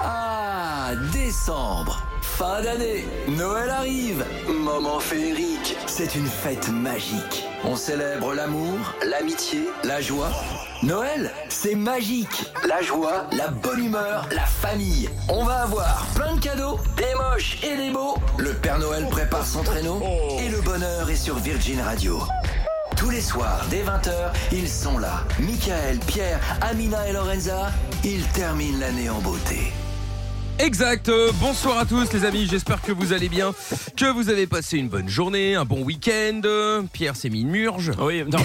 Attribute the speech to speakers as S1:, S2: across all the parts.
S1: Ah.
S2: à décembre. Fin d'année, Noël arrive. Moment féerique, c'est une fête magique. On célèbre l'amour, l'amitié, la joie. Noël, c'est magique. La joie, la bonne humeur, la famille. On va avoir plein de cadeaux, des moches et des beaux. Le Père Noël prépare son traîneau et le bonheur est sur Virgin Radio. Tous les soirs, dès 20h, ils sont là. Michael, Pierre, Amina et Lorenza, ils terminent l'année en beauté.
S3: Exact. Euh, Bonsoir à tous les amis. J'espère que vous allez bien, que vous avez passé une bonne journée, un bon week-end. Euh, Pierre s'est mis une murge.
S4: Oui, non.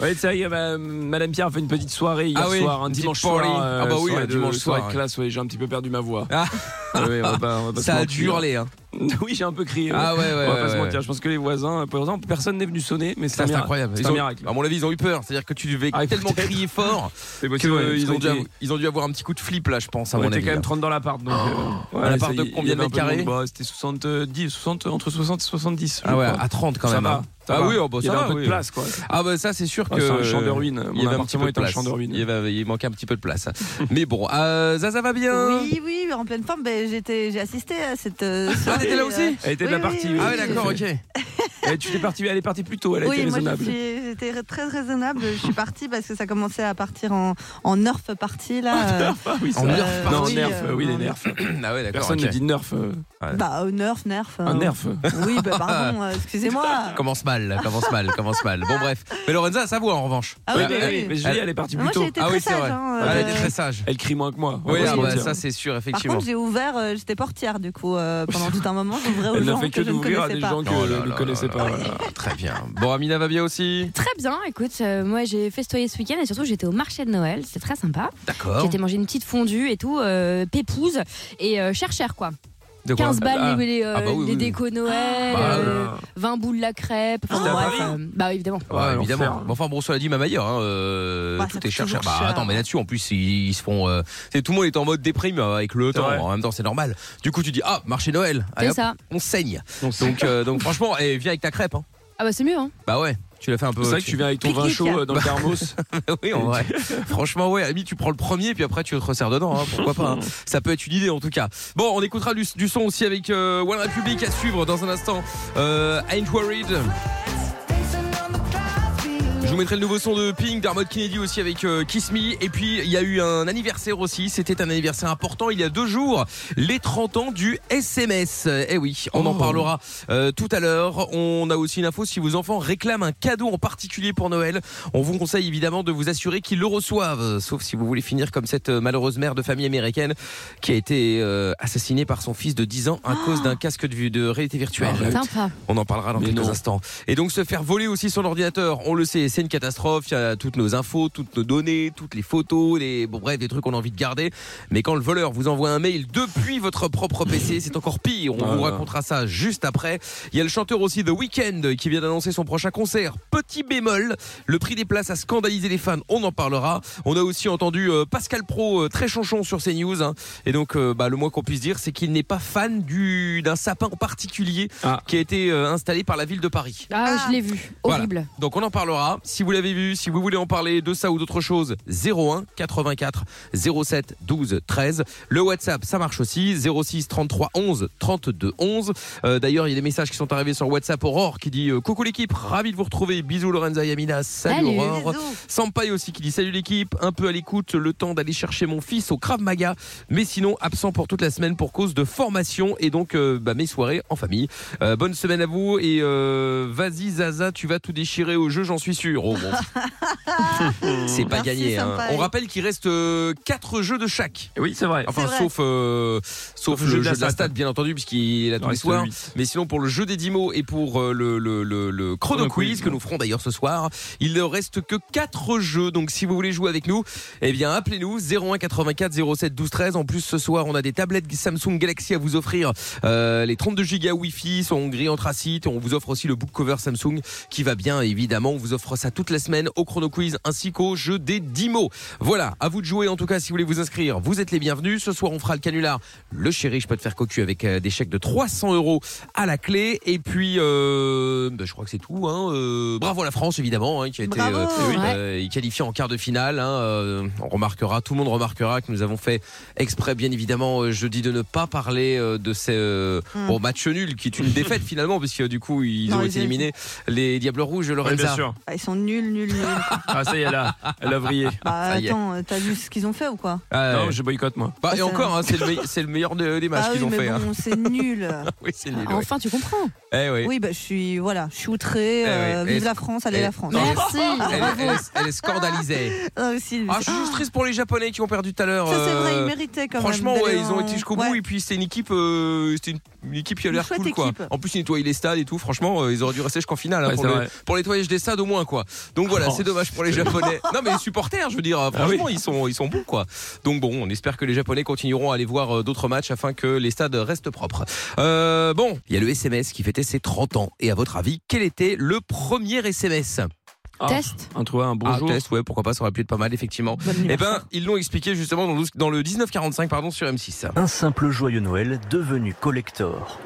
S4: oui, c'est vrai, que, euh, Madame Pierre a fait une petite soirée hier
S3: Ah oui,
S4: soir, un
S3: une
S4: dimanche
S3: petite
S4: soir. euh,
S3: party. Ah bah oui,
S4: soirée-
S3: le
S4: dimanche
S3: soir,
S4: soir,
S3: ouais.
S4: classe, oui, j'ai un petit peu perdu ma voix.
S3: Ah,
S4: Oui, on va pas- on va pas se
S3: ça a
S4: mentir.
S3: dû hurler. hein.
S4: oui, j'ai un peu crié.
S3: Ah ouais, ouais,
S4: On va
S3: ouais,
S4: pas se
S3: ouais.
S4: mentir. Je pense que les voisins, pour l'instant, personne n'est venu sonner, mais c'est
S3: Ça,
S4: un
S3: c'est
S4: miracle.
S3: incroyable.
S4: C'est
S3: Ils
S4: un
S3: ont-
S4: miracle.
S3: À mon avis, ils ont eu peur. C'est-à-dire que tu devais
S4: Ah,
S3: tellement
S4: peut-être.
S3: crier fort
S4: C'est
S3: qu'ils
S4: possible, euh, ils ont
S3: dû,
S4: été-
S3: ils ont dû avoir un petit coup de flip là, je pense. À
S4: On
S3: mon
S4: était
S3: avis.
S4: quand même 30 dans l'appart. Donc, euh,
S3: Un appart
S4: ça,
S3: de
S4: il y
S3: combien de
S4: avait un peu
S3: mètres
S4: monde. Bah, C'était 70, 60, entre 60 et 70. je
S3: Ah ouais,
S4: crois.
S3: à 30 quand
S4: Ça
S3: même.
S4: va,
S3: hein.
S4: ça
S3: ah
S4: va.
S3: oui, oh, bah,
S4: il y
S3: ça
S4: avait
S3: va,
S4: un peu
S3: oui.
S4: de place quoi.
S3: Ah bah ça c'est sûr
S4: Ah,
S3: que
S4: c'est un champ de ruines. Mon
S3: Il y avait un petit
S4: appartement
S3: peu de
S4: est un
S3: place.
S4: champ de ruines.
S3: Il, y avait- il manquait un petit peu de place. Mais bon, euh, Zaza va bien.
S5: Oui, oui, en pleine forme. Ben, j'étais, j'ai assisté à cette. euh,
S3: Ah,
S5: soirée,
S3: t'étais là
S5: euh,
S3: aussi
S4: Elle était de
S5: Oui,
S4: la
S5: oui,
S4: partie.
S5: oui,
S4: oui,
S3: Ah ouais,
S4: tout à
S3: d'accord,
S4: fait.
S3: ok.
S4: Et tu t'es partie, elle est partie plus tôt, elle a
S5: euh, oui,
S4: été
S5: moi je
S4: raisonnable.
S5: suis- j'étais ra- très raisonnable. Je suis partie parce que ça commençait à partir en, en nerf party là.
S4: Ah oui, ça
S3: En
S4: va.
S3: nerf
S4: Non,
S3: party,
S4: nerf,
S5: euh,
S4: oui, les
S5: non.
S4: nerfs.
S3: Ah ouais, d'accord.
S4: Personne
S3: ok.
S4: n'a dit nerf. euh,
S5: euh, bah au nerf, nerf. euh,
S4: Un nerf.
S5: Oui, bah, pardon, euh, excusez-moi.
S3: Commence mal, commence mal, commence mal. Bon bref. Mais Lorenza, ça voit en revanche.
S5: Ah oui,
S3: Elle-
S5: bah
S4: mais,
S3: elle-
S5: oui.
S4: mais je dis, elle est partie plus
S5: Moi
S4: tôt.
S5: j'ai été
S3: Ah
S5: très
S3: oui, c'est
S5: sage.
S3: vrai.
S5: hein,
S3: elle
S5: euh,
S3: était très sage.
S4: Elle crie moins que moi. on
S3: Oui,
S4: va
S3: ah
S4: se
S3: bah,
S4: mentir.
S3: ça c'est sûr,
S5: Par
S3: effectivement.
S5: contre, j'ai ouvert, euh, j'étais portière du coup euh, pendant tout un moment, j'ouvrais aux
S4: Elle n'a
S5: gens
S4: fait que
S5: que je ne
S4: d'ouvrir à des
S5: connaissais pas.
S4: gens que
S3: Oh là
S4: je ne
S3: là
S4: connaissais
S3: là
S4: euh, pas.
S3: là
S4: voilà.
S3: là. Très bien. Bon, Amina va bien aussi.
S6: Très bien, écoute, euh, moi j'ai festoyé ce week-end et surtout j'étais au marché de Noël, c'est très sympa.
S3: D'accord.
S6: J'étais manger une petite fondue et tout, euh, pépouze et euh, cher cher quoi.
S3: De quoi
S6: 15 balles
S4: Ah.
S6: les, les, euh,
S3: Ah bah oui,
S6: les
S3: oui.
S6: décos Noël,
S3: Bah, Ah,
S6: euh, 20 boules la crêpe, enfin,
S4: C'était à
S6: bref,
S4: Paris
S6: euh, bah évidemment.
S3: Ouais,
S4: Ouais,
S3: évidemment.
S4: l'enfer.
S3: Bon, enfin, bon, cela dit, même ailleurs, hein, euh,
S5: Bah, ça
S3: tout est
S5: coûte
S3: cher, cher.
S5: toujours
S3: Bah,
S5: cher.
S3: attends, mais là-dessus, en plus, ils, ils se font. euh, c'est- tout le monde est en mode déprime euh, avec le
S4: C'est
S3: temps.
S4: vrai.
S3: En même temps, c'est normal. Du coup, tu dis, ah, marché Noël. Allez,
S6: C'est
S3: hop,
S6: ça.
S3: On saigne. Donc, euh, donc franchement, et viens avec ta crêpe. Hein.
S6: Ah bah c'est mieux hein.
S3: Bah ouais, tu l'as fait un peu.
S4: C'est vrai que tu viens avec ton vin
S5: Pique-nique,
S4: chaud
S5: hein.
S4: euh, dans le thermos.
S3: oui, en vrai. Franchement, ouais, ami, tu prends le premier, puis après, tu te resserres dedans. hein, pourquoi pas hein. Ça peut être une idée, en tout cas. Bon, on écoutera du, du son aussi avec euh, One Republic à suivre dans un instant. Euh, Ain't Worried. Je vous mettrai le nouveau son de Pink, d'Armod Kennedy aussi avec euh, Kiss Me. Et puis, il y a eu un anniversaire aussi. C'était un anniversaire important il y a deux jours. Les 30 ans du SMS. Euh, Eh oui, on en parlera euh, tout à l'heure. On a aussi une info si vos enfants réclament un cadeau en particulier pour Noël. On vous conseille évidemment de vous assurer qu'ils le reçoivent. Euh, Sauf si vous voulez finir comme cette euh, malheureuse mère de famille américaine qui a été euh, assassinée par son fils de 10 ans à cause d'un casque de, vue- de réalité virtuelle.
S7: Ah,
S4: Arrête.
S6: Sympa.
S3: On en parlera dans
S4: Mais
S3: quelques
S4: non.
S3: instants. Et donc se faire voler aussi son ordinateur, on le sait, c'est une catastrophe. Il y a toutes nos infos, toutes nos données, toutes les photos, les bon, bref, des trucs qu'on a envie de garder. Mais quand le voleur vous envoie un mail depuis votre propre PC, c'est encore pire. On
S4: Ah
S3: vous
S4: là.
S3: racontera ça juste après. Il y a le chanteur aussi The Weeknd qui vient d'annoncer son prochain concert. Petit bémol, le prix des places a scandalisé les fans. On en parlera. On a aussi entendu euh, Pascal Pro euh, très chanchon sur CNews. hein. Et donc euh, bah, le moins qu'on puisse dire, c'est qu'il n'est pas fan du d'un sapin en particulier
S4: Ah.
S3: qui a été euh, installé par la ville de Paris.
S6: Ah,
S5: Ah.
S6: je l'ai vu,
S3: Voilà.
S6: horrible.
S3: Donc on en parlera. Si vous l'avez vu, si vous voulez en parler de ça ou d'autre chose, 01 84 07 12 13. Le WhatsApp, ça marche aussi. 06 33 11 32 11. Euh, D'ailleurs, il y a des messages qui sont arrivés sur WhatsApp Aurore qui dit euh, Coucou l'équipe, ravi de vous retrouver. Bisous Lorenza Yamina. Salut,
S6: Salut.
S3: Aurore.
S5: Bisous.
S3: Sampaï aussi qui dit salut l'équipe, un peu à l'écoute, le temps d'aller chercher mon fils au Krav Maga, mais sinon absent pour toute la semaine pour cause de formation et donc euh, bah, mes soirées en famille. Euh, bonne semaine à vous et euh, vas-y Zaza, tu vas tout déchirer au jeu, j'en suis sûr. Oh, bon. C'est pas
S5: Merci,
S3: gagné. hein.
S5: Sampaï.
S3: On rappelle qu'il reste 4 jeux de chaque.
S4: Et Eh Oui, c'est vrai.
S3: Enfin,
S5: C'est vrai.
S3: sauf, euh, sauf le jeu de la, stade, bien entendu, puisqu'il est là
S4: Il
S3: tous
S4: en
S3: les
S4: reste
S3: soirs.
S4: huit.
S3: Mais sinon, pour le jeu des 10 mots et pour euh, le, le- le- le chrono
S4: Chrono
S3: quiz
S4: quiz,
S3: que nous ferons d'ailleurs ce soir, il ne reste que 4 jeux. Donc, si vous voulez jouer avec nous, eh bien, appelez-nous 01 84 07 12 13. En plus, ce soir, on a des tablettes Samsung Galaxy à vous offrir. Euh, les 32 gigas Wi-Fi sont gris anthracite. On vous offre aussi le book cover Samsung qui va bien, évidemment. On vous offre ça à toute la semaine au chrono quiz ainsi qu'au jeu des 10 mots. Voilà, à vous de jouer en tout cas si vous voulez vous inscrire. Vous êtes les bienvenus. Ce soir, on fera le canular. Le chéri, je peux te faire cocu avec euh, des chèques de 300 euros à la clé. Et puis, euh, bah, je crois que c'est tout. hein. Euh, bravo à la France, évidemment, hein, qui a été
S5: Bravo.
S3: euh, euh, qualifiée en quart de finale. hein. Euh, on remarquera, tout le monde remarquera que nous avons fait exprès, bien évidemment, euh, jeudi de ne pas parler euh, de ces euh,
S5: Mm.
S3: bon, match nul qui est une défaite finalement, parce que du coup, ils
S5: Non,
S3: ont
S5: ils
S3: été
S5: ont-
S3: éliminés. Les Diables Rouges,
S4: Ouais,
S3: Lorenza.
S4: bien sûr.
S5: Ah, Ils sont nuls, nuls, nuls.
S4: Ah, ça y est, elle a, elle a vrillé.
S5: Bah,
S3: Ça y est.
S5: attends, euh, t'as vu ce qu'ils ont fait ou quoi
S3: Ah, ouais.
S4: Non, je boycotte, moi.
S3: Bah, et
S5: Ça-
S3: encore, hein, c'est le, me- c'est le meilleur de- des matchs
S5: Ah oui,
S3: qu'ils ont
S5: mais
S3: fait. hein.
S5: bon, c'est nul.
S3: Oui, c'est nul.
S6: Ah,
S3: ouais.
S6: Enfin, tu comprends.
S3: Eh oui.
S5: Oui, bah, je suis, voilà, je suis outré. euh,
S3: Eh ouais.
S5: vive
S3: Et-
S5: la France, allez
S3: et-
S5: la France.
S3: Non, mais-
S6: Merci.
S3: Elle, elle est- elle est scandalisée.
S5: Ah, aussi,
S3: Ah, je suis juste triste pour les Japonais qui ont perdu tout à l'heure.
S5: Ça, c'est vrai,
S3: euh,
S5: ils méritaient quand
S3: Franchement,
S5: même.
S3: ouais,
S5: d'aller
S3: ils ont
S5: en-
S3: été jusqu'au
S5: Ouais.
S3: bout et puis c'était une équipe, euh, c'était une, une équipe qui a
S5: Une
S3: l'air
S5: chouette
S3: cool quoi.
S5: équipe.
S3: En plus, ils nettoyaient les stades et tout. Franchement, euh, ils auraient dû rester jusqu'en finale hein,
S4: Ouais,
S3: pour,
S4: c'est
S3: le,
S4: vrai.
S3: pour le nettoyage des stades au moins quoi. Donc voilà,
S4: Oh, Ah
S3: c'est dommage pour les Japonais. non mais les supporters, je veux dire, euh, franchement, ils sont ils sont bons quoi. Donc bon, on espère que les Japonais continueront à aller voir euh, d'autres matchs afin que les stades restent propres. Euh, bon, il y a le SMS qui fêtait ses 30 ans et à votre avis, quel était le premier SMS
S4: Ah,
S6: Test.
S4: Un trou, un
S3: Ah,
S4: bonjour.
S3: test, ouais, pourquoi pas, ça aurait pu être pas mal effectivement. Eh ben, ils l'ont expliqué justement dans le, dans le 1945 pardon sur M6.
S1: Un simple joyeux Noël devenu collector.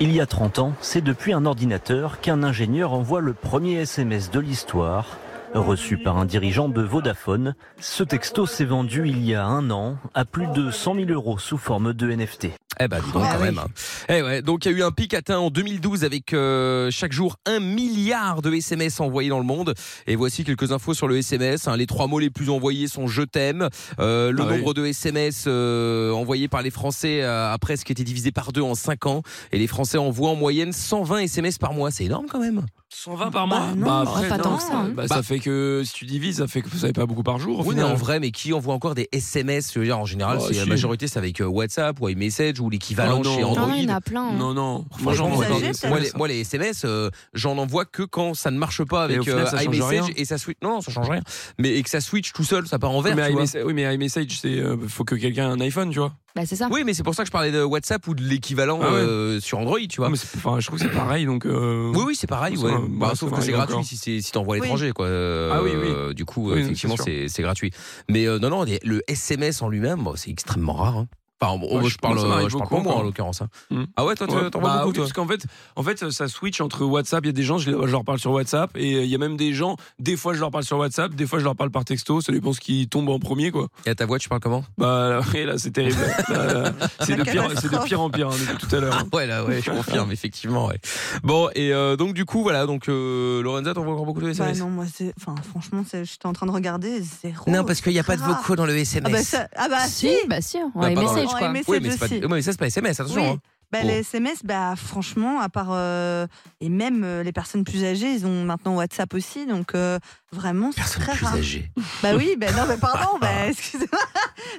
S1: Il y a 30 ans, c'est depuis un ordinateur qu'un ingénieur envoie le premier SMS de l'histoire, reçu par un dirigeant de Vodafone. Ce texto s'est vendu il y a un an à plus de 100 000 euros sous forme de NFT.
S3: Eh ben, dis donc,
S5: Ah
S3: quand
S5: oui.
S3: même. Eh ouais, donc il y a eu un pic atteint en 2012 avec euh, chaque jour un milliard de SMS envoyés dans le monde. Et voici quelques infos sur le SMS. hein. Les trois mots les plus envoyés sont je t'aime. Euh, le
S4: Ah oui.
S3: nombre de SMS euh, envoyés par les Français euh, a presque été divisé par deux en cinq ans. Et les Français envoient en moyenne 120 SMS par mois. C'est énorme quand même.
S4: 120 par mois
S5: Bah non,
S6: ouais, pas tant que ça, hein.
S4: Bah,
S3: Bah.
S4: ça fait que si tu divises, ça fait que vous savez pas beaucoup par jour. au
S3: Oui, mais
S4: final.
S3: en vrai, mais qui envoie encore des SMS Je veux dire, En général,
S4: Oh,
S3: c'est la
S4: si.
S3: majorité, c'est avec euh, WhatsApp ou iMessage ou l'équivalent
S4: Oh, non.
S3: chez Android.
S6: Non, il y en a plein. hein.
S4: Non, non.
S3: Moi, j'en
S5: Les
S3: envoie pas.
S5: messagers, peut-être.
S3: Moi, les, moi, les SMS, euh, j'en envoie que quand ça ne marche pas
S4: Et
S3: avec
S4: au final, ça
S3: euh,
S4: change
S3: iMessage
S4: rien.
S3: et ça switch. Non, non, ça change rien. Mais et que ça switch tout seul, ça part en vert.
S4: mais
S3: tu vois.
S4: iMessa- oui, mais iMessage, c'est euh, faut que quelqu'un ait un iPhone, tu vois.
S6: Bah, c'est ça.
S3: Oui, mais c'est pour ça que je parlais de WhatsApp ou de l'équivalent
S4: Ah ouais.
S3: euh, sur Android, tu vois.
S4: Non, mais c'est- enfin, je trouve que c'est pareil, donc. euh,
S3: oui, oui, c'est pareil.
S4: Ça
S3: ouais.
S4: va,
S3: Bah,
S4: bah, ça
S3: sauf que
S4: va,
S3: c'est
S4: il y a
S3: gratuit
S4: encore.
S3: si, c'est- si t'envoies à
S5: Oui.
S3: l'étranger, quoi. Euh,
S4: Ah oui, oui.
S3: euh, Du coup,
S4: Oui, non,
S3: effectivement,
S4: c'est sûr.
S3: c'est c'est gratuit. Mais euh, non, non, les- le SMS en lui-même, bah, c'est extrêmement rare. hein. Enfin, bon,
S4: Ouais,
S3: moi,
S4: je-
S3: je parle,
S4: moi, ça m'arrive
S3: euh, je parle
S4: beaucoup
S3: pour moi en
S4: encore.
S3: l'occurrence. hein.
S4: Hmm.
S3: Ah ouais, toi, tu
S4: Ouais.
S3: t'envoies
S4: Bah
S3: beaucoup,
S4: oui,
S3: toi.
S4: parce qu'en fait, en fait, ça switch entre WhatsApp. Il y a des gens, je, les- je leur parle sur WhatsApp, et euh, il y a même des gens, des fois je leur parle sur WhatsApp, des fois je leur parle par texto. Ça dépend ce qui tombe en premier, quoi.
S3: Et à ta voix, tu parles comment
S4: Bah et là, c'est terrible. Là, c'est de
S5: La
S4: pire, c'est de pire en pire hein, depuis tout à l'heure.
S3: Ah
S4: Ah.
S3: Ouais, là, ouais, je confirme, effectivement, ouais. Bon, et euh, donc, du coup, voilà, donc, euh, Lorenza, t'envoies encore beaucoup de
S5: Bah
S3: SMS
S5: non, moi, c'est. Enfin, franchement, c'est- j'étais en train de regarder, zéro.
S3: Non, parce qu'il n'y a pas de
S5: Ah.
S3: vocaux dans le
S5: Ah, bah,
S3: SMS.
S5: ça- ah bah, si
S6: si, bah si, on
S3: Bah,
S6: les
S3: pas dans
S6: messages
S5: le-
S6: quoi.
S5: Ouais, mais-
S3: oui,
S5: message
S3: mais, c'est pas,
S5: aussi.
S3: oui, mais ça, c'est pas SMS, attention.
S5: Oui.
S3: hein.
S5: Bah,
S3: Bon.
S5: Les SMS, bah, franchement, à part. euh, et même euh, les personnes plus âgées, ils ont maintenant WhatsApp aussi. Donc, euh, vraiment, c'est
S3: Personne
S5: très
S3: plus
S5: rare.
S3: âgée.
S5: Bah oui, bah, non, mais pardon, bah, excusez-moi.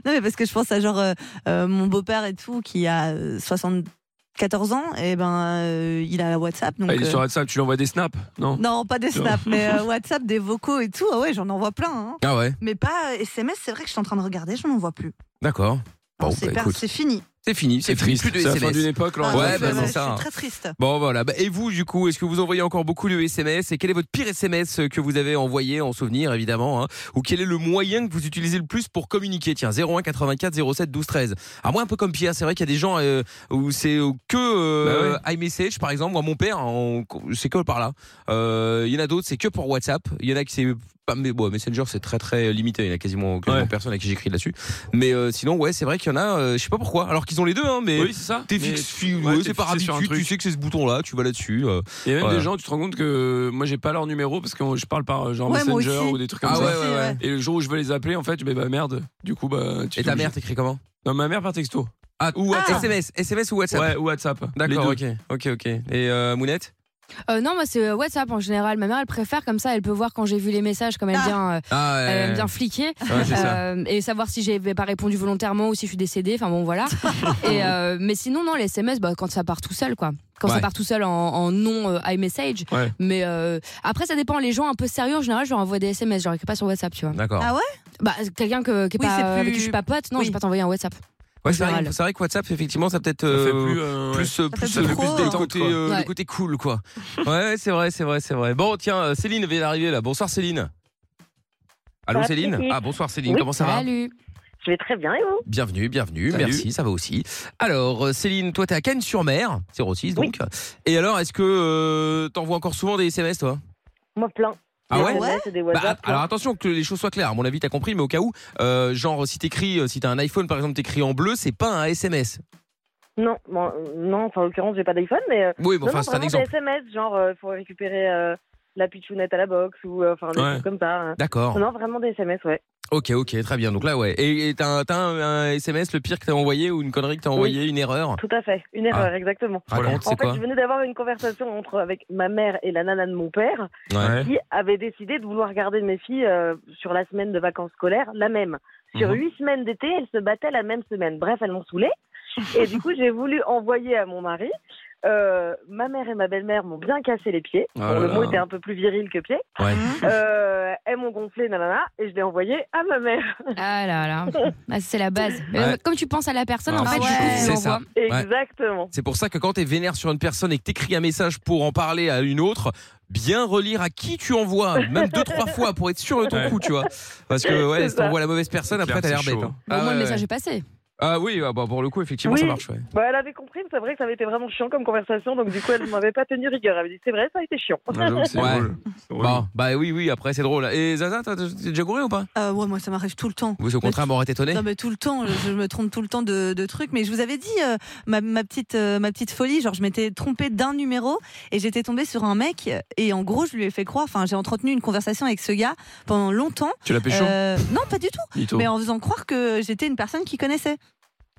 S5: Non, mais parce que je pense à genre euh, euh, mon beau-père et tout, qui a euh, 74 ans, et ben euh, il a WhatsApp. Donc,
S4: Ah, il est
S5: euh,
S4: sur WhatsApp, tu lui envoies des snaps, non
S5: Non, pas des snaps, mais euh, WhatsApp, des vocaux et tout. Ah ouais, j'en envoie plein. hein.
S3: Ah ouais,
S5: Mais pas euh, SMS, c'est vrai que je suis en train de regarder, je n'en vois plus.
S3: d'accord.
S5: Non,
S3: Bon,
S5: c'est
S3: bah,
S5: per-
S3: écoute.
S5: c'est fini.
S3: C'est fini, c'est
S4: C'est
S3: fini,
S4: triste.
S3: plus de
S4: C'est la fin d'une
S3: SMS.
S4: époque,
S5: Ah,
S4: Laurent.
S3: ouais,
S5: je-
S3: bah,
S5: je-
S3: c'est
S5: je suis
S3: ça.
S5: très triste.
S3: Bon voilà, Bah, et vous du coup, est-ce que vous envoyez encore beaucoup de SMS Et quel est votre pire SMS que vous avez envoyé en souvenir évidemment hein Ou quel est le moyen que vous utilisez le plus pour communiquer Tiens, 01 84 07 12 13. À Ah, moi un peu comme Pierre, c'est vrai qu'il y a des gens euh, où c'est euh, que euh,
S4: Bah
S3: iMessage par exemple, moi mon père, hein, on- c'est que par là. Euh, Il y en a d'autres, c'est que pour WhatsApp. Il y en a qui c'est pas mais bon, Messenger c'est très très limité, il y en a quasiment, quasiment
S4: Ouais.
S3: personne à qui j'écris là-dessus. Mais euh, sinon ouais, c'est vrai qu'il y en a, euh, je sais pas pourquoi. Alors qu'ils ont les deux, hein, mais
S4: Oui, c'est ça.
S3: T'es
S4: Mais
S3: fixe,
S4: tu-
S3: fi-
S4: ouais,
S3: ouais,
S4: t'es
S3: c'est par
S4: fixé sur un
S3: habitude, tu
S4: truc.
S3: sais que c'est ce bouton-là, tu vas là-dessus. euh.
S4: Il y a même
S3: Voilà.
S4: des gens, tu te rends compte que euh, moi j'ai pas leur numéro parce que je parle par euh, genre
S5: Ouais, moi
S4: Messenger
S5: aussi.
S4: ou des trucs comme
S3: Ah
S4: ça.
S3: ouais,
S5: Aussi,
S3: ouais, ouais.
S4: Et le jour où je veux les appeler, en fait, je me dis, bah merde. Du coup, bah. tu
S3: Et ta
S4: t'es
S3: mère
S4: obligé-
S3: t'écris comment
S4: Non, ma mère par texto.
S3: ah,
S4: Ou WhatsApp.
S3: SMS, SMS ou WhatsApp
S4: Ouais, ou WhatsApp.
S3: D'accord,
S4: Les deux.
S3: ok, ok, ok. Et euh, Mounette
S6: Euh, non, moi c'est euh, WhatsApp en général. Ma mère elle préfère comme ça, elle peut voir quand j'ai vu les messages, comme elle
S5: Ah.
S6: vient, euh,
S3: Ah, ouais,
S6: elle aime
S3: ouais.
S6: bien fliquer.
S3: Ouais, c'est ça.
S6: Euh, et savoir si j'ai pas répondu volontairement ou si je suis décédée. Enfin bon, voilà. et, euh, mais sinon, non, les SMS, bah, quand ça part tout seul, quoi. Quand
S3: Ouais.
S6: ça part tout seul en, en non euh, iMessage.
S4: Ouais.
S6: Mais euh, après, ça dépend. Les gens un peu sérieux, en général, je leur envoie des SMS. Je leur écris pas sur WhatsApp, tu vois.
S3: D'accord.
S5: Ah ouais
S6: Bah, quelqu'un que, qui est
S5: Oui,
S6: pas-
S5: c'est plus-
S6: avec qui je suis pas pote, non,
S5: Oui.
S6: je vais pas t'envoyer un WhatsApp.
S3: Ouais, c'est vrai,
S6: Plural.
S3: c'est vrai que WhatsApp, effectivement, ça peut-être
S4: Ça fait
S3: euh,
S4: plus, euh,
S3: plus euh,
S5: Ça
S3: plus
S5: fait
S3: euh,
S5: plus
S3: le,
S5: pro,
S3: côté,
S5: hein.
S3: le côté, euh, le
S6: Ouais.
S3: côté cool quoi. Ouais, c'est vrai, c'est vrai, c'est vrai. Bon, tiens, euh, Céline vient d'arriver là. Bonsoir Céline. Allô
S8: Bonsoir,
S3: Céline
S8: Cécile.
S3: Ah bonsoir Céline,
S8: Oui.
S3: comment ça va
S6: Salut.
S8: Je vais très bien et vous
S3: Bienvenue, bienvenue,
S4: Salut.
S3: merci, ça va aussi. Alors euh, Céline, toi t'es à Cannes-sur-Mer, 06 donc. Et alors, est-ce que euh, t'envoies encore souvent des SMS toi
S8: Moi plein.
S3: Ah
S8: Des
S3: ouais
S8: SMS et des
S3: Bah,
S8: WhatsApp.
S3: att- alors attention que les choses soient claires. À mon avis, t'as compris, mais au cas où, euh, genre si t'écris, euh, si t'as un iPhone par exemple, t'écris en bleu, c'est pas un SMS.
S8: Non, bon, euh, non, enfin, en l'occurrence, j'ai pas d'iPhone, mais. euh,
S3: Oui, mais
S8: non,
S3: enfin
S8: non,
S3: c'est un
S8: vraiment
S3: exemple.
S8: Des SMS, genre, euh, faut récupérer euh, la pitchounette à la box ou euh, enfin des
S4: Ouais.
S8: trucs comme ça. hein.
S3: D'accord.
S8: Non, vraiment des SMS, ouais.
S3: Ok, ok, très bien. Donc là, ouais. Et et t'as un, t'as un- un SMS, le pire que t'as envoyé ou une connerie que t'as envoyé, une erreur Ah.
S8: Tout à fait. Une erreur, exactement.
S3: Raconte,
S8: En
S3: c'est
S8: fait,
S3: quoi
S8: je venais d'avoir une conversation entre avec ma mère et la nana de mon père,
S3: Ouais.
S4: Ouais.
S8: qui avait décidé de vouloir garder mes filles euh, sur la semaine de vacances scolaires, la même. Sur
S4: Mhm.
S8: huit semaines d'été, elles se battaient la même semaine. Bref, elles m'ont saoulée. Et du coup, j'ai voulu envoyer à mon mari. Euh, ma mère et ma belle-mère m'ont bien cassé les pieds.
S4: Oh
S8: Bon, le
S4: là
S8: mot
S4: là.
S8: était un peu plus viril que pied.
S3: Ah Ouais.
S8: Euh, elles m'ont gonflé, nanana, et je l'ai envoyé à ma mère.
S6: Ah là là. Ah, c'est la base. Mais
S3: Ouais.
S6: Comme tu penses à la personne,
S4: Ah
S6: en fait,
S5: ouais.
S6: du coup, tu
S3: C'est
S6: l'envoies.
S3: ça.
S8: Exactement.
S3: C'est pour ça que quand t'es vénère sur une personne et que t'écris un message pour en parler à une autre, bien relire à qui tu envoies, même deux trois fois pour être sûr de ton
S4: Ouais.
S3: coup, tu vois. Parce que ouais,
S8: C'est
S3: si
S8: ça.
S3: t'envoies la mauvaise personne,
S4: C'est
S3: après t'as
S4: clair,
S3: l'air
S4: c'est
S3: bête.
S4: chaud.
S3: hein.
S6: Bon,
S3: Ah,
S6: moi,
S3: ouais,
S6: le message
S3: ouais.
S6: est passé.
S3: Ah oui, ah bah, pour le coup, effectivement,
S8: Oui.
S3: ça marche. Ouais.
S8: Bah, elle avait compris, mais c'est vrai que ça avait été vraiment chiant comme conversation, donc du coup, elle ne m'avait pas tenu rigueur. Elle avait dit, c'est vrai, ça a été chiant.
S3: Bah,
S4: Ouais, Ah, j'avoue que c'est
S3: Ouais.
S4: drôle. C'est drôle.
S3: Bon, bah oui, oui. Après, c'est drôle. Et Zaza, t'as t'as déjà couru ou pas
S5: Euh, ouais, moi ça m'arrive tout le temps.
S3: Oui, au contraire, m'aurait étonné.
S5: Non mais tout le temps, je me trompe tout le temps de, de trucs. Mais je vous avais dit euh, ma, ma petite euh, ma petite folie, genre je m'étais trompée d'un numéro et j'étais tombée sur un mec et en gros je lui ai fait croire. Enfin j'ai entretenu une conversation avec ce gars pendant longtemps.
S4: Tu l'as pécho
S5: Euh, non pas du tout,
S4: Ito
S5: mais en faisant croire que j'étais une personne qui connaissait.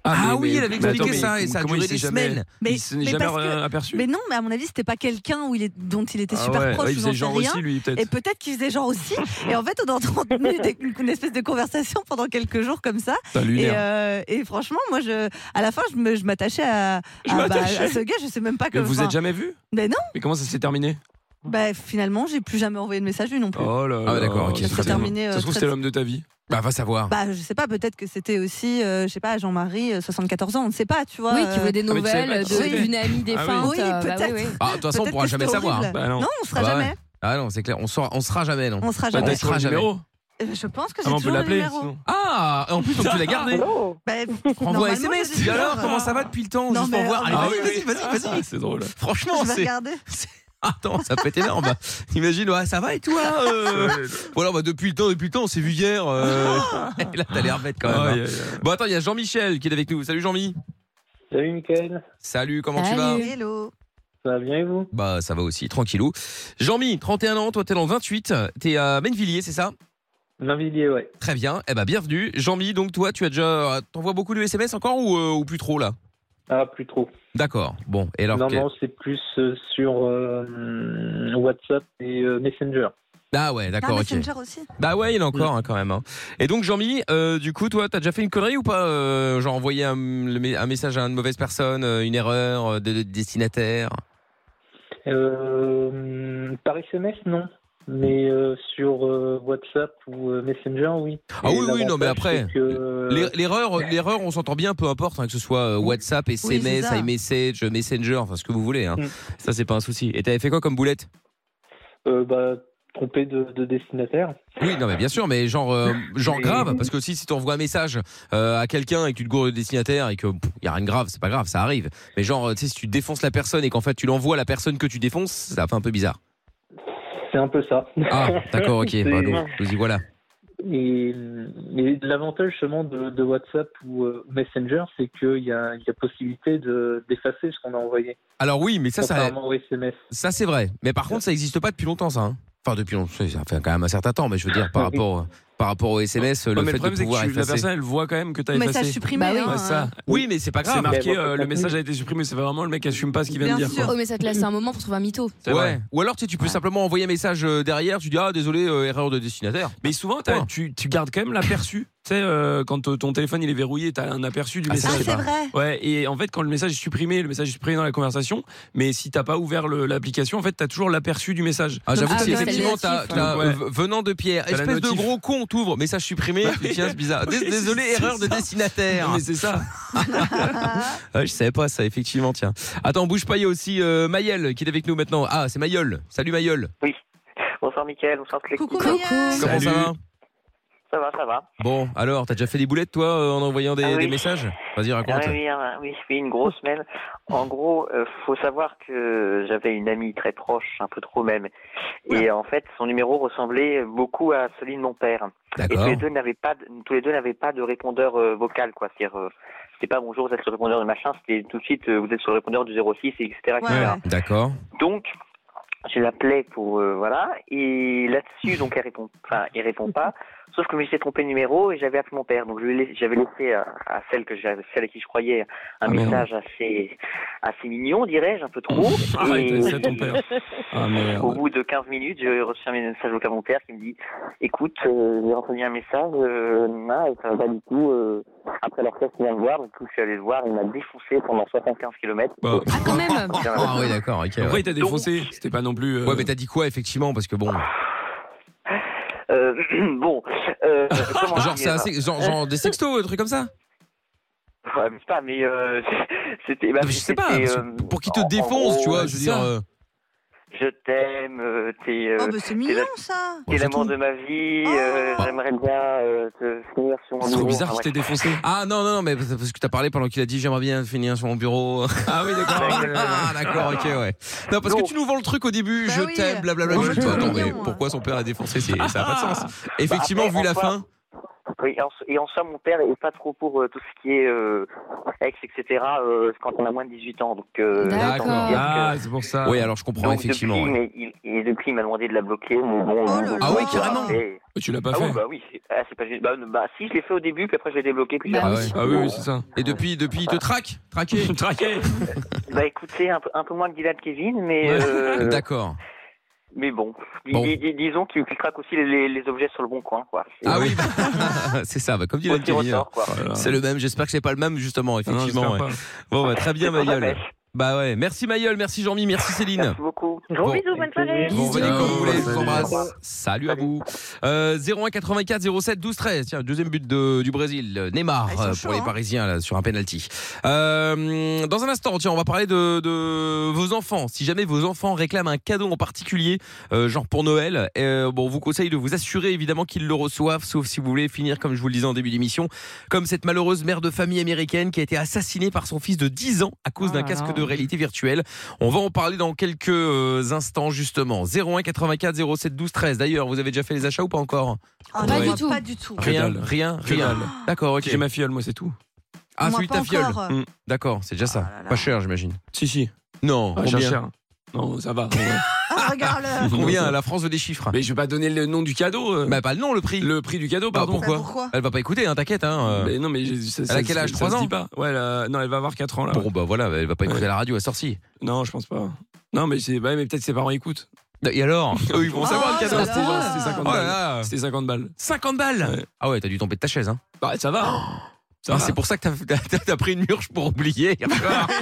S3: Ah,
S4: mais-
S3: oui,
S4: mais-
S3: elle avait
S4: mais
S3: expliqué
S4: attends,
S3: ça
S4: mais
S3: et ça a
S4: comment il
S3: duré
S4: s'est
S3: des
S4: jamais-
S3: semaines.
S5: Mais
S4: Il s'est
S5: mais
S4: jamais
S5: parce que-
S4: euh, aperçu.
S5: mais non, mais à mon avis, c'était pas quelqu'un où il est, dont il était
S4: Ah
S5: super
S4: ouais,
S5: proche ou
S4: ouais, il
S5: j'en
S4: faisait
S5: sais
S4: genre
S5: rien.
S4: aussi, lui, peut-être.
S5: Et peut-être qu'il faisait genre aussi. Et en fait, on a entretenu des- une espèce de conversation pendant quelques jours comme ça.
S4: Putain,
S5: Et,
S4: lunaire.
S5: euh, et franchement, moi, je, à la fin, je me- je m'attachais à, à, bah, à ce gars. Je sais même pas
S4: Mais
S5: que.
S4: vous
S5: enfin,
S4: êtes jamais vu
S5: Mais non,
S4: Mais comment ça s'est terminé
S5: bah, finalement, j'ai plus jamais envoyé de message lui non plus.
S4: Oh là là.
S3: Ah ouais, d'accord, ok,
S4: Ça se
S3: très
S4: trouve,
S3: bien.
S5: terminé, euh,
S4: Ça se trouve,
S5: très-
S4: c'était l'homme de ta vie.
S3: Bah va savoir.
S5: Bah, je sais pas, peut-être que c'était aussi, euh, je sais pas, Jean-Marie, euh, 74 ans, on ne sait pas, tu vois.
S6: Oui, qui voulait des
S4: Ah, mais tu savais
S6: nouvelles
S4: pas qui
S6: de-
S4: c'était. Ah
S6: d'une amie défunte.
S5: oui.
S6: euh, bah
S5: Oui, peut-être.
S3: Ah, de toute façon, on
S5: Peut-être
S3: pourra
S5: que
S3: jamais
S5: c'était
S3: savoir.
S5: horrible.
S4: Bah non.
S5: Non, on sera
S3: Bah
S5: jamais.
S3: ouais. Ah non, c'est clair, on sera, on sera jamais non.
S5: On sera
S4: Bah,
S5: jamais.
S4: t'as
S3: on sera
S4: trouvé le
S3: jamais.
S4: numéro
S5: Euh, Je pense que
S4: Ah,
S5: j'ai
S4: mais on peut
S5: toujours le
S4: l'appeler.
S5: numéro.
S4: sinon.
S3: Ah, en plus donc tu l'as gardé.
S8: Oh.
S5: Bah,
S3: Renvoie un
S5: normalement,
S3: SMS.
S5: je l'ai
S3: Dis alors,
S5: toujours.
S3: comment ça va depuis le temps
S5: Non,
S3: Juste pour
S5: mais-
S3: voir. Allez,
S5: Ah
S3: vas-y,
S5: oui,
S3: vas-y, vas-y, vas-y.
S4: Ah, C'est drôle.
S3: Franchement,
S5: Je vais
S3: c'est.
S5: regarder.
S3: Attends, ça peut être énorme. Imagine, ouais, ça va et toi euh Voilà, bah depuis le temps, depuis le temps, on s'est vu hier. euh. Et Là, t'as l'air bête quand même.
S4: Ah,
S3: hein.
S4: aïe, aïe, aïe.
S3: Bon, attends, il y a Jean-Michel qui est avec nous. Salut Jean-Mi.
S9: Salut Mickaël,
S3: Salut, comment tu vas
S6: Salut.
S5: Hello. Oh,
S9: ça va bien et vous
S3: Bah, ça va aussi, tranquillou. Jean-Mi, 31 ans, toi t'es dans le 28, t'es à Mennevilliers, c'est ça
S9: Mainvilliers, ouais.
S3: Très bien. Eh ben, bienvenue. Jean-Mi, donc toi, tu as déjà. T'envoies beaucoup de SMS encore ou, euh, ou plus trop là
S9: Ah, plus trop.
S3: D'accord. Bon, et alors.
S9: non,
S3: que-
S9: non, c'est plus euh, sur euh, WhatsApp et euh, Messenger.
S3: Ah ouais,
S5: Ah,
S3: d'accord, ok.
S5: Messenger aussi.
S3: Bah ouais, il y en a encore hein, quand même. hein. Et donc, Jean-Mi, euh, du coup, toi, t'as déjà fait une connerie ou pas euh, Genre envoyé un, le me- un message à une mauvaise personne, euh, une erreur euh, de, de destinataire
S9: Euh, par SMS, non. Mais
S3: Hmm.
S9: euh, sur euh, WhatsApp ou euh, Messenger, oui.
S3: Ah
S9: Et
S3: oui, oui, non, mais
S9: l'avantage,
S3: après,
S9: c'est que, euh,
S3: L'er- L'erreur, l'erreur, on s'entend bien, peu importe, hein, que ce soit euh, WhatsApp,
S5: c'est
S3: SMS,
S5: ça.
S3: iMessage, Messenger, enfin ce que vous voulez. hein.
S9: Mm.
S3: Ça, c'est pas un souci. Et t'avais fait quoi comme boulette
S9: euh, bah, trompé de, de destinataire.
S3: Oui, non, mais bien sûr, mais genre, euh, genre
S9: Et-
S3: grave, parce que si, si t'envoies un message euh, à quelqu'un et que tu te gourres de destinataire et que pff, y a rien de grave, c'est pas grave, ça arrive. Mais genre, euh, tu sais, si tu défonces la personne et qu'en fait tu l'envoies à la personne que tu défonces, ça fait un peu bizarre.
S9: C'est un peu ça.
S3: Ah, d'accord, ok,
S9: C'est-
S3: bah, donc, nous y voilà.
S9: Et, et l'avantage seulement de, de WhatsApp ou euh, Messenger, c'est qu'il y a, il y a possibilité de- d'effacer ce qu'on a envoyé.
S3: Alors oui, mais ça, ça,
S9: contrairement au SMS.
S3: ça c'est vrai. Mais par contre, ça existe pas depuis longtemps, ça. hein. Enfin, depuis longtemps, ça fait quand même un certain temps, mais je veux dire, par rapport, euh, par rapport au SMS, le
S4: Ouais, mais
S3: fait
S4: le problème,
S3: de
S4: c'est
S3: pouvoir
S4: que tu- la
S3: effacer.
S4: personne, elle voit quand même que t'as
S5: Mais ça a
S4: effacé.
S5: supprimé.
S6: Bah oui.
S5: hein,
S4: Ouais, ça.
S3: Oui, mais c'est pas
S4: C'est
S3: grave.
S4: marqué,
S9: Mais bon,
S4: euh, le
S9: contenu.
S4: message a été supprimé, c'est vraiment le mec qui assume pas ce qu'il vient
S5: Bien
S4: de dire.
S5: sûr.
S4: quoi.
S6: Oh, mais ça te laisse un moment pour trouver un mytho.
S4: C'est
S3: Ouais.
S4: vrai.
S3: Ou alors tu, sais, tu peux
S6: Ouais.
S3: simplement envoyer un message euh, derrière, tu dis ah désolé euh, erreur de destinataire.
S4: Mais souvent, t'as-
S3: Point.
S4: tu, tu gardes quand même l'aperçu. sais, euh, quand euh, ton téléphone il est verrouillé, t'as un aperçu du
S3: Ah, ça,
S5: Ah,
S4: message.
S3: je sais
S5: c'est vrai.
S4: Ouais, et en fait, quand le message est supprimé, le message est supprimé dans la conversation, mais si t'as pas ouvert le- l'application, en fait, t'as toujours l'aperçu du message.
S3: Ah, j'avoue
S6: Ah,
S3: que c'est
S6: ok.
S3: effectivement,
S6: C'est
S3: t'as,
S6: négatif,
S3: t'as,
S4: hein.
S3: euh, v- venant de Pierre,
S4: T'as la
S3: espèce de
S4: notif.
S3: gros con, t'ouvres, message supprimé, tu tiens, Bah c'est bizarre. Dés-
S4: Oui,
S3: Désolé,
S4: c'est-
S3: erreur
S4: c'est
S3: de
S4: ça.
S3: destinataire.
S4: Non, mais c'est ça.
S3: Ouais, Ah, je savais pas ça, effectivement, tiens. Attends, bouge pas, il y a aussi euh, Mayel qui est avec nous maintenant. Ah, c'est Mayol. Salut Mayol.
S10: Bonsoir Mickaël, bonsoir toute l'équipe.
S5: Coucou,
S6: Coucou.
S5: Marianne.
S3: Comment ça
S4: Salut.
S3: va
S10: Ça va, ça va.
S3: Bon, alors, t'as déjà fait des boulettes, toi, euh, en envoyant des,
S10: Ah oui.
S3: des messages Vas-y,
S10: Ah
S3: raconte.
S10: oui, oui, hein, oui, oui, une grosse semaine. En gros, euh, faut savoir que j'avais une amie très proche, un peu trop même. Et en fait, son numéro ressemblait beaucoup à celui de mon père. Et tous
S3: D'accord.
S10: les deux n'avaient pas, de- tous les deux n'avaient pas de répondeur euh, vocal, quoi. C'est-à-dire, euh, c'était pas bonjour, vous êtes sur le répondeur de machin, c'était tout de suite, euh, vous êtes sur le répondeur du 06, et etc.
S5: Ouais,
S10: etc.
S5: ouais.
S3: D'accord.
S10: Donc, je l'appelais pour euh, voilà et là-dessus donc elle répond enfin il répond pas sauf que je m'étais trompé de numéro et j'avais appelé mon père donc je lui ai laissé- j'avais laissé à, à celle que j'avais celle à qui je croyais un
S4: Ah, merde.
S10: message assez assez mignon dirais-je un peu trop
S4: Arrête,
S10: et
S4: c'est ton père. Ah, merde.
S10: au bout de 15 minutes j'ai reçu un message vocal de mon père qui me dit écoute euh, j'ai entendu un message euh, ah, ça va pas du tout euh, après l'orchestre il vient me voir du coup je suis allé le voir il m'a défoncé pendant 75 km
S4: Bah.
S6: Ah, quand même
S3: Ah oui, d'accord, ok.
S4: Après,
S3: Ouais,
S4: il t'a défoncé. C'était pas non plus. euh,
S3: Ouais, mais t'as dit quoi, effectivement Parce que bon.
S10: Euh, bon, euh, comment
S3: Genre,
S10: dire Euh,
S3: c'est assez- genre, genre des sextos, un
S4: euh,
S3: truc comme ça
S10: Ouais, mais c'est pas, mais euh, c'était. bah,
S3: Je sais pas,
S10: c'était,
S3: parce que
S10: euh,
S3: pour qu'il te
S10: en- en
S3: défonce,
S10: gros,
S3: tu vois,
S10: euh,
S3: je veux
S4: c'est
S3: dire.
S4: ça.
S3: euh,
S10: Je t'aime, euh, t'es euh,
S5: Oh, bah, c'est mignon ça.
S3: bon,
S10: t'es
S3: c'est
S10: l'amour
S3: tout. Oh.
S10: de ma vie, euh, j'aimerais bien euh, te finir sur mon
S4: C'est trop
S10: bureau.
S4: bizarre
S10: Enfin,
S4: qu'il t'ait défoncé.
S3: Ah non, non, non, mais parce que t'as parlé pendant qu'il a dit j'aimerais bien finir sur mon bureau.
S4: Ah oui, d'accord.
S3: Ah d'accord, ok, ouais. Non, parce que
S10: Donc-
S3: tu nous vends le truc au début,
S5: Bah
S3: je
S5: Ah oui.
S3: t'aime, blablabla.
S5: Ouais,
S3: Je dis,
S5: c'est
S3: attends, mais
S5: mignon, Ah. hein.
S3: pourquoi son père l'a défoncé c'est- Ça n'a pas de sens. Effectivement,
S10: Bah, après,
S3: vu la
S10: en soi-
S3: fin.
S10: ouais. Oui, en so- et en soi, mon père est pas trop pour euh, tout ce qui est euh, ex, etc. euh, quand on a moins de 18 ans, donc. Euh,
S6: D'accord.
S10: autant dire
S4: Ah,
S10: que-
S4: c'est pour ça.
S3: Oui, alors je comprends,
S10: donc,
S3: effectivement.
S10: Depuis,
S3: ouais.
S10: mais il, et depuis, il m'a demandé de la bloquer. mais bon,
S5: Oh là
S10: bon,
S5: là. Ah
S3: ouais,
S10: bon,
S3: carrément.
S10: et-
S4: Mais Tu l'as pas
S10: Ah
S4: fait.
S10: oui, bah oui. c'est- Ah, c'est pas juste. Bah, non, bah, si, je l'ai fait au début, puis après je l'ai débloqué. Puis
S6: Bah
S10: j'ai-
S3: Ah
S6: oui.
S3: ouais.
S4: Ah oui, oui, c'est ça.
S3: Et depuis, depuis, il te traque Traqué
S4: Traqué.
S10: Bah écoute, c'est un, peu- un peu moins que Dylan Kevin, mais euh,
S3: D'accord.
S10: mais bon. Dis-
S3: Bon.
S10: dis- dis- disons qu'il qu'il craque aussi les, les- les objets sur le bon coin, quoi. C'est-
S3: Ah oui, bah, c'est ça, bah, comme dit
S10: Au
S3: la
S10: petit ressort, quoi.
S3: C'est le même, j'espère que c'est pas le même, justement, effectivement. ouais. Bon, bah, très bien,
S10: C'est pour la
S3: Mayol.
S10: pêche.
S3: Bah ouais, merci Mayol, merci Jean-Mi, merci Céline.
S10: Merci beaucoup.
S11: Gros
S3: Bon.
S11: bisous, bonne soirée.
S3: Bon, venez
S4: Bisous.
S3: quand vous voulez, je vous
S4: Salut.
S3: embrasse. Salut à vous. Euh, 01 84 07 12 13. Tiens, deuxième but de- du Brésil, euh, Neymar
S5: Ah, ils sont
S3: euh,
S5: chauds,
S3: pour les
S5: hein.
S3: Parisiens là, sur un penalty. Euh, dans un instant, tiens, on va parler de, de vos enfants. Si jamais vos enfants réclament un cadeau en particulier, euh, genre pour Noël, euh, bon, on vous conseille de vous assurer évidemment qu'ils le reçoivent, sauf si vous voulez finir comme je vous le disais en début d'émission, comme cette malheureuse mère de famille américaine qui a été assassinée par son fils de 10 ans à cause
S6: Oh
S3: d'un
S6: là
S3: casque
S6: là.
S3: de réalité virtuelle. On va en parler dans quelques euh, instants justement. 01 84 07 12 13. D'ailleurs, vous avez déjà fait les achats ou pas encore
S5: Ah,
S6: Pas
S5: non,
S6: du
S5: moi,
S6: tout.
S5: Pas du tout.
S4: Que
S3: Rien,
S4: dalle.
S3: rien,
S4: Que
S3: rien.
S4: dalle.
S3: D'accord, ok.
S4: J'ai ma fiole, moi, c'est tout.
S3: Ah,
S5: Moi,
S3: celui de
S5: pas
S3: ta fiole.
S5: encore.
S3: D'accord, c'est déjà ça.
S5: Ah là là.
S3: Pas cher, j'imagine.
S4: Si, si.
S3: Non,
S4: Ah,
S3: combien
S4: cher. Non, ça va. en vrai.
S5: Ah, Regarde-le.
S3: Combien La France veut des chiffres.
S4: Mais je vais pas donner le nom du cadeau. euh,
S3: Bah, pas le nom, le prix.
S4: Le prix du cadeau,
S3: Bah,
S4: pardon.
S3: Pourquoi
S5: Bah, Pourquoi
S3: Elle va pas écouter, hein, t'inquiète. Hein. euh.
S4: Mais non, mais j'ai- ça,
S3: a
S4: ça-
S3: quel âge,
S4: ça
S3: trois
S4: se
S3: ans
S4: dit pas. Ouais, elle a- non, elle va avoir 4 ans là.
S3: Bon, bah voilà, elle va pas écouter
S4: Ouais.
S3: la radio, elle sort si.
S4: Non, je pense pas. Non, mais c'est ouais, mais peut-être ses parents écoutent.
S3: Et alors Eux, ils vont
S5: Ah,
S3: savoir le
S5: là
S3: cadeau.
S5: là.
S4: C'était genre, c'était 50
S3: Oh là
S4: balles.
S3: là.
S4: C'était 50 balles.
S3: 50 balles
S4: Ouais.
S3: Ah ouais, t'as dû tomber de ta chaise. Hein.
S4: Bah, ça va. Ça
S3: Ah,
S4: va.
S3: c'est pour ça que t'as- t'as t'as pris une murge pour oublier.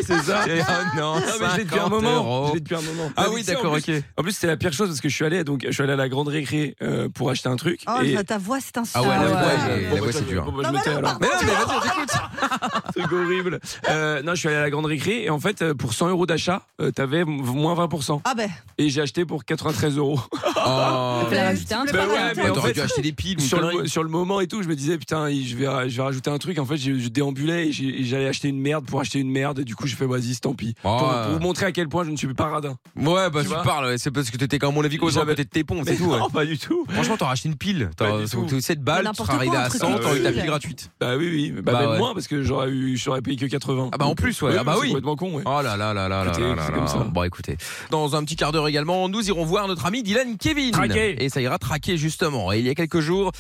S4: c'est ça.
S3: Et, oh non,
S4: Ah, mais je l'ai depuis un
S3: 50
S4: moment.
S3: euros.
S4: Je l'ai depuis un moment.
S3: Ah
S4: Mais
S3: oui,
S4: tu sais, en
S3: d'accord,
S4: plus-
S3: ok.
S4: En plus, c'était la pire chose parce que je suis allé, donc, je suis allé à la grande récré euh, pour acheter un truc.
S5: Oh,
S4: et...
S5: là, ta voix, c'est un
S3: Ah ouais,
S6: Ah
S3: la
S6: ouais.
S3: voix,
S6: Ouais,
S3: elle est- la
S4: Bon, bah,
S3: voix, c'est
S4: je-
S3: dur.
S4: bon, bah, je
S5: Non,
S4: me
S5: mais
S4: tais,
S5: non,
S4: alors.
S5: pardon.
S3: Mais non, mais vas-y, j'écoute.
S4: truc horrible. Euh, non, je suis allé à la grande récré et en fait, euh, pour 100 euros d'achat, euh, t'avais m- moins 20%.
S5: Ah ben,
S4: Et j'ai acheté pour 93 euros. Ah.
S3: Oh.
S6: Fallait rajouter un
S5: Bah
S6: truc.
S5: ouais,
S6: alors.
S4: mais en
S3: T'aurais
S4: fait-
S3: dû acheter des piles ou une
S4: Sur
S3: connerie.
S4: le, sur le moment et tout, je me disais, putain, il- je vais, je vais rajouter un truc. En fait, je, je déambulais et j'ai- et j'allais acheter une merde pour acheter une merde. Et du coup, j'ai fait, vas-y, c'est tant pis.
S3: Oh,
S4: pour,
S3: ouais.
S4: pour vous montrer à quel point je ne suis pas radin.
S3: Ouais, bah
S4: Tu
S3: tu,
S4: vois
S3: parles, ouais, c'est parce que t'étais, à mon avis, causé à
S4: J'avais-
S3: côté de tes pompes, c'est tout. ouais.
S4: non, pas du tout.
S3: Franchement, t'aurais acheté une pile.
S4: Pas
S3: T'aurais
S4: du tout.
S3: 7 balles, tu
S5: N'importe
S3: serais arrivé
S5: quoi, un
S3: à
S5: truc
S3: 100,
S4: de
S3: t'aurais eu ta
S5: pile.
S3: pile gratuite.
S4: Bah oui, oui. Bah,
S3: Bah
S4: même
S3: ouais.
S4: moins parce que j'aurais eu, j'aurais payé que 80.
S3: Ah bah en plus, ouais. Ah bah
S4: c'est
S3: oui.
S4: complètement con, ouais.
S3: Oh là là là là là
S4: Écoutez,
S3: là là
S4: c'est
S3: là.
S4: comme ça.
S3: Bon écoutez, dans un petit quart d'heure également, nous irons voir notre ami Dylan Kevin.
S4: Traqué.
S3: Et ça ira traquer justement. Et il y a quelques jours,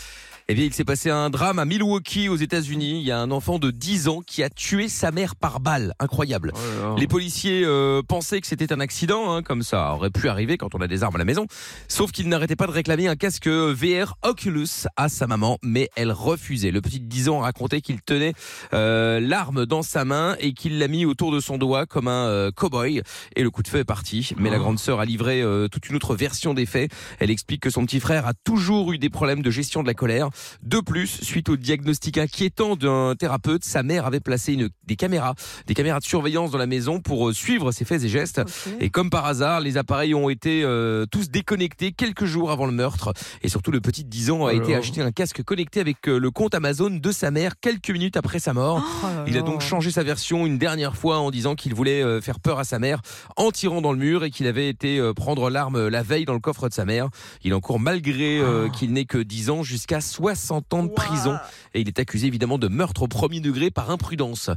S3: Eh bien, il s'est passé un drame à Milwaukee, aux États-Unis. Il y a un enfant de 10 ans qui a tué sa mère par balle.
S4: Oh
S3: Incroyable. Les policiers euh, pensaient que c'était un accident, hein, comme ça aurait pu arriver quand on a des armes à la maison. Sauf qu'il n'arrêtait pas de réclamer un casque VR Oculus à sa maman, mais elle refusait. Le petit de 10 ans racontait qu'il tenait euh, l'arme dans sa main et qu'il l'a mis autour de son doigt comme un euh, cow-boy. Et le coup de feu est parti. Mais la grande sœur a livré euh, toute une autre version des faits. Elle explique que son petit frère a toujours eu des problèmes de gestion de la colère. De plus, suite au diagnostic inquiétant d'un thérapeute, sa mère avait placé une, des caméras, des caméras de surveillance dans la maison pour euh, suivre ses faits et gestes. Et comme par hasard, les appareils ont été euh, tous déconnectés quelques jours avant le meurtre. Et surtout, le petit de 10 ans a
S4: Oh là
S3: été
S4: là.
S3: acheté un casque connecté avec euh, le compte Amazon de sa mère quelques minutes après sa mort.
S4: Oh
S3: Il a donc changé sa version une dernière fois en disant qu'il voulait euh, faire peur à sa mère en tirant dans le mur et qu'il avait été euh, prendre l'arme euh, la veille dans le coffre de sa mère. Il encourt malgré euh, qu'il n'ait que 10 ans jusqu'à 60 ans de prison et il est accusé évidemment de meurtre au premier degré par imprudence.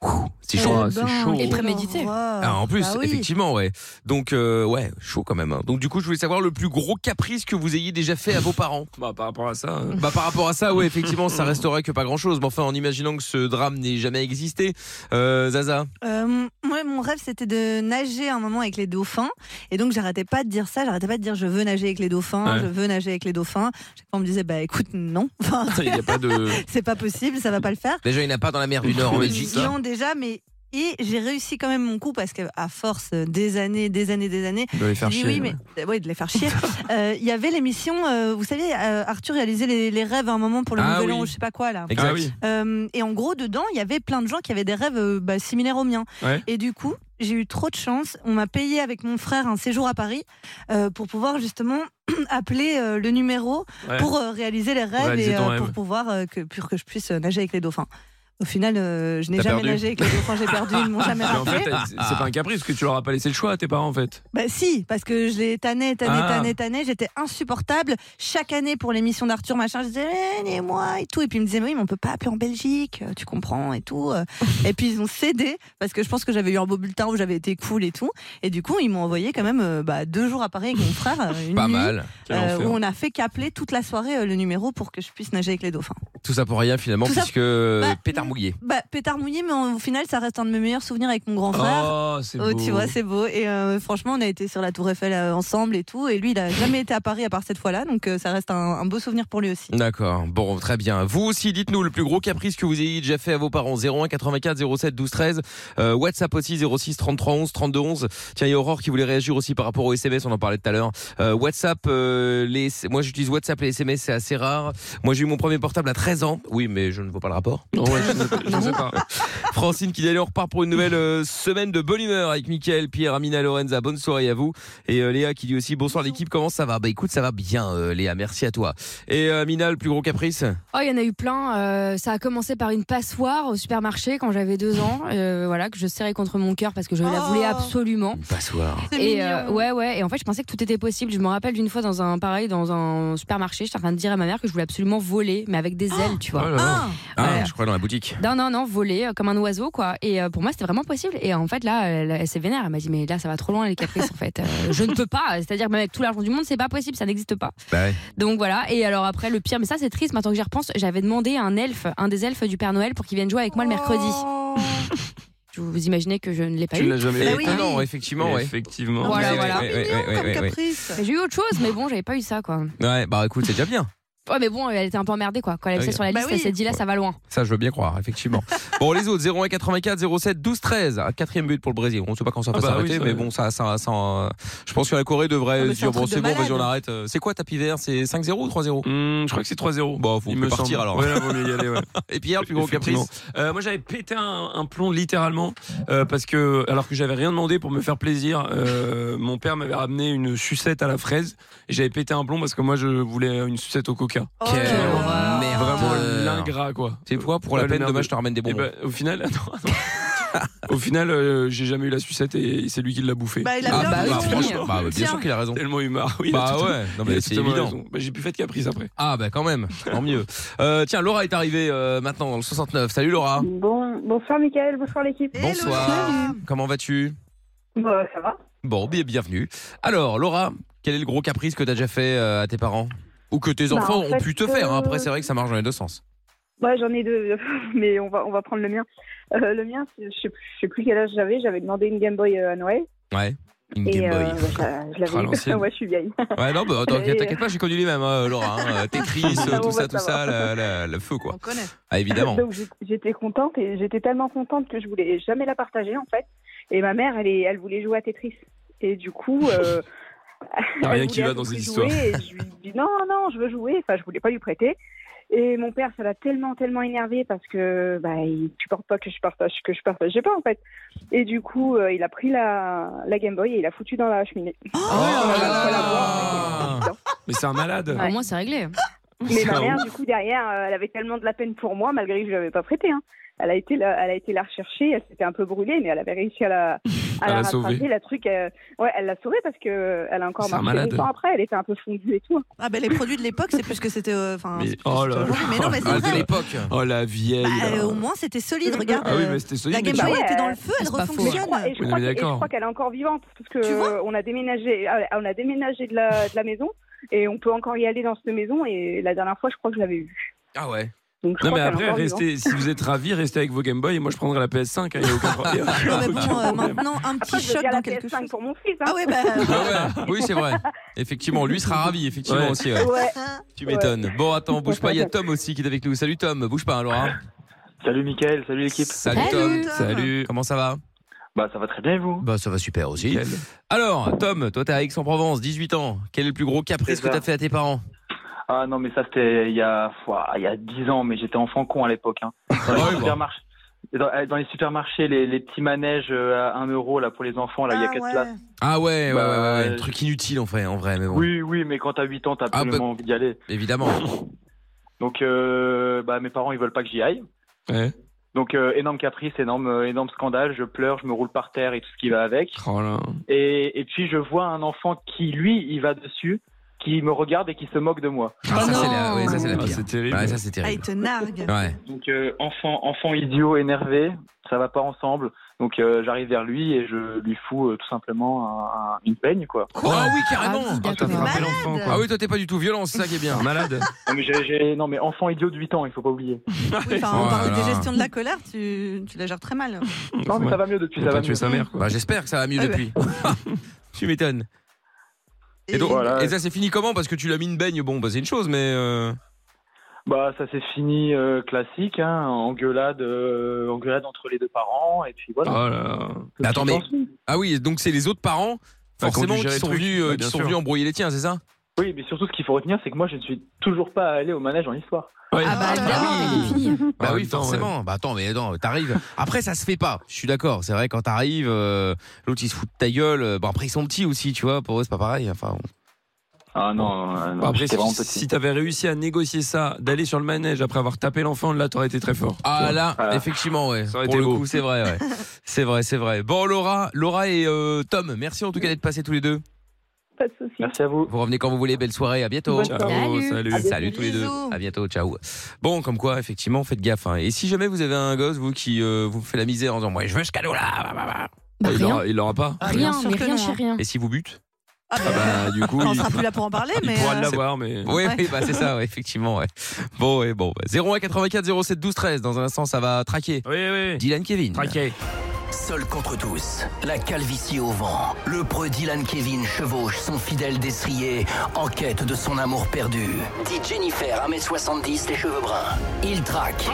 S3: Ouh, C'est chaud.
S4: c'est chaud.
S6: Et prémédité.
S3: Ah, en plus,
S5: Bah oui.
S3: effectivement, ouais. Donc, euh, ouais, chaud quand même. hein. Donc, du coup, je voulais savoir le plus gros caprice que vous ayez déjà fait à vos parents.
S4: Bah, par rapport à ça. euh,
S3: Bah par rapport à ça, ouais, effectivement, ça resterait que pas grand-chose. Mais enfin, en imaginant que ce drame n'ait jamais existé, euh, Zaza.
S5: Euh, moi, mon rêve, c'était de nager un moment avec les dauphins. Et donc, j'arrêtais pas de dire ça. J'arrêtais pas de dire je veux nager avec les dauphins,
S4: Ouais.
S5: je veux nager avec les dauphins. Chaque fois, on me disait, bah écoute, non. Enfin,
S4: Il n'y a pas de.
S5: c'est pas possible, ça va pas le faire.
S3: Déjà, il n'y en a pas dans la mer du Nord en Belgique.
S5: Ils y ont déjà, mais. Et j'ai réussi quand même mon coup parce qu'à force euh, des années, des années, des années,
S4: Il doit les faire
S5: Oui,
S4: chier.
S5: oui, mais euh, ouais, de les faire chier. Euh, Il y avait l'émission, euh, vous savez, euh, Arthur réalisait les, les rêves à un moment pour le
S3: Ah
S5: nouvel an
S3: oui.
S5: ou je sais pas quoi là.
S3: Exact.
S4: Ah oui.
S5: Euh, et en gros, dedans, il y avait plein de gens qui avaient des rêves euh, bah, similaires aux miens.
S4: Ouais.
S5: Et du coup, j'ai eu trop de chance. On m'a payé avec mon frère un séjour à Paris euh, pour pouvoir justement appeler euh, le numéro
S4: Ouais.
S5: pour euh, réaliser les rêves
S4: Réaliser
S5: et
S4: ton
S5: euh,
S4: rêve.
S5: pour pouvoir euh, que, pour que je puisse euh, nager avec les dauphins. Au final, euh, je n'ai
S3: T'as
S5: jamais
S3: perdu.
S5: nagé avec les dauphins, j'ai perdu, ils m'ont jamais
S4: Mais en
S5: rappelé.
S4: fait, c'est pas un caprice, parce que tu leur as pas laissé le choix à tes parents, en fait.
S5: Bah si, parce que je l'ai tanné, tanné,
S4: Ah.
S5: tanné, tanné. J'étais insupportable. Chaque année pour l'émission d'Arthur, machin, je disais, Eh, et moi et tout. Et puis il me disait, oui, mais on peut pas appeler en Belgique, euh, tu comprends et tout. Euh, et puis ils ont cédé, parce que je pense que j'avais eu un beau bulletin où j'avais été cool et tout. Et du coup, ils m'ont envoyé quand même euh, bah, deux jours à Paris avec mon frère, euh, une
S3: Pas
S5: nuit,
S3: mal.
S4: Quel
S5: euh,
S4: enfer.
S5: où on a fait qu'appeler toute la soirée euh, le numéro pour que je puisse nager avec les dauphins.
S3: Tout ça pour rien finalement,
S5: Tout ça-
S3: puisque euh,
S5: Bah,
S3: pétard mouillé.
S5: Bah, pétard mouillé, mais en- au final, ça reste un de mes meilleurs souvenirs avec mon grand frère.
S4: Oh, c'est
S5: Oh,
S4: beau.
S5: tu vois, c'est beau. Et euh, franchement, on a été sur la Tour Eiffel euh, ensemble et tout. Et lui, il a jamais été à Paris à part cette fois-là. Donc, euh, ça reste un, un beau souvenir pour lui aussi.
S3: D'accord. Bon, très bien. Vous aussi, dites-nous le plus gros caprice que vous ayez déjà fait à vos parents. 01 84 07 12 13. Euh, WhatsApp aussi 06 33 11 32 11. Tiens, il y a Aurore qui voulait réagir aussi par rapport aux SMS. On en parlait tout à l'heure. Euh, WhatsApp, euh, les... moi j'utilise WhatsApp et les SMS, c'est assez rare. Moi j'ai eu mon premier portable à 13 ans. Oui, mais je ne vois pas le rapport.
S4: Non, ouais, je sais pas- je sais pas.
S3: Francine qui d'ailleurs repart pour une nouvelle euh, semaine de bonne humeur avec Mickaël, Pierre, Amina, Lorenza. Bonne soirée à vous. Et euh, Léa qui dit aussi bonsoir l'équipe, comment ça va Bah écoute, ça va bien euh, Léa, merci à toi. Et euh, Amina, le plus gros caprice
S6: Oh, il y en a eu plein. Euh, ça a commencé par une passoire au supermarché quand j'avais deux ans, euh, voilà que je serrais contre mon cœur parce que je la voulais
S5: Oh.
S6: absolument.
S3: Une passoire.
S6: Et euh, ouais, ouais. Et en fait, je pensais que tout était possible. Je me rappelle d'une fois dans un pareil, dans un supermarché, j'étais en train de dire à ma mère que je voulais absolument voler, mais avec des ailes, tu
S4: Oh
S6: vois.
S4: là là.
S5: Ah,
S3: Ah,
S6: Ouais.
S3: je crois dans la boutique.
S6: Non, non, non, voler euh, comme un oiseau, quoi. Et euh, pour moi, c'était vraiment possible. Et en fait, là, elle, elle s'est vénère. Elle m'a dit, mais là, ça va trop loin, les caprices, en fait. Euh, je ne peux pas. C'est-à-dire, même avec tout l'argent du monde, c'est pas possible, ça n'existe pas.
S3: Bah ouais.
S6: Donc voilà. Et alors, après, le pire, mais ça, c'est triste, maintenant que j'y repense, j'avais demandé à un elfe, un des elfes du Père Noël, pour qu'il vienne jouer avec moi
S5: Oh,
S6: le mercredi. Je vous imaginez que je ne l'ai pas
S4: Tu
S6: eu.
S4: l'as jamais
S5: Bah
S3: Et
S4: fait. Ah
S5: oui,
S3: étonnant,
S5: oui.
S3: Ah effectivement, ouais.
S4: Effectivement.
S6: Voilà,
S3: Ouais,
S6: voilà.
S3: ouais, ouais, ouais,
S5: comme
S4: Eh
S3: ouais, ouais.
S5: caprice.
S6: J'ai eu autre chose, mais bon, j'avais pas eu ça, quoi.
S3: Ouais, bah écoute, c'est déjà bien.
S6: Ouais, mais bon, elle était un peu emmerdée, quoi.
S4: Ah
S6: Quand elle a vu ça
S3: Ok.
S6: sur la
S5: Bah
S6: liste,
S5: oui.
S6: elle s'est dit, là, ça va loin.
S3: Ça, je veux bien croire, effectivement. bon, les autres, 01 84 07 12 13. Un Quatrième but pour le Brésil. On ne sait pas quand ça va
S4: Ah bah oui,
S3: s'arrêter,
S4: ça-
S3: mais bon, ça, ça, ça, euh, je pense que la Corée
S5: Non,
S3: devrait
S5: mais
S3: se
S5: c'est un
S3: dire bon,
S5: truc de
S3: c'est bon, vas-y,
S5: malade.
S3: on arrête. Euh, C'est quoi tapis vert C'est 5-0 ou 3-0
S4: Hum, je crois que c'est 3-0.
S3: Bon, faut
S4: Il
S3: peut
S4: me
S3: partir,
S4: semble.
S3: alors.
S4: Ouais, là, vaut mieux y aller, ouais.
S3: Et Pierre, plus gros caprice
S4: Effectivement. Euh, moi, j'avais pété un, un plomb littéralement euh, parce que, alors que j'avais rien demandé pour me faire plaisir, euh, mon père m'avait ramené une sucette à la fraise et j'avais pété un plomb parce que moi, je voulais une sucette au coca.
S5: Oh
S3: Quelle
S5: là là.
S3: merde.
S4: Vraiment
S3: Euh.
S4: l'ingrat, quoi.
S3: C'est quoi pour la
S4: Ouais, le
S3: peine
S4: merde.
S3: Dommage, je te ramène des
S4: Et
S3: bonbons.
S4: ben, au final, non, non. au final, euh, j'ai jamais eu la sucette et c'est lui qui l'a bouffée.
S5: Bah, il a
S3: Ah,
S5: bien
S3: bah,
S5: raison.
S3: bah, franchement, bah, bien
S5: Tiens.
S3: sûr qu'il a raison.
S4: Tellement eu marre. Oui, il a
S3: Bah
S4: tout-
S3: ouais, non
S4: il a
S3: mais c'est
S4: totalement
S3: évident.
S4: raison. Bah, j'ai plus fait de caprice après.
S3: Ah bah quand même, tant mieux. Euh, tiens, Laura est arrivée euh, maintenant dans le 69. Salut Laura.
S12: Bon, bonsoir Michael, bonsoir l'équipe.
S5: Hello,
S3: Bonsoir. Comment vas-tu
S12: Bah, ça va
S3: Bon, bien bienvenue. Alors Laura, quel est le gros caprice que t'as déjà fait euh, à tes parents Ou que tes
S12: Bah,
S3: enfants
S12: en
S3: ont
S12: fait,
S3: pu te faire. hein.
S12: euh,
S3: Après, c'est vrai que ça marche dans les deux sens.
S12: Ouais, Bah, j'en ai deux, mais on va, on va prendre le mien. Euh, le mien, c'est- je sais, plus- je sais plus quel âge j'avais. J'avais demandé une Game Boy euh, à Noël.
S3: Ouais. Une
S12: et
S3: Game Boy.
S12: euh, ouais, je- je
S3: Ah,
S12: l'avais
S3: l'ancienne.
S12: eu. ouais, je suis vieille.
S3: Ouais, non, bah,
S12: Et,
S3: t'inquiète
S12: euh,
S3: t'inquiète pas, j'ai connu les mêmes, hein, Laura. hein. Tetris,
S12: Ah
S3: euh,
S12: bon,
S3: tout ça,
S12: bah, ça
S3: tout ça,
S12: va. Bah
S3: la- la- le feu, quoi.
S5: On connaît.
S3: Ah,
S4: Bah,
S3: évidemment.
S12: Donc j'ai- j'étais contente et j'étais tellement contente que je voulais jamais la partager en fait. Et ma mère, elle, est- elle voulait jouer à Tetris. Et du coup, euh, elle
S4: rien qui
S12: voulait-
S4: va dans
S12: elle
S4: cette
S12: voulait
S4: histoire.
S12: jouer, et je lui dis non, non, je veux jouer. Enfin, je voulais pas lui prêter. Et mon père, ça l'a tellement, tellement énervé parce que bah, il supporte pas que je partage, que je partageais pas en fait. Et du coup, euh, il a pris la, la Game Boy et il l'a foutu dans la cheminée.
S3: Oh
S12: Voilà,
S3: là
S12: voilà,
S3: là
S12: voilà.
S4: Mais c'est un malade.
S8: Au moins, c'est réglé.
S12: Mais
S4: C'est
S12: ma
S4: un
S12: mère,
S4: ouf.
S12: du coup, derrière, euh, elle avait tellement de la peine pour moi, malgré que je ne lui avais pas prêté. hein. Elle a été la, elle a été la rechercher, elle s'était un peu brûlée, mais elle avait réussi à la, à
S4: À
S12: la
S4: la sauver.
S12: rattraper. La truc, euh, ouais, elle l'a sauvée parce que euh, elle a encore
S4: C'est un
S12: marché
S4: malade.
S12: longtemps après. Elle était un peu fondue et tout. hein.
S5: Ah ben les produits de l'époque, c'est plus que c'était. euh, Enfin.
S4: Mais-
S5: c'est plus que
S4: oh
S5: c'était
S4: là
S5: aujourd'hui.
S4: là.
S5: Mais non, mais c'est
S3: Ah, de
S5: vrai.
S3: l'époque.
S4: Oh la vieille.
S3: Ah,
S5: Bah,
S4: là.
S5: euh, au moins c'était solide. Regarde.
S4: ah oui,
S5: euh,
S4: mais c'était solide.
S5: La Game
S3: Bah
S4: mais
S12: tu
S5: Boy
S12: vois,
S5: était dans le
S12: euh,
S5: feu, elle
S8: c'est pas faux.
S12: Et je
S5: refonctionne.
S12: crois, et je
S4: Oui,
S12: crois
S4: mais
S12: que- et je
S4: d'accord.
S12: crois qu'elle est encore vivante parce que
S5: Tu vois
S12: euh, on a déménagé, ah, on a déménagé de la, de la maison et on peut encore y aller dans cette maison. Et la dernière fois, je crois que je l'avais vue.
S3: Ah ouais.
S12: Donc je
S4: Non mais
S12: crois qu'elle est
S4: après,
S12: encore vivante.
S4: restez, si vous êtes ravis, restez avec vos Game Boy et moi je prendrai la PS5. hein, y a aucun pro- y a
S5: Non, mais
S4: aucun
S5: bon, euh,
S4: problème.
S5: maintenant un
S12: Après,
S5: petit
S12: je veux
S5: choc
S12: bien
S5: dans
S12: la
S5: quelque
S12: PS5
S5: chose.
S12: pour mon fils. hein.
S5: Ah ouais, bah.
S3: Ah ouais. Oui, c'est vrai. Effectivement, lui sera ravi, effectivement
S4: Ouais.
S3: aussi. ouais.
S12: Ouais. Ah,
S3: Tu m'étonnes. Bon, attends, bouge pas. Il y a Tom aussi qui est avec nous. Salut Tom, bouge pas, hein, Laura.
S9: Salut Mickaël, salut l'équipe.
S3: Salut
S8: Salut,
S3: Tom.
S8: Tom.
S3: Salut. Comment ça va
S9: Bah ça va très bien et vous
S3: Bah, ça va super aussi. Alors, Tom, toi, t'es à Aix-en-Provence, 18 ans. Quel est le plus gros caprice
S9: C'est
S3: que
S9: ça.
S3: t'as fait à tes parents
S9: Ah non mais ça c'était il y a ouah, il y a 10 ans mais j'étais enfant con à l'époque. Hein. Dans, les
S3: Ah oui,
S9: supermarchés- dans- euh, dans les supermarchés, les, les petits manèges euh, à 1 euro là pour les enfants là il y a
S5: Ah
S9: que
S5: ouais.
S9: cela.
S3: Ah ouais, ouais, ouais,
S9: Bah,
S3: ouais, ouais.
S9: je-
S3: Truc inutile, en fait, en vrai, mais bon.
S9: Oui oui mais quand t'as 8 ans t'as
S3: Ah,
S9: absolument envie d'y aller.
S3: Évidemment.
S9: Donc euh, bah mes parents ils veulent pas que j'y aille.
S4: Ouais.
S9: Donc euh, énorme caprice, énorme euh, énorme scandale, je pleure, je me roule par terre et tout ce qui va avec.
S4: Oh là.
S9: Et, et puis je vois un enfant qui lui il va dessus, qui me regarde et qui se moque de moi.
S3: Ah, ça,
S8: non.
S3: c'est
S5: Oh
S3: la, ouais, ça, c'est la
S4: Ah,
S3: pire.
S4: c'est terrible.
S3: Ouais, ça, c'est
S5: Ah, il
S3: terrible.
S5: te nargue.
S3: Ouais.
S9: Donc euh, enfant, enfant idiot, énervé, ça va pas ensemble. Donc euh, j'arrive vers lui et je lui fous euh, tout simplement un- un- une peigne quoi.
S3: Oh, ah oui, carrément.
S8: Ah oui,
S4: Ah, t'as
S8: d'accord.
S4: frappé l'enfant. quoi.
S3: Ah oui, toi, t'es pas du tout violent, c'est ça qui est bien.
S4: Un malade.
S9: Non mais, j'ai- j'ai- non, mais enfant idiot de 8 ans, il faut pas oublier.
S5: Oui, enfin,
S3: Oh
S5: on parle
S3: là
S5: de
S3: là.
S5: gestion de la colère, tu, tu la gères très mal.
S9: Non mais
S4: Ouais.
S9: ça va mieux depuis,
S4: Il
S9: ça
S4: a
S9: va
S4: pas
S9: mieux.
S4: tué sa mère. quoi.
S3: Bah, j'espère que ça va mieux
S5: Ah ouais.
S3: depuis. tu m'étonnes. Et, donc,
S9: Voilà.
S3: et ça, c'est fini comment Parce que tu l'as mis une baigne, bon, bah, c'est une chose, mais. euh,
S9: Bah ça s'est fini euh, classique, hein, engueulade, euh, engueulade entre les deux parents et puis
S4: Oh
S9: voilà.
S4: là là.
S9: Comme
S3: attends,
S9: Bah, tu
S3: mais-
S9: penses.
S3: Ah oui, donc c'est les autres
S10: Bah,
S3: parents,
S4: Enfin, qui ont
S3: forcément,
S4: dû
S3: qui
S4: gérer
S3: sont,
S4: le truc.
S3: venus, euh,
S4: Ouais,
S3: qui
S4: bien
S3: sont
S4: sûr.
S3: venus embrouiller les tiens, c'est ça
S9: Oui mais surtout ce qu'il faut retenir c'est que moi je ne suis toujours pas allé au manège en histoire.
S4: Ouais.
S8: Ah bah,
S3: Ah
S8: évidemment,
S3: oui.
S8: c'est fini.
S3: Bah
S4: En
S3: oui,
S4: même temps,
S3: forcément. Bah attends, mais attends, t'arrives. Après, ça se fait pas. Je suis d'accord. C'est vrai, quand t'arrives, euh, l'autre il se fout de ta gueule. Euh, Bon, après, ils sont petits aussi, tu vois. Pour eux, c'est pas pareil. Enfin, bon.
S9: Ah non, euh, non
S4: Bon, Après,
S9: j'étais vraiment
S4: si,
S9: petit.
S4: si t'avais réussi à négocier ça, d'aller sur le manège après avoir tapé l'enfant, là t'aurais été très fort.
S3: Ah là,
S9: Voilà.
S3: effectivement, ouais.
S4: Ça aurait
S3: Pour
S4: été
S3: le
S4: beau.
S3: coup, c'est vrai, ouais. c'est vrai, c'est vrai. Bon, Laura, Laura et euh, Tom, merci en tout cas d'être passés tous les deux.
S12: Pas de souci.
S9: Merci à vous.
S3: Vous revenez quand vous voulez. Belle soirée. À bientôt.
S12: Bonne
S4: Ciao,
S8: Salut.
S4: salut.
S12: À bientôt.
S3: Salut tous les deux.
S5: Bisous.
S3: À bientôt. Ciao. Bon, comme quoi, effectivement, faites gaffe. hein. Et si jamais vous avez un gosse, vous qui euh, vous fait la misère en disant, ouais, je veux ce cadeau là.
S8: Bah,
S4: il,
S8: rien.
S4: aura, il aura pas.
S3: Ah,
S8: Rien,
S5: Bien sûr
S8: mais
S5: que
S8: rien
S5: non,
S8: chez
S5: hein.
S8: rien.
S3: Et si vous bute
S5: Ah, bah,
S4: Bah, du coup,
S5: on
S4: il,
S5: sera plus là pour en parler,
S4: il
S5: mais.
S4: pourra
S5: euh,
S4: l'avoir, mais.
S3: Oui,
S5: Ouais.
S3: oui, bah c'est ça, ouais, effectivement. Ouais. Bon, et bon. bah, 01 84 07 12 13. Dans un instant, ça va traquer.
S4: Oui, oui, oui.
S3: Dylan Kevin.
S4: Traqué.
S2: Seul contre tous, la calvitie au vent, le preux Dylan Kevin chevauche son fidèle destrier en quête de son amour perdu. Dit Jennifer, 1m70, les cheveux bruns. Il traque.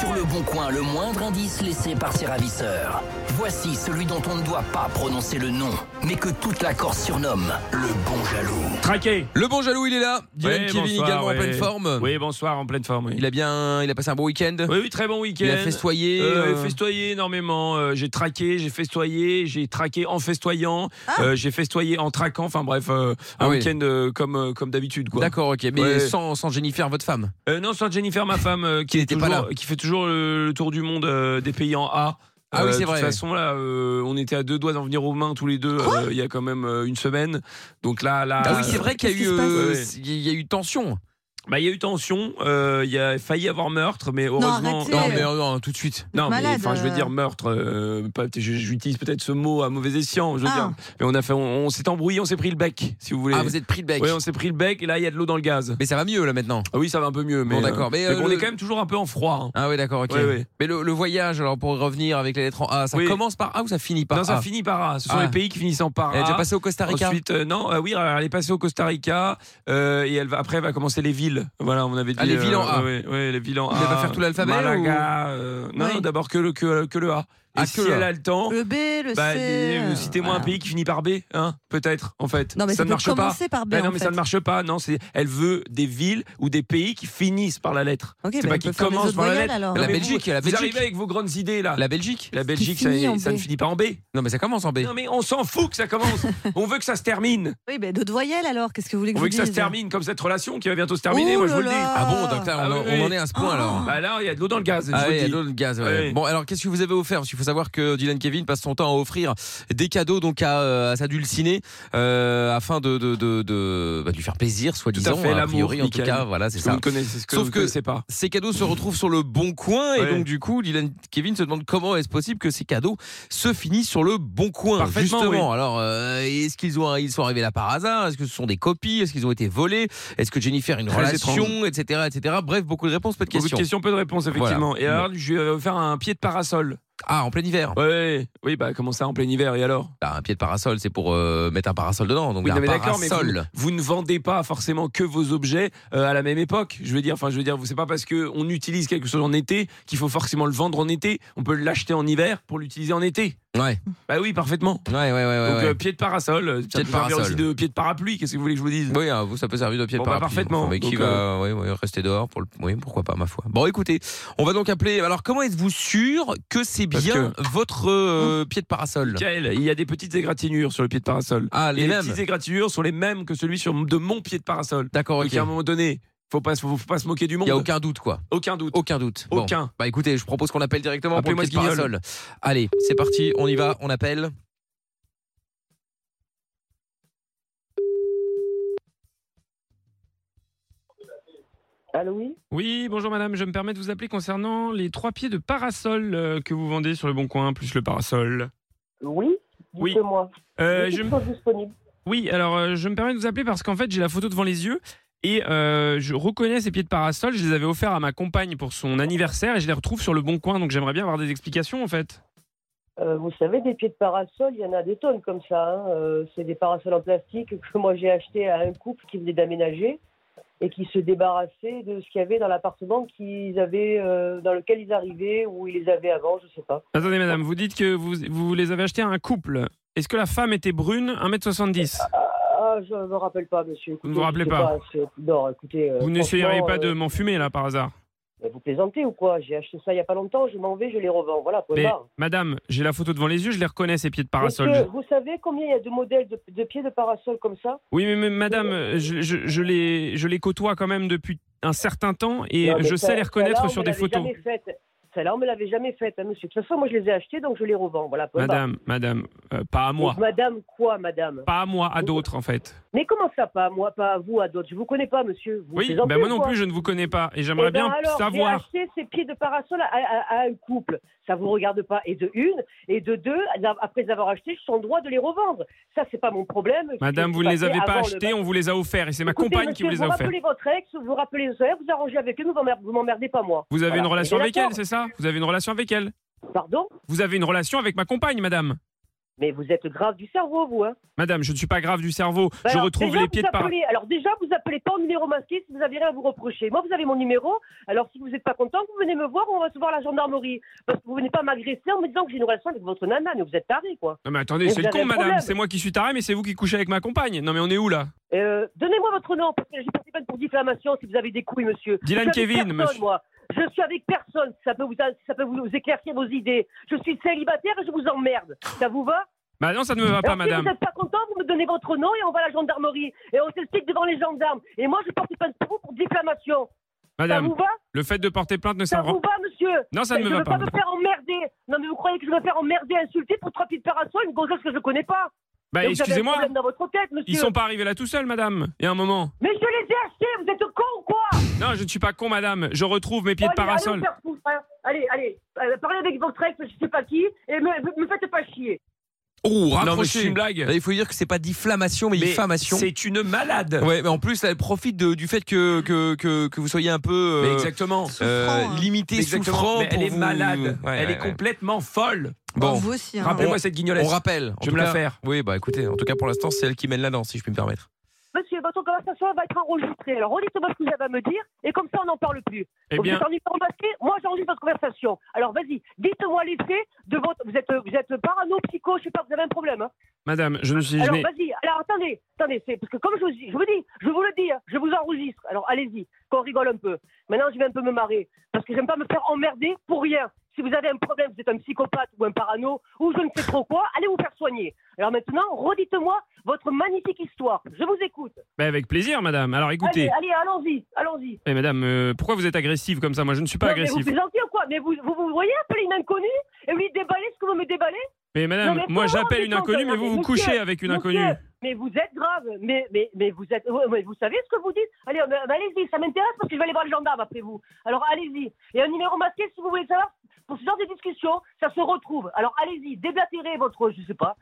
S2: Sur le bon coin, le moindre indice laissé par ses ravisseurs. Voici celui dont on ne doit pas prononcer le nom, mais que toute la Corse surnomme le bon jaloux.
S4: Traqué.
S3: Le bon jaloux, il est là. Dylan
S4: Oui,
S3: Kevin
S4: bonsoir,
S3: également en
S4: oui.
S3: pleine forme.
S4: Oui, bonsoir, en pleine forme. Oui,
S3: Il a bien, il a passé un bon week-end.
S4: oui, oui, très bon week-end.
S3: Il a festoyé.
S4: Euh,
S3: euh,
S4: festoyé énormément. Euh, j'ai traqué, j'ai festoyé, j'ai traqué en festoyant, euh, j'ai festoyé en traquant. Enfin bref, euh, un
S3: Ah oui.
S4: week-end euh, comme euh, comme d'habitude quoi.
S3: D'accord, ok. Mais
S4: Ouais.
S3: sans, sans Jennifer, votre femme.
S4: Euh, non, sans Jennifer, ma femme, euh, qui,
S3: Qui
S4: est
S3: n'était pas
S4: toujours- qui fait toujours le, le tour du monde euh, des pays en A.
S3: Ah oui, c'est vrai.
S4: De toute façon, là, euh, on était à deux doigts d'en venir aux mains tous les deux euh, il y a quand même euh, une semaine. Donc là, là.
S3: Ah oui, c'est vrai qu'il y a
S5: qu'est-ce
S3: eu,
S5: qui se passe
S3: euh,
S4: Ouais.
S3: il y a eu tension.
S4: Bah, il y a eu tension, euh, il y a failli avoir meurtre, mais heureusement.
S5: arrêtez.
S3: Non, mais euh, non, tout de suite.
S4: Non, mais
S5: Malade,
S4: enfin, je veux
S5: euh.
S4: dire meurtre. euh, pas- je- J'utilise peut-être ce mot à mauvais escient. Je veux
S5: Ah.
S4: dire, mais on a fait, on, on s'est embrouillé, on s'est pris le bec, si vous voulez.
S3: Ah, vous êtes pris de bec.
S4: Oui, on s'est pris le bec et là il y a de l'eau dans le gaz.
S3: Mais ça va mieux là maintenant.
S4: Ah oui, ça va un peu mieux. Mais,
S3: Bon, d'accord,
S4: euh,
S3: mais, euh,
S4: on
S3: le-
S4: est quand même toujours un peu en froid. hein.
S3: Ah oui, d'accord, ok.
S4: Ouais, ouais.
S3: Mais le, le voyage, alors pour revenir avec les lettres en A, ça
S4: Oui.
S3: commence par A ou ça finit par
S4: non, ça
S3: A
S4: finit par A. Ce sont
S3: Ah.
S4: les pays qui finissent en par
S3: Elle est
S4: A.
S3: déjà passée au Costa Rica
S4: Ensuite, euh, non, euh, oui, alors, elle est passée au Costa Rica euh, et elle va, après elle va commencer les villes. Voilà, on avait dit.
S3: Ah, les
S4: euh,
S3: villes en A.
S4: ouais, ouais, les villes en A.
S3: Elle va faire tout l'alphabet
S4: Malaga, euh, non,
S5: Ouais.
S4: non, d'abord que le, que, que le A. Et
S3: Ah, que
S4: si
S3: le A.
S4: elle a le temps,
S5: Le B, le
S4: bah,
S5: C.
S4: dis-
S5: euh,
S4: citez-moi
S5: voilà.
S4: un pays qui finit par B, hein, peut-être, en fait.
S5: Non, mais
S4: ça
S5: ça
S4: ne
S5: peut
S4: marche pas.
S5: commencer par B.
S4: Bah
S5: en
S4: non, mais ça
S5: fait.
S4: ne marche pas. Non, c'est elle veut des villes ou des pays qui finissent par la lettre.
S5: Ok,
S4: c'est
S5: bah,
S4: pas
S5: elle
S4: qui
S5: peut faire des
S4: commence
S5: autres
S4: par la
S5: voyelles,
S4: lettre.
S5: alors.
S4: Non,
S3: La
S4: mais
S3: Belgique,
S4: vous,
S3: la
S4: Vous
S3: Belgique.
S4: arrivez avec vos grandes idées là.
S3: La Belgique
S4: La Belgique, ça,
S6: finit en
S4: ça
S6: B.
S4: ne finit pas en B.
S3: Non, mais ça commence en B.
S4: Non mais on s'en fout que ça commence. on veut que ça se termine.
S5: Oui, mais d'autres voyelles alors. Qu'est-ce que vous voulez que
S4: On
S5: je vous
S4: veut que ça se
S5: dise
S4: termine comme cette relation qui va bientôt se terminer.
S5: Oh
S4: moi je
S5: là
S4: vous le dis.
S5: là.
S3: Ah bon, donc là, on,
S4: Ah
S3: en-
S4: oui,
S3: on en
S4: oui.
S3: est à ce point
S5: Ah.
S3: alors.
S4: Bah là il y a de l'eau dans le gaz.
S3: Ah
S4: je
S3: oui,
S4: vous
S3: il y a
S4: le
S3: de
S4: dis.
S3: l'eau de gaz. ouais.
S4: Ah oui.
S3: Bon, alors qu'est-ce que vous avez offert Parce qu'il faut savoir que Dylan Kevin passe son temps à offrir des cadeaux donc à, euh, à sa dulcinée euh, afin de de, de, de- bah, de lui faire plaisir, soit disant.
S4: Tout à fait,
S3: a
S4: l'amour,
S3: priori, en tout
S4: Mickaël.
S3: cas, voilà, c'est
S4: Ce que vous
S3: ça.
S4: ne connaissez, ce que
S3: Sauf
S4: vous ne
S3: que-
S4: connaissez pas.
S3: Ces cadeaux se retrouvent sur le bon coin et
S4: Ouais.
S3: donc du coup, Dylan Kevin se demande comment est-ce possible que ces cadeaux se finissent sur le bon coin.
S4: Parfaitement,
S3: Justement, alors euh, est-ce qu'ils ont ils sont arrivés là par hasard Est-ce que ce sont des copies Est-ce qu'ils ont été volés Est-ce que Jennifer a une
S4: Très
S3: relation, etc., etc. Bref, beaucoup de réponses, peu de
S4: Beaucoup de
S3: questions.
S4: questions, peu de réponses effectivement. Et alors je vais euh, faire un pied de parasol.
S3: Ah, en plein hiver.
S4: Ouais, oui bah comment ça en plein hiver et alors
S3: Bah, un pied de parasol, c'est pour euh, mettre un parasol dedans. Donc
S4: Oui,
S3: un
S4: non, mais d'accord, mais vous,
S3: parasol.
S4: vous ne vendez pas forcément que vos objets euh, à la même époque. Je veux dire, enfin, je veux dire, c'est pas parce que on utilise quelque chose en été qu'il faut forcément le vendre en été. On peut l'acheter en hiver pour l'utiliser en été.
S3: Ouais,
S4: Bah oui, parfaitement.
S3: ouais, ouais, ouais. ouais,
S4: Donc
S3: ouais.
S4: euh, pied de parasol, euh, ça
S3: Pied de
S4: peut servir
S3: parasol.
S4: aussi de pied de parapluie. Qu'est-ce que vous voulez que je vous dise
S3: Oui, à vous, ça peut servir de pied
S4: Bon,
S3: de
S4: bah,
S3: parapluie.
S4: parfaitement.
S3: mais qui
S4: Donc, euh,
S3: va oui, oui, rester dehors pour le... Oui, pourquoi pas, ma foi. Bon, écoutez, on va donc appeler. Alors, comment êtes-vous sûr que c'est
S4: Parce Hein
S3: bien votre euh, pied de parasol
S4: Michael, il y a des petites égratignures sur le pied de parasol.
S3: Ah,
S4: Et
S3: les
S4: les
S3: mêmes
S4: petites égratignures sont les mêmes que celui sur, de mon pied de parasol.
S3: D'accord, ok.
S4: Donc à un moment donné, faut pas, faut, faut pas se moquer du
S3: Il
S4: monde.
S3: n'y a aucun doute, quoi.
S4: Aucun doute.
S3: Aucun doute. Bon.
S4: Aucun.
S3: Bah écoutez, je propose qu'on appelle directement pour le
S4: Appelez-moi
S3: pied de parasol.
S4: Guignol.
S3: Allez, c'est parti, on y va, on appelle.
S11: Allô, oui
S7: Oui, bonjour madame, je me permets de vous appeler concernant les trois pieds de parasol euh, que vous vendez sur le Bon Coin, plus le parasol.
S11: Oui
S7: Oui.
S11: Dites-moi.
S7: Euh,
S11: Oui,
S7: je me-
S11: toujours disponible.
S7: Oui, alors euh, je me permets de vous appeler parce qu'en fait j'ai la photo devant les yeux et euh, je reconnais ces pieds de parasol, je les avais offerts à ma compagne pour son anniversaire et je les retrouve sur le Bon Coin, donc j'aimerais bien avoir des explications en fait.
S11: Euh, vous savez, des pieds de parasol, il y en a des tonnes comme ça. hein. Euh, c'est des parasols en plastique que moi j'ai acheté à un couple qui venait d'aménager et qui se débarrassait de ce qu'il y avait dans l'appartement qu'ils avaient, euh, dans lequel ils arrivaient ou ils les avaient avant, je sais pas.
S7: Attendez madame, vous dites que vous, vous les avez achetés à un couple. Est-ce que la femme était brune, 1m70
S11: Ah, je me rappelle pas, monsieur.
S7: Vous ne
S11: Écoutez,
S7: vous
S11: je
S7: rappelez
S11: sais
S7: pas
S11: c'est- Non, écoutez. euh,
S7: Vous n'essayeriez
S11: franchement,
S7: pas de
S11: euh,
S7: m'enfumer là par hasard
S11: mais vous plaisantez ou quoi J'ai acheté ça il y a pas longtemps, je m'en vais, je les revends. Voilà, point
S7: Mais
S11: barre.
S7: madame, j'ai la photo devant les yeux, je les reconnais ces pieds de parasol.
S11: Monsieur, vous savez combien il y a de modèles de, de pieds de parasol comme ça
S7: Oui, mais, mais madame, euh, je, je- je les, je les côtoie quand même depuis un certain temps et
S11: Non, Ah, mais
S7: je sais
S11: ça-
S7: les reconnaître
S11: celle-là, on
S7: sur
S11: me
S7: des
S11: l'avait
S7: photos.
S11: jamais faite. Celle-là, on me l'avait jamais faite, hein, monsieur. De toute façon, moi, je les ai achetés, donc je les revends. Voilà, point barre.
S7: Madame, madame, euh, pas à moi.
S11: Donc, madame quoi, madame
S7: Pas à moi, à d'autres en fait.
S11: Mais comment ça, pas à moi, pas à vous, à d'autres Je vous connais pas, monsieur. Vous
S7: Oui,
S11: plaisantez
S7: ben moi
S11: ou
S7: non
S11: quoi
S7: plus, je ne vous connais pas et
S11: Eh
S7: j'aimerais
S11: ben
S7: bien
S11: alors,
S7: savoir.
S11: J'ai acheté ces pieds de parasol à, à- à un couple. Ça vous regarde pas. Et de une, et de deux, après les avoir achetés, je suis en droit de les revendre. Ça, c'est pas mon problème.
S7: Madame, vous ne les avez pas achetés, on vous les a offerts et c'est ma compagne qui vous les a
S11: Vous
S7: offerts.
S11: rappelez votre ex, vous rappelez les vous arrangez avec eux, vous m'emmer- vous m'emmerdez pas, moi.
S7: Vous avez
S11: Voilà.
S7: une relation
S11: Et
S7: avec
S11: d'accord.
S7: elle, c'est ça Vous avez une relation avec elle
S11: Pardon
S7: Vous avez une relation avec ma compagne, madame
S11: Mais vous êtes grave du cerveau, vous. Hein.
S7: Madame, je ne suis pas grave du cerveau.
S11: Bah
S7: je
S11: alors,
S7: retrouve
S11: déjà,
S7: les pieds
S11: vous
S7: de parasol.
S11: appelez- Alors déjà, vous appelez pas au numéro masqué si vous avez rien à vous reprocher. Moi, vous avez mon numéro. Alors si vous n'êtes pas content, vous venez me voir, on va se voir à la gendarmerie. Parce que vous venez pas m'agresser en me disant que j'ai une relation avec votre nana. Mais vous êtes taré, quoi.
S7: Non Ah, mais attendez,
S11: Mais
S7: c'est
S11: vous
S7: le
S11: avez
S7: con,
S11: un
S7: madame.
S11: problème.
S7: C'est moi qui suis taré, mais c'est vous qui couchez avec ma compagne. Non mais on est où là
S11: Euh, Donnez-moi votre nom, parce que j'ai passé peine pour diffamation si vous avez des couilles, monsieur.
S7: Dylan
S11: Je suis avec
S7: Kevin,
S11: personne,
S7: monsieur.
S11: Moi. Je suis avec personne, si ça peut, vous, si ça peut vous éclaircir vos idées. Je suis célibataire et je vous emmerde. Ça vous va
S7: Bah non, ça ne me va pas,
S11: Alors, Si
S7: madame.
S11: vous n'êtes pas content, vous me donnez votre nom et on va à la gendarmerie. Et on s'explique devant les gendarmes. Et moi, je porte plainte pour vous pour diffamation. Ça
S7: Madame,
S11: vous va
S7: le fait de porter plainte ne
S11: Ça
S7: sert
S11: vous va, monsieur
S7: Non, ça ne
S11: Je
S7: me
S11: veux
S7: va
S11: pas
S7: pas.
S11: me faire emmerder. Non, mais vous croyez que je vais me faire emmerder, insulter pour trois petites parasols, une gonzesse que je ne connais pas
S7: Bah,
S11: Mais vous avez un
S7: excusez-moi.
S11: problème dans votre tête, monsieur.
S7: Ils sont pas arrivés là tout seuls, madame. Il y a un moment.
S11: Mais je les ai achetés, vous êtes con ou quoi
S7: Non, je ne suis pas con, madame. Je retrouve mes pieds de
S11: Allez, Allez,
S7: parasol.
S11: vous faire foutre, hein. allez, allez, euh, parlez avec votre ex, je sais pas qui, et me, me faites pas chier.
S3: Oh,
S7: Non, mais
S3: raccroché.
S7: c'est une blague.
S3: Il faut dire que c'est pas diffamation, mais,
S7: Mais
S3: diffamation.
S7: c'est une malade.
S3: Ouais, mais en plus, elle profite de- du fait que, que, que, que vous soyez un peu.
S7: Mais exactement.
S3: euh,
S7: Souffrant, hein.
S3: Limité,
S7: Exactement.
S3: souffrant.
S7: Mais elle
S3: pour
S7: est
S3: vous-
S7: malade.
S3: Ouais,
S7: Elle
S3: ouais,
S7: est
S3: ouais.
S7: complètement folle.
S3: Bon.
S5: vous aussi. hein.
S7: Rappelez-moi
S3: On-
S7: cette guignolesse.
S3: On rappelle. En
S7: Je vais
S3: tout
S7: me la
S3: cas-
S7: faire.
S3: Oui, bah écoutez, en tout cas pour l'instant, c'est elle qui mène la danse, si je puis me permettre.
S11: Monsieur, votre conversation va être enregistrée. Alors, redites-moi ce que vous avez à me dire, et comme ça, on n'en parle plus.
S7: Eh
S11: Donc,
S7: bien-
S11: vous êtes en uniforme masqué, moi, j'enregistre votre conversation. Alors, vas-y, dites-moi les faits de votre. Vous êtes, vous êtes parano, psycho, je sais pas, vous avez un problème. hein.
S7: Madame, je ne suis. je
S11: Alors,
S7: n'ai-
S11: vas-y, alors attendez, attendez, c'est parce que comme je vous, dis- je vous dis, je vous le dis, hein, je vous enregistre. Alors, allez-y, qu'on rigole un peu. Maintenant, je vais un peu me marrer, parce que j'aime pas me faire emmerder pour rien. Si vous avez un problème, vous êtes un psychopathe ou un parano, ou je ne sais trop quoi, allez vous faire soigner. Alors maintenant, redites-moi votre magnifique histoire. Je vous écoute.
S7: Bah, avec plaisir, madame. Alors écoutez.
S11: Allez, allez, allons-y, allons-y.
S7: Eh, madame, euh, pourquoi vous êtes agressive comme ça Moi, je ne suis pas
S11: Non, Mais vous
S7: agressif.
S11: plaisantez ou quoi Mais vous, vous, vous voyez appeler une inconnue et lui déballer ce que vous me déballez
S7: Mais madame,
S11: Non, mais
S7: moi
S11: comment
S7: j'appelle
S11: dit-on
S7: une inconnue,
S11: ça
S7: mais vous vous
S11: Monsieur,
S7: couchez avec une
S11: monsieur,
S7: inconnue.
S11: Mais vous êtes grave, mais, mais, mais vous êtes. ouais, ouais, vous savez ce que vous dites Allez, euh, bah, allez-y, ça m'intéresse parce que je vais aller voir le gendarme après vous. Alors allez-y. Et un numéro masqué si vous voulez savoir. Pour ce genre de discussion, ça se retrouve. Alors allez-y, déblatérez votre. Je sais pas.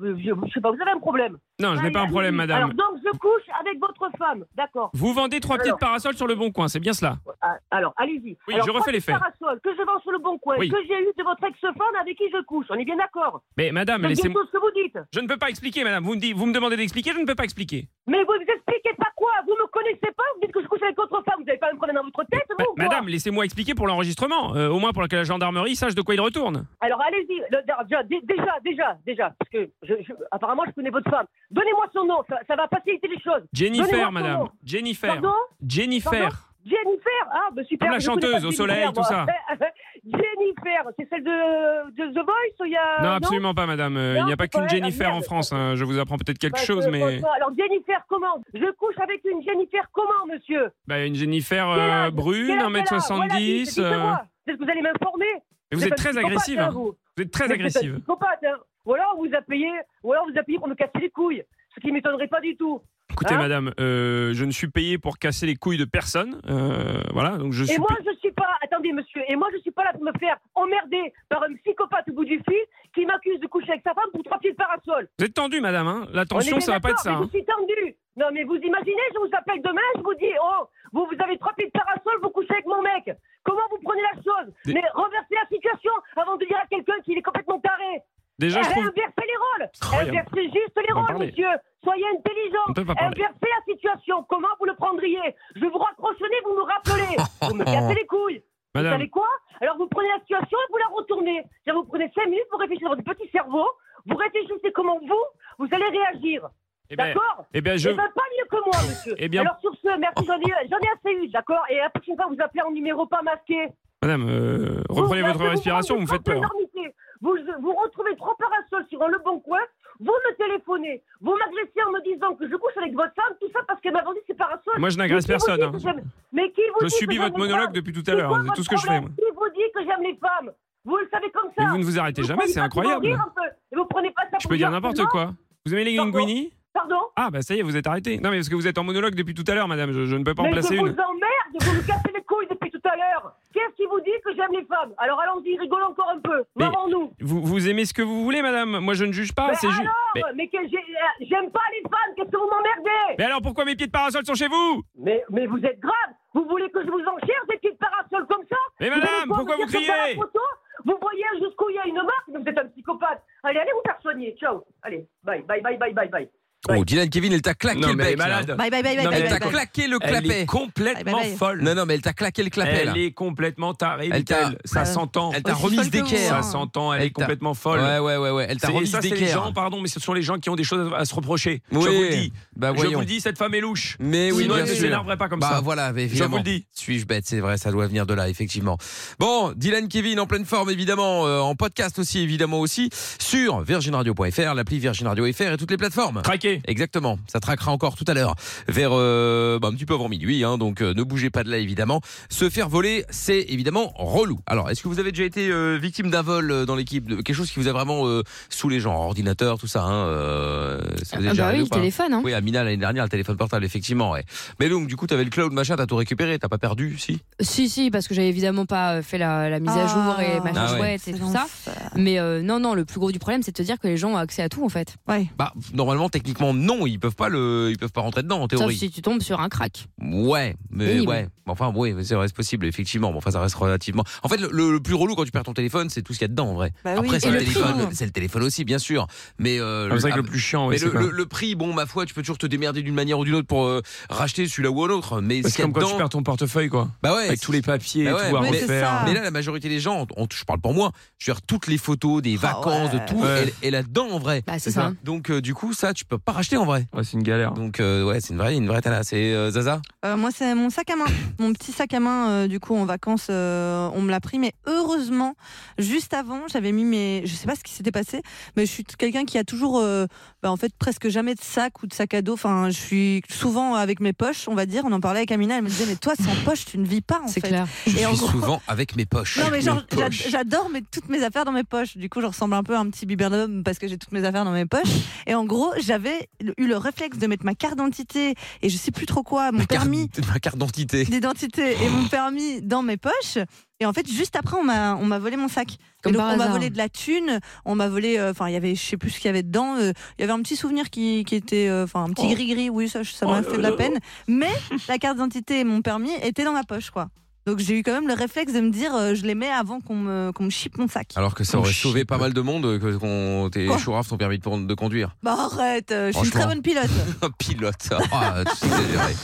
S11: euh, Je, je sais pas, vous avez un problème.
S7: Non, je n'ai
S11: Allez,
S7: pas un problème,
S11: allez-y.
S7: madame.
S11: Alors donc je couche avec votre femme, d'accord
S7: Vous vendez trois petites
S11: Alors.
S7: parasols sur le bon coin, c'est bien cela
S11: Ah, Alors, allez-y.
S7: Oui,
S11: Alors,
S7: je refais
S11: trois
S7: les faits.
S11: parasols que je vends sur le bon coin,
S7: Oui.
S11: que j'ai eu de votre ex-femme avec qui je couche. On est bien d'accord
S7: Mais madame,
S11: C'est bien
S7: laissez-moi.
S11: tout ce que vous dites.
S7: Je ne peux pas expliquer, madame. Vous me, dites- vous me demandez d'expliquer, je ne peux pas expliquer.
S11: Mais vous vous expliquez pas quoi Vous me connaissez pas Vous dites que je couche avec votre femme. Vous n'avez pas un problème dans votre tête, vous
S7: Ma-
S11: ou quoi
S7: madame, laissez-moi expliquer pour l'enregistrement. euh, au moins pour que la gendarmerie sache de quoi il retourne.
S11: Alors allez-y. Le- Déjà, dé- déjà, déjà, déjà. Parce que je- je- apparemment, je connais votre femme. Donnez-moi son nom. Ça, ça va faciliter les choses. Donnez-moi
S7: Jennifer,
S11: son
S7: madame.
S11: nom.
S7: Jennifer.
S11: Pardon Pardon
S7: Jennifer.
S11: Jennifer Ah, bah super.
S7: Comme la
S11: je connais pas
S7: chanteuse au
S11: Jennifer,
S7: soleil, tout
S11: moi.
S7: ça.
S11: Jennifer, c'est celle de, de The Voice ou il y a.
S7: Non, absolument pas, madame. euh, il
S11: Non,
S7: n'y a pas
S11: c'est
S7: qu'une
S11: pas elle, ah,
S7: Jennifer en
S11: merde. Bah,
S7: France. hein. Je vous apprends peut-être quelque
S11: Parce
S7: chose,
S11: que,
S7: mais.
S11: franchement, Alors Jennifer, comment Je couche avec une Jennifer, comment, monsieur
S7: Bah, une Jennifer
S11: Quel
S7: euh,
S11: âge
S7: brune,
S11: Quel âge
S7: 1m70.
S11: elle
S7: euh,
S11: a Voilà, dites- dites-moi. Peut-être que vous allez m'informer.
S7: mais vous êtes
S11: un
S7: très
S11: psychopathe,
S7: agressive.
S11: hein,
S7: hein.
S11: vous.
S7: Vous êtes très
S11: Vous êtes un
S7: agressive.
S11: psychopathe, hein. Ou alors on vous a payé, ou alors on vous a payé pour me casser les couilles, ce qui m'étonnerait pas du tout.
S7: Écoutez,
S11: Hein
S7: madame, euh, je ne suis payé pour casser les couilles de personne. euh, voilà, donc je suis.
S11: Et moi
S7: payé-
S11: je suis pas, attendez monsieur, et moi je suis pas là pour me faire emmerder par un psychopathe au bout du fil qui m'accuse de coucher avec sa femme pour trois pieds de parasol.
S7: Vous êtes tendu, madame. Hein la
S11: On est
S7: tension,
S11: bien
S7: ça va pas être
S11: d'accord,
S7: ça.
S11: mais
S7: hein.
S11: Je suis tendu. Non mais vous imaginez, je vous appelle demain, je vous dis, oh, vous, vous avez trois pieds de parasol, vous couchez avec mon mec. Comment vous prenez la chose
S7: Des-
S11: Mais renversez la situation avant de dire à quelqu'un qu'il est complètement taré.
S7: Déjà, je trouve.
S11: Inversez les rôles
S7: Incroyable.
S11: Inversez juste les
S7: On va
S11: rôles,
S7: parler.
S11: monsieur Soyez
S7: On peut
S11: intelligent
S7: pas parler.
S11: Inversez la situation Comment vous le prendriez Je vous raccrochonnais, vous me rappelez Vous me cassez les couilles Vous
S7: Madame,
S11: savez quoi Alors vous prenez la situation et vous la retournez. C'est-à-dire, Vous prenez 5 minutes, vous réfléchissez dans votre petit cerveau, vous réfléchissez comment vous, vous allez réagir.
S7: eh ben,
S11: D'accord
S7: eh ben,
S11: je...
S7: je.
S11: Eh ben, pas mieux que moi, monsieur.
S7: Eh bien-
S11: Alors sur ce, merci, j'en ai, j'en ai assez eu, d'accord Et la prochaine fois, vous appelez en numéro pas masqué.
S7: Madame, euh, reprenez
S11: Vous,
S7: votre
S11: là, je
S7: respiration, vous me faites
S11: prends
S7: peur.
S11: l'énormité. Vous, vous retrouvez trois parasols sur le bon coin, vous me téléphonez, vous m'agressez en me disant que je couche avec votre femme, tout ça parce qu'elle m'a vendu ses parasols.
S7: Moi, je
S11: Mais
S7: n'agresse
S11: qui vous
S7: personne.
S11: dit
S7: hein.
S11: que j'aime- Mais qui vous
S7: Je
S11: dit que
S7: subis
S11: j'aime
S7: votre
S11: les
S7: monologue
S11: femmes
S7: depuis tout à
S11: C'est
S7: l'heure.
S11: quoi
S7: hein. C'est tout
S11: votre
S7: ce que je fais.
S11: problème
S7: moi.
S11: Qui vous dit que j'aime les femmes Vous le savez comme
S7: Mais
S11: ça.
S7: vous ne vous arrêtez jamais,
S11: prenez
S7: c'est
S11: pas pour
S7: incroyable.
S11: en rire un peu, et vous prenez pas ça
S7: Je
S11: pour
S7: peux dire
S11: vous
S7: n'importe
S11: seulement-
S7: quoi. Vous aimez les
S11: Pardon
S7: linguini
S11: Pardon
S7: Ah, bah ça y est, vous êtes arrêté. Non, mais parce que vous êtes en monologue depuis tout à l'heure, madame. Je, je ne peux pas en
S11: mais
S7: placer
S11: je
S7: une.
S11: vous emmerde, vous me cassez les couilles depuis tout à l'heure. Qu'est-ce qui vous dit que j'aime les femmes Alors allons-y, rigolons encore un peu,
S7: Mais-
S11: marrons-nous.
S7: Vous, vous aimez ce que vous voulez, madame. Moi, je ne juge pas.
S11: Mais
S7: Ah, C'est juste. Mais,
S11: Mais que j'ai- euh, j'aime pas les femmes, qu'est-ce que vous m'emmerdez
S7: mais alors, pourquoi mes pieds de parasol sont chez vous
S11: mais, mais vous êtes grave Vous voulez que je vous en cherche des petites parasols comme ça
S7: Mais
S11: allez
S7: madame,
S11: quoi,
S7: pourquoi
S11: me
S7: vous
S11: dire que dans la
S7: criez
S11: photo, Vous voyez jusqu'où il y a une marque mais Vous êtes un psychopathe Allez, allez vous faire soigner, ciao Allez, bye, bye, bye, bye, bye, bye
S3: Oh, Dylan Kevin, elle t'a claqué
S7: Non,
S3: le
S7: mais elle est
S3: bec, là.
S7: malade.
S5: Bye bye bye bye
S7: Non, mais
S5: bye.
S3: Elle t'a
S5: bye, bye.
S3: claqué le
S7: Elle
S3: clapet.
S7: est complètement
S5: Bye bye bye.
S7: folle.
S3: Non, non, mais elle t'a claqué le clapet, là.
S7: Elle est complètement tarée,
S3: Elle t'a-
S7: dit-elle. Ça
S5: Ouais.
S7: s'entend.
S3: Elle t'a
S5: Aussi
S3: remise
S5: folle que vous,
S3: d'équerre.
S7: Ça s'entend, elle
S3: Elle
S7: est
S3: t'a-
S7: complètement folle.
S3: Ouais, ouais, ouais, ouais. Elle t'a
S7: C'est-
S3: remise
S7: ça, c'est les gens,
S3: d'équerre.
S7: pardon, mais ce sont les gens qui ont des choses à- à se reprocher.
S3: Oui,
S7: Je vous le dis.
S3: Bah,
S7: je vous
S3: voyons.
S7: le dis, cette femme est louche.
S3: Mais oui,
S7: Sinon,
S3: bien
S7: elle ne
S3: sûr.
S7: s'énerverait pas comme
S3: bah
S7: ça.
S3: voilà,
S7: Je vous
S3: évidemment.
S7: le dis.
S3: Suis-je bête C'est vrai, ça doit venir de là, effectivement. Bon, Dylan Kevin en pleine forme, évidemment, euh, en podcast aussi, évidemment aussi, sur virginradio.fr, l'appli Virgin Radio FR et toutes les plateformes.
S7: Traqué.
S3: Exactement. Ça traquera encore tout à l'heure, vers euh, bah, un petit peu avant minuit. hein, donc euh, ne bougez pas de là, évidemment. Se faire voler, c'est évidemment relou. Alors, est-ce que vous avez déjà été euh, victime d'un vol euh, dans l'équipe de- Quelque chose qui vous a vraiment euh, saoulé, genre ordinateur, tout ça. Hein, euh, ça vous est
S6: Ah
S3: déjà
S6: bah oui,
S3: arrivé ou
S6: le
S3: pas
S6: téléphone, hein.
S3: Oui, Amina l'année dernière, le téléphone portable, effectivement. ouais. Mais donc, du coup, t'avais le cloud, machin, t'as tout récupéré, t'as pas perdu, si
S6: Si, si, parce que j'avais évidemment pas euh, fait la, la mise à jour et machin
S3: Ah ouais.
S6: chouette et tout ça. Mais euh, non, non, le plus gros du problème, c'est de te dire que les gens ont accès à tout en fait.
S5: Ouais.
S3: Bah, normalement, techniquement, non, ils peuvent pas le, ils peuvent pas rentrer dedans en
S6: Sauf
S3: théorie.
S6: si tu tombes sur un crack.
S3: Ouais, mais
S6: Pénible.
S3: ouais. Enfin, oui, c'est vrai, c'est possible, effectivement. Bon, enfin, ça reste relativement. En fait, le, le plus relou quand tu perds ton téléphone, c'est tout ce qu'il y a dedans, en vrai.
S6: Bah oui.
S3: Après, c'est
S6: Et
S3: le,
S6: le prix.
S3: téléphone, c'est le téléphone aussi, bien sûr. Mais euh,
S4: Ah, c'est vrai que le plus chiant, ouais,
S3: mais
S4: c'est
S3: le,
S4: quoi
S3: le- le prix, bon, ma foi, tu peux toujours te démerder d'une manière ou d'une autre pour euh, racheter celui-là ou un autre. Mais ce
S4: C'est
S3: qu'il y a
S4: comme quand tu
S3: dedans-
S4: perds ton portefeuille, quoi.
S3: Bah ouais.
S4: Avec tous les papiers,
S3: Bah ouais,
S4: tout à
S3: mais,
S4: refaire.
S3: mais là, la majorité des gens, on- je parle pour moi, je veux dire, toutes les photos des vacances,
S4: ouais.
S3: de tout,
S4: Ouais.
S3: elle est là-dedans en vrai.
S6: Ah Bah, c'est ça.
S3: Donc, euh, du coup, ça, tu peux pas racheter en vrai.
S4: Ouais, c'est une galère.
S3: Donc, euh, ouais, c'est une vraie, une vraie tana. C'est euh, Zaza
S5: Euh, moi, c'est mon sac à main, mon petit sac à main. euh, du coup, en vacances, euh, on me l'a pris, mais heureusement, juste avant, j'avais mis mes. Je sais pas ce qui s'était passé, mais je suis t- quelqu'un qui a toujours, euh, bah, en fait, presque jamais de sac ou de sac à dos. Enfin, je suis souvent avec mes poches, on va dire. On en parlait avec Amina, elle me disait, mais toi, sans poche, tu ne vis pas. En c'est clair.
S3: Je suis souvent avec mes poches.
S5: Non mais genre j'a- j'adore mettre toutes mes affaires dans mes poches. Du coup, je ressemble un peu à un petit bibernum parce que j'ai toutes mes affaires dans mes poches. Et en gros, j'avais le- eu le réflexe de mettre ma carte d'identité et je sais plus trop quoi, mon permis
S3: ma carte d'identité.
S5: d'identité et mon permis dans mes poches. Et en fait, juste après, on m'a on m'a volé mon sac. Et donc,
S6: par
S5: on m'a
S6: hasard.
S5: volé de la thune, on m'a volé. euh, Enfin, il y avait, je sais plus ce qu'il y avait dedans. euh, Il y avait un petit souvenir qui, qui était, euh, enfin, un petit gris gris. Oui, ça, je- ça m'a
S6: Oh
S5: fait de la
S6: là là.
S5: peine. Mais la carte d'identité et mon permis étaient dans ma poche, quoi. Donc, j'ai eu quand même le réflexe de me dire, euh, je les mets avant qu'on me qu'on me chipe mon sac.
S3: Alors que ça aurait sauvé pas mal de monde euh, que qu'on t'ait
S5: Quoi
S3: chouraf ton permis de, con- de conduire.
S5: Bah arrête, euh, je suis une
S3: Franchement.
S5: très bonne pilote.
S3: Un pilote. Ah, tu exagérais.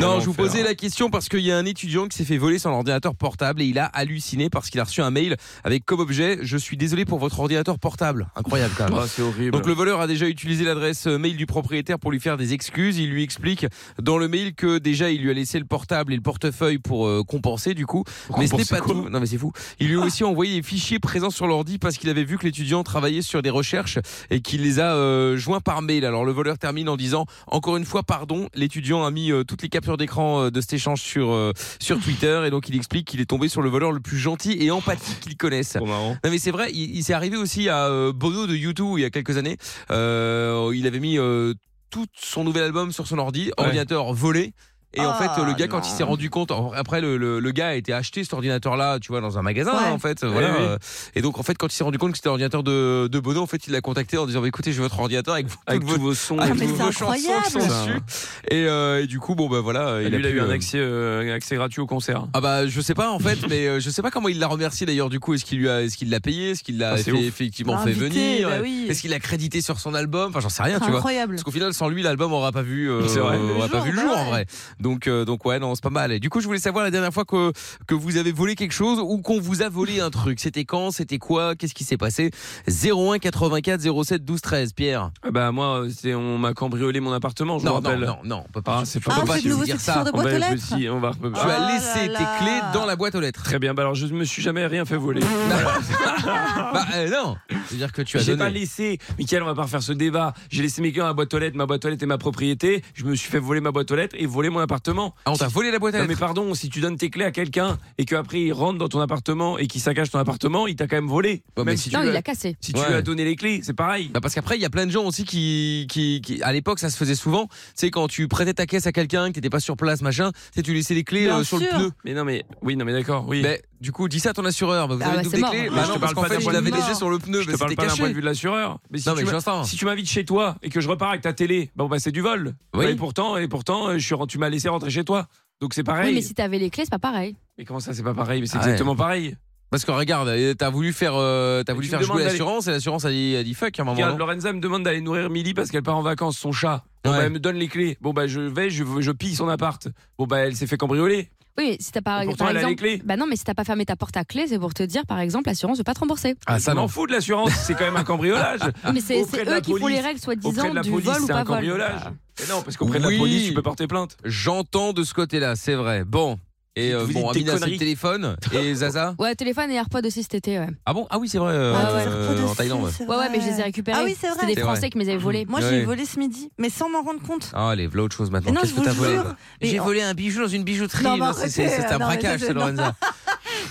S3: Non, je vous posais la question parce qu'il y a un étudiant qui s'est fait voler son ordinateur portable et il a halluciné parce qu'il a reçu un mail avec comme objet Je suis désolé pour votre ordinateur portable. Incroyable quand même.
S4: Ah, c'est horrible.
S3: Donc le voleur a déjà utilisé l'adresse euh, mail du propriétaire pour lui faire des excuses. Il lui explique dans le mail que déjà il lui a laissé le portable et le portefeuille pour euh, compenser du coup.
S4: Pour
S3: mais ce n'est
S4: compenser
S3: pas
S4: quoi Ah.
S3: tout. Non mais c'est fou. Il lui a aussi envoyé des fichiers présents sur l'ordi parce qu'il avait vu que l'étudiant travaillait sur des recherches et qu'il les a euh, joints par mail. Alors le voleur termine en disant encore une fois pardon. L'étudiant a mis euh, toutes les captures d'écran euh, de cet échange sur euh, sur Twitter et donc il explique qu'il est tombé sur le voleur le plus gentil et empathique qu'il connaisse. Non mais c'est vrai, il, il s'est arrivé aussi à euh, Bono de YouTube il y a quelques années. Euh, il avait mis euh, tout son nouvel album sur son ordi, ordinateur volé. Et en fait,
S4: Ah,
S3: le gars, quand il s'est rendu compte, en- après le, le- le gars a été acheté cet ordinateur-là, tu vois, dans un magasin,
S4: Ouais.
S3: hein, en fait,
S4: Oui,
S3: voilà.
S4: oui.
S3: euh, Et donc, en fait, quand il s'est rendu compte que c'était l'ordinateur de, de Bono, en fait, il l'a contacté en disant Bah, "Écoutez, je veux votre ordinateur avec,
S4: Avec
S3: toutes
S4: tous vos sons,
S3: avec
S4: et
S3: toutes
S4: tout.
S3: vos
S4: Mais c'est
S3: chansons qui sont
S4: incroyable.
S3: dessus." Et, euh, et du coup, bon, bah voilà, euh,
S4: Lui,
S3: il
S4: il a,
S3: pu,
S4: eu un
S3: euh,
S4: accès, euh, accès gratuit au concert.
S3: ah bah je sais pas en fait, mais euh, je sais pas comment il l'a remercié d'ailleurs du coup. Est-ce qu'il lui a, est-ce qu'il l'a payé, est-ce qu'il l'a
S4: Ah, c'est
S3: fait-
S4: ouf.
S3: effectivement
S4: Invité,
S3: fait venir,
S4: bah oui.
S3: est-ce qu'il l'a crédité sur son album, enfin j'en sais rien, tu
S4: Incroyable.
S3: vois. Parce qu'au final sans lui l'album aura pas vu, euh,
S4: C'est vrai. Le
S3: aura pas
S4: jour,
S3: vu le
S4: bah
S3: jour en
S4: ouais.
S3: vrai. Donc euh, donc ouais non c'est pas mal. Et du coup je voulais savoir la dernière fois que que vous avez volé quelque chose ou qu'on vous a volé un truc. C'était quand, c'était quoi, qu'est-ce qui s'est passé 01 84 07 12 13 Pierre.
S4: Ah bah moi, euh, c'est- on m'a cambriolé mon appartement, je
S3: Non,
S4: me rappelle.
S3: non, non, non, on peut pas.
S4: Ah, c'est
S3: Ah,
S4: pas
S3: c'est de
S4: possible
S3: nouveau cette histoire de
S4: On va-
S3: boîte aux
S4: je-
S3: lettres Ah
S4: si, on va-
S3: Tu as laissé tes clés dans la boîte aux lettres.
S4: Très bien, bah alors je me suis jamais rien fait voler.
S3: bah euh, non, c'est-à-dire que tu as
S4: J'ai
S3: donné.
S4: pas laissé, Michael, on va pas refaire ce débat. J'ai laissé mes clés dans la boîte aux lettres, ma boîte aux lettres et ma propriété. Je me suis fait voler ma boîte aux lettres et voler mon appartement.
S3: Ah, on t'a volé la boîte aux
S4: Non,
S3: lettres
S4: mais pardon, si tu donnes tes clés à quelqu'un et qu'après il rentre dans ton appartement et qu'il saccage ton appartement, il t'a quand même volé.
S3: mais
S4: Même
S3: si
S4: si
S3: tu
S4: tu
S6: Non,
S4: lui
S6: il
S4: as-
S6: l'a cassé.
S4: Si tu lui as donné les clés, c'est pareil.
S3: Bah parce qu'après, il y a plein de gens aussi qui, qui, qui- à l'époque, ça se faisait souvent. C'est quand tu prêtais ta caisse à quelqu'un, que t'étais pas sur place, machin, c'est tu laissais les clés
S4: Bien
S3: euh, sur le
S4: sûr.
S3: pneu.
S4: Mais non, mais oui, non, mais d'accord, oui.
S3: Mais du coup, dis ça à ton assureur. Bah, vous
S4: Ah
S3: avez
S4: ouais,
S3: double
S4: c'est
S3: les
S4: mort.
S3: clés.
S4: Moi,
S3: Bah
S4: je
S3: non,
S4: te parle
S3: parce qu'en
S4: pas
S3: fait,
S4: d'un
S3: je
S4: point de
S3: l'avais
S4: vue-
S3: laissé sur le pneu.
S4: Je
S3: mais
S4: te parle
S3: c'était
S4: pas d'un
S3: caché. Ah
S4: point de vue de l'assureur.
S3: Non,
S4: tu
S3: mais
S4: m'as-
S3: j'entends.
S4: Si tu m'invites chez toi et que je repars avec ta télé, bon, bah, c'est du vol. Bah, et pourtant, et pourtant, euh, je suis, rentré- tu m'as laissé rentrer chez toi. Donc c'est pareil.
S6: Oui, mais si t'avais les clés, c'est pas pareil.
S4: Mais comment ça, c'est pas pareil Mais c'est
S3: Ah ouais.
S4: exactement pareil.
S3: Parce que regarde, euh, t'as voulu faire, euh, t'as voulu
S4: tu
S3: faire
S4: me
S3: jouer
S4: demandes
S3: l'assurance et l'assurance a dit, a dit fuck à un moment.
S4: Regarde,
S3: non
S4: Lorenza me demande d'aller nourrir Milly parce qu'elle part en vacances, son chat. Bon, bah, elle me donne les clés. Bon, bah, je vais, je, je pille son appart. Bon, bah, elle s'est fait cambrioler.
S6: Oui, mais si t'as pas.
S4: Et pourtant,
S6: par
S4: elle a les
S6: exemple-
S4: clés.
S6: Bah non, mais si t'as pas fermé ta porte à clé, c'est pour te dire, par exemple, l'assurance veut pas te rembourser.
S4: Ah, ça m'en fout de l'assurance. C'est quand même un cambriolage.
S6: Oui, mais c'est-
S4: Auprès
S6: c'est
S4: de la
S6: eux qui font
S4: police-
S6: les règles, soi-disant,
S4: auprès de la
S6: du
S4: police,
S6: vol ou
S4: c'est
S6: pas
S4: un
S6: vol.
S4: Ah. cambriolage. Mais non, parce qu'auprès de la
S3: Oui.
S4: police, tu peux porter plainte.
S3: J'entends de ce côté-là, c'est vrai. Bon, Et euh,
S6: Vous dites
S3: bon,
S6: des
S3: Amina, c'est le
S6: conneries.
S3: téléphone. Et Zaza
S6: Ouais, téléphone et AirPods aussi cet été, ouais.
S3: Ah bon Ah oui, c'est vrai, euh,
S6: Ah ouais.
S3: euh, en Thaïlande. ouais.
S6: Ouais, ouais, mais je les ai récupérés.
S5: Ah oui, c'est vrai.
S6: C'était des Français qui me les avaient volés.
S5: Moi, je l'ai
S3: Ouais.
S5: volé ce midi, mais sans m'en rendre compte.
S3: Ah, allez, voilà autre chose maintenant.
S5: Mais non,
S3: Qu'est-ce
S5: je
S3: que
S5: vous
S3: t'as volé
S5: jure.
S3: là
S5: Mais
S3: J'ai
S5: en-
S3: volé un bijou dans une bijouterie.
S5: Non, mais
S3: Non, c'est- c'est
S5: arrêtez,
S3: c'est
S5: euh,
S3: un
S5: non, mais
S3: braquage,
S5: ça, c'est-
S3: ça, Lorenza.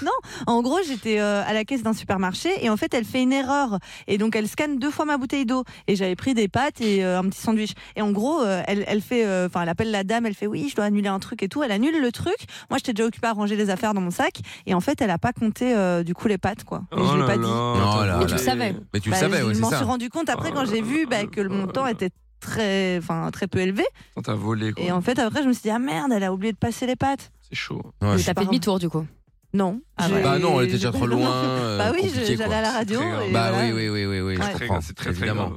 S5: Non, en gros, j'étais euh, à la caisse d'un supermarché et en fait, elle fait une erreur. Et donc, elle scanne deux fois ma bouteille d'eau. Et j'avais pris des pâtes et euh, un petit sandwich. Et en gros, euh, elle, elle fait, euh, enfin, elle appelle la dame, elle fait oui, je dois annuler un truc et tout. Elle annule le truc. Moi, j'étais déjà occupée à ranger les affaires dans mon sac. Et en fait, elle a pas compté euh, du coup les pâtes, quoi. Et je l'ai pas dit.
S3: Non, Oh là,
S6: Mais tu
S3: là.
S6: le savais.
S3: Mais tu le
S5: Bah,
S3: savais, ouais,
S5: Je
S3: c'est
S5: m'en
S3: ça. Oh
S5: suis rendu compte après quand j'ai vu bah, que le montant était très, enfin, très peu élevé.
S4: On t'a volé, quoi.
S5: Et en fait, après, je me suis dit ah merde, elle a oublié de passer les pâtes.
S4: C'est chaud.
S3: Ouais.
S5: Euh,
S6: Mais t'as fait demi-tour du coup.
S5: Non. j'ai-
S3: Bah non, elle était déjà
S5: j'ai-
S3: trop loin. euh,
S5: Ah, bah oui, je-
S3: compliqué, quoi.
S5: j'allais à la radio. et
S3: Bah
S5: voilà.
S3: oui, oui, oui, oui, oui,
S5: Ouais.
S3: je
S5: C'est
S3: comprends.
S4: très grave,
S3: évidemment.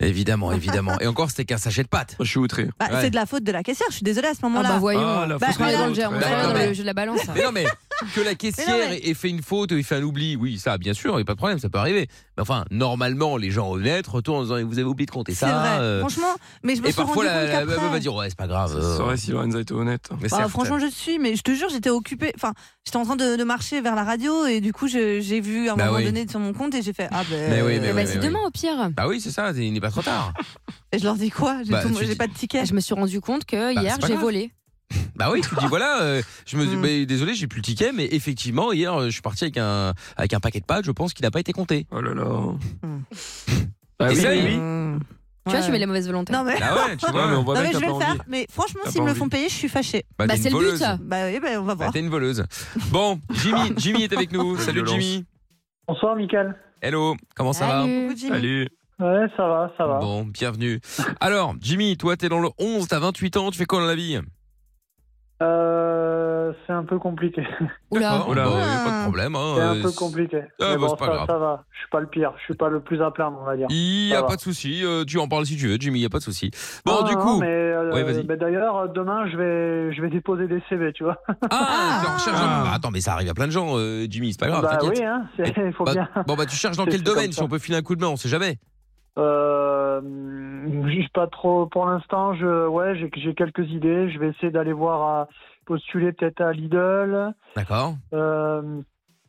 S3: évidemment, évidemment. Et encore, c'était qu'un sachet de pâtes.
S4: Je suis outré.
S5: Bah, C'est de la faute de la caissière, je suis désolée à ce moment-là.
S6: Ah bah voyons.
S4: Ah, la
S6: Bah,
S4: fausse
S6: on est
S4: note.
S6: dans le jeu, on est
S3: Bah,
S6: dans
S3: mais-
S6: le jeu de la balance.
S3: Mais non, mais que la caissière ait fait une faute, ait fait un oubli, oui, ça, bien sûr, il n'y a pas de problème, ça peut arriver. Mais enfin, normalement, les gens honnêtes retournent en disant et Vous avez oublié de compter
S5: C'est
S3: ça.
S5: vrai.
S3: euh,
S5: Franchement, mais je me
S3: et
S5: suis rendu
S3: parfois,
S5: compte
S3: la, la
S5: qu'après.
S3: meuf va dire Ouais, c'est pas grave.
S4: Ça
S3: euh,
S4: serait si Lorenza était honnête.
S3: mais
S5: Bah,
S3: certes.
S5: franchement, je suis, mais je te jure, j'étais occupée. Enfin, j'étais en train de, de marcher vers la radio et du coup, je- j'ai vu à un
S3: Bah
S5: moment
S3: oui.
S5: donné sur mon compte et j'ai fait Ah ben.
S3: Mais oui, mais
S6: Eh
S3: oui,
S6: bah,
S3: mais
S6: c'est
S3: oui.
S6: demain au pire.
S3: Bah oui, c'est ça, il n'est pas trop tard.
S5: Et je leur dis quoi J'ai
S3: Bah,
S5: tout-
S3: tu
S5: j'ai
S3: dis-
S5: pas de ticket.
S6: Ah, Je me suis rendu compte que
S3: Bah,
S6: hier
S3: c'est pas
S6: j'ai
S3: grave.
S6: volé.
S3: Bah oui, tu dis voilà, euh, je
S6: Mm.
S3: me dis, bah, désolé, j'ai plus le ticket, mais effectivement, hier, euh, je suis parti avec un, avec un paquet de pâtes, je pense qu'il n'a pas été compté.
S4: Oh là là.
S3: Ah
S4: oui,
S3: oui,
S4: oui, oui.
S5: Hum.
S6: Tu vois,
S5: Ouais.
S6: tu mets de la mauvaise volonté.
S5: Non mais.
S3: Ah ouais, tu vois,
S4: Bah Ouais, mais on
S5: Non,
S4: voit bien
S5: mais
S4: que
S5: je vais
S4: t'as pas
S5: le faire,
S4: envie.
S5: mais franchement,
S4: T'as
S5: s'ils
S4: pas
S5: me le
S4: envie.
S5: font payer, je suis fâchée.
S3: bah,
S6: Bah,
S3: t'es une
S6: c'est le but.
S3: voleuse.
S5: Bah oui, bah, on va
S3: Bah,
S5: voir.
S3: t'es une voleuse. Bon, Jimmy, Jimmy est avec nous. Salut
S4: violence.
S3: Jimmy.
S13: Bonsoir, Michael.
S3: Hello, comment ça va
S6: Salut.
S5: Coucou, Jimmy.
S4: Salut.
S13: Ouais, ça va, ça va.
S3: Bon, bienvenue. Alors, Jimmy, toi, t'es dans le 11, t'as 28 ans, tu fais quoi dans la vie
S13: Euh, c'est un peu compliqué.
S6: Oula.
S3: Oh là,
S5: Ah.
S3: ouais, pas de problème. hein,
S13: C'est un
S3: euh,
S13: peu compliqué.
S3: Ah,
S13: Mais
S3: bah,
S13: bon,
S3: c'est pas
S13: ça,
S3: grave.
S13: ça va. Je suis pas le pire. Je suis pas le plus à plaindre, on va dire.
S3: Il n'y a
S13: Ça va.
S3: pas de souci, euh, tu en parles si tu veux, Jimmy, il n'y a pas de souci. Bon,
S13: Ah,
S3: du
S13: non,
S3: coup.
S13: mais, euh,
S3: Ouais, vas-y.
S13: mais d'ailleurs, euh, demain, je vais, je vais déposer des CV, tu vois.
S3: Ah, tu recherches dans-
S7: Ah.
S3: Bah, attends, mais ça arrive à plein de gens, euh, Jimmy, c'est pas grave,
S13: bah
S3: t'inquiète.
S13: oui, hein, c'est- il faut
S3: Bah,
S13: bien.
S3: Bon, bah, tu cherches dans
S13: C'est-
S3: quel
S13: c'est comme
S3: domaine
S13: ça.
S3: si on peut filer un coup de main, on sait jamais.
S13: Euh, je juge pas trop pour l'instant. Je, ouais, j'ai, j'ai quelques idées. Je vais essayer d'aller voir à postuler peut-être à Lidl
S3: D'accord
S13: euh,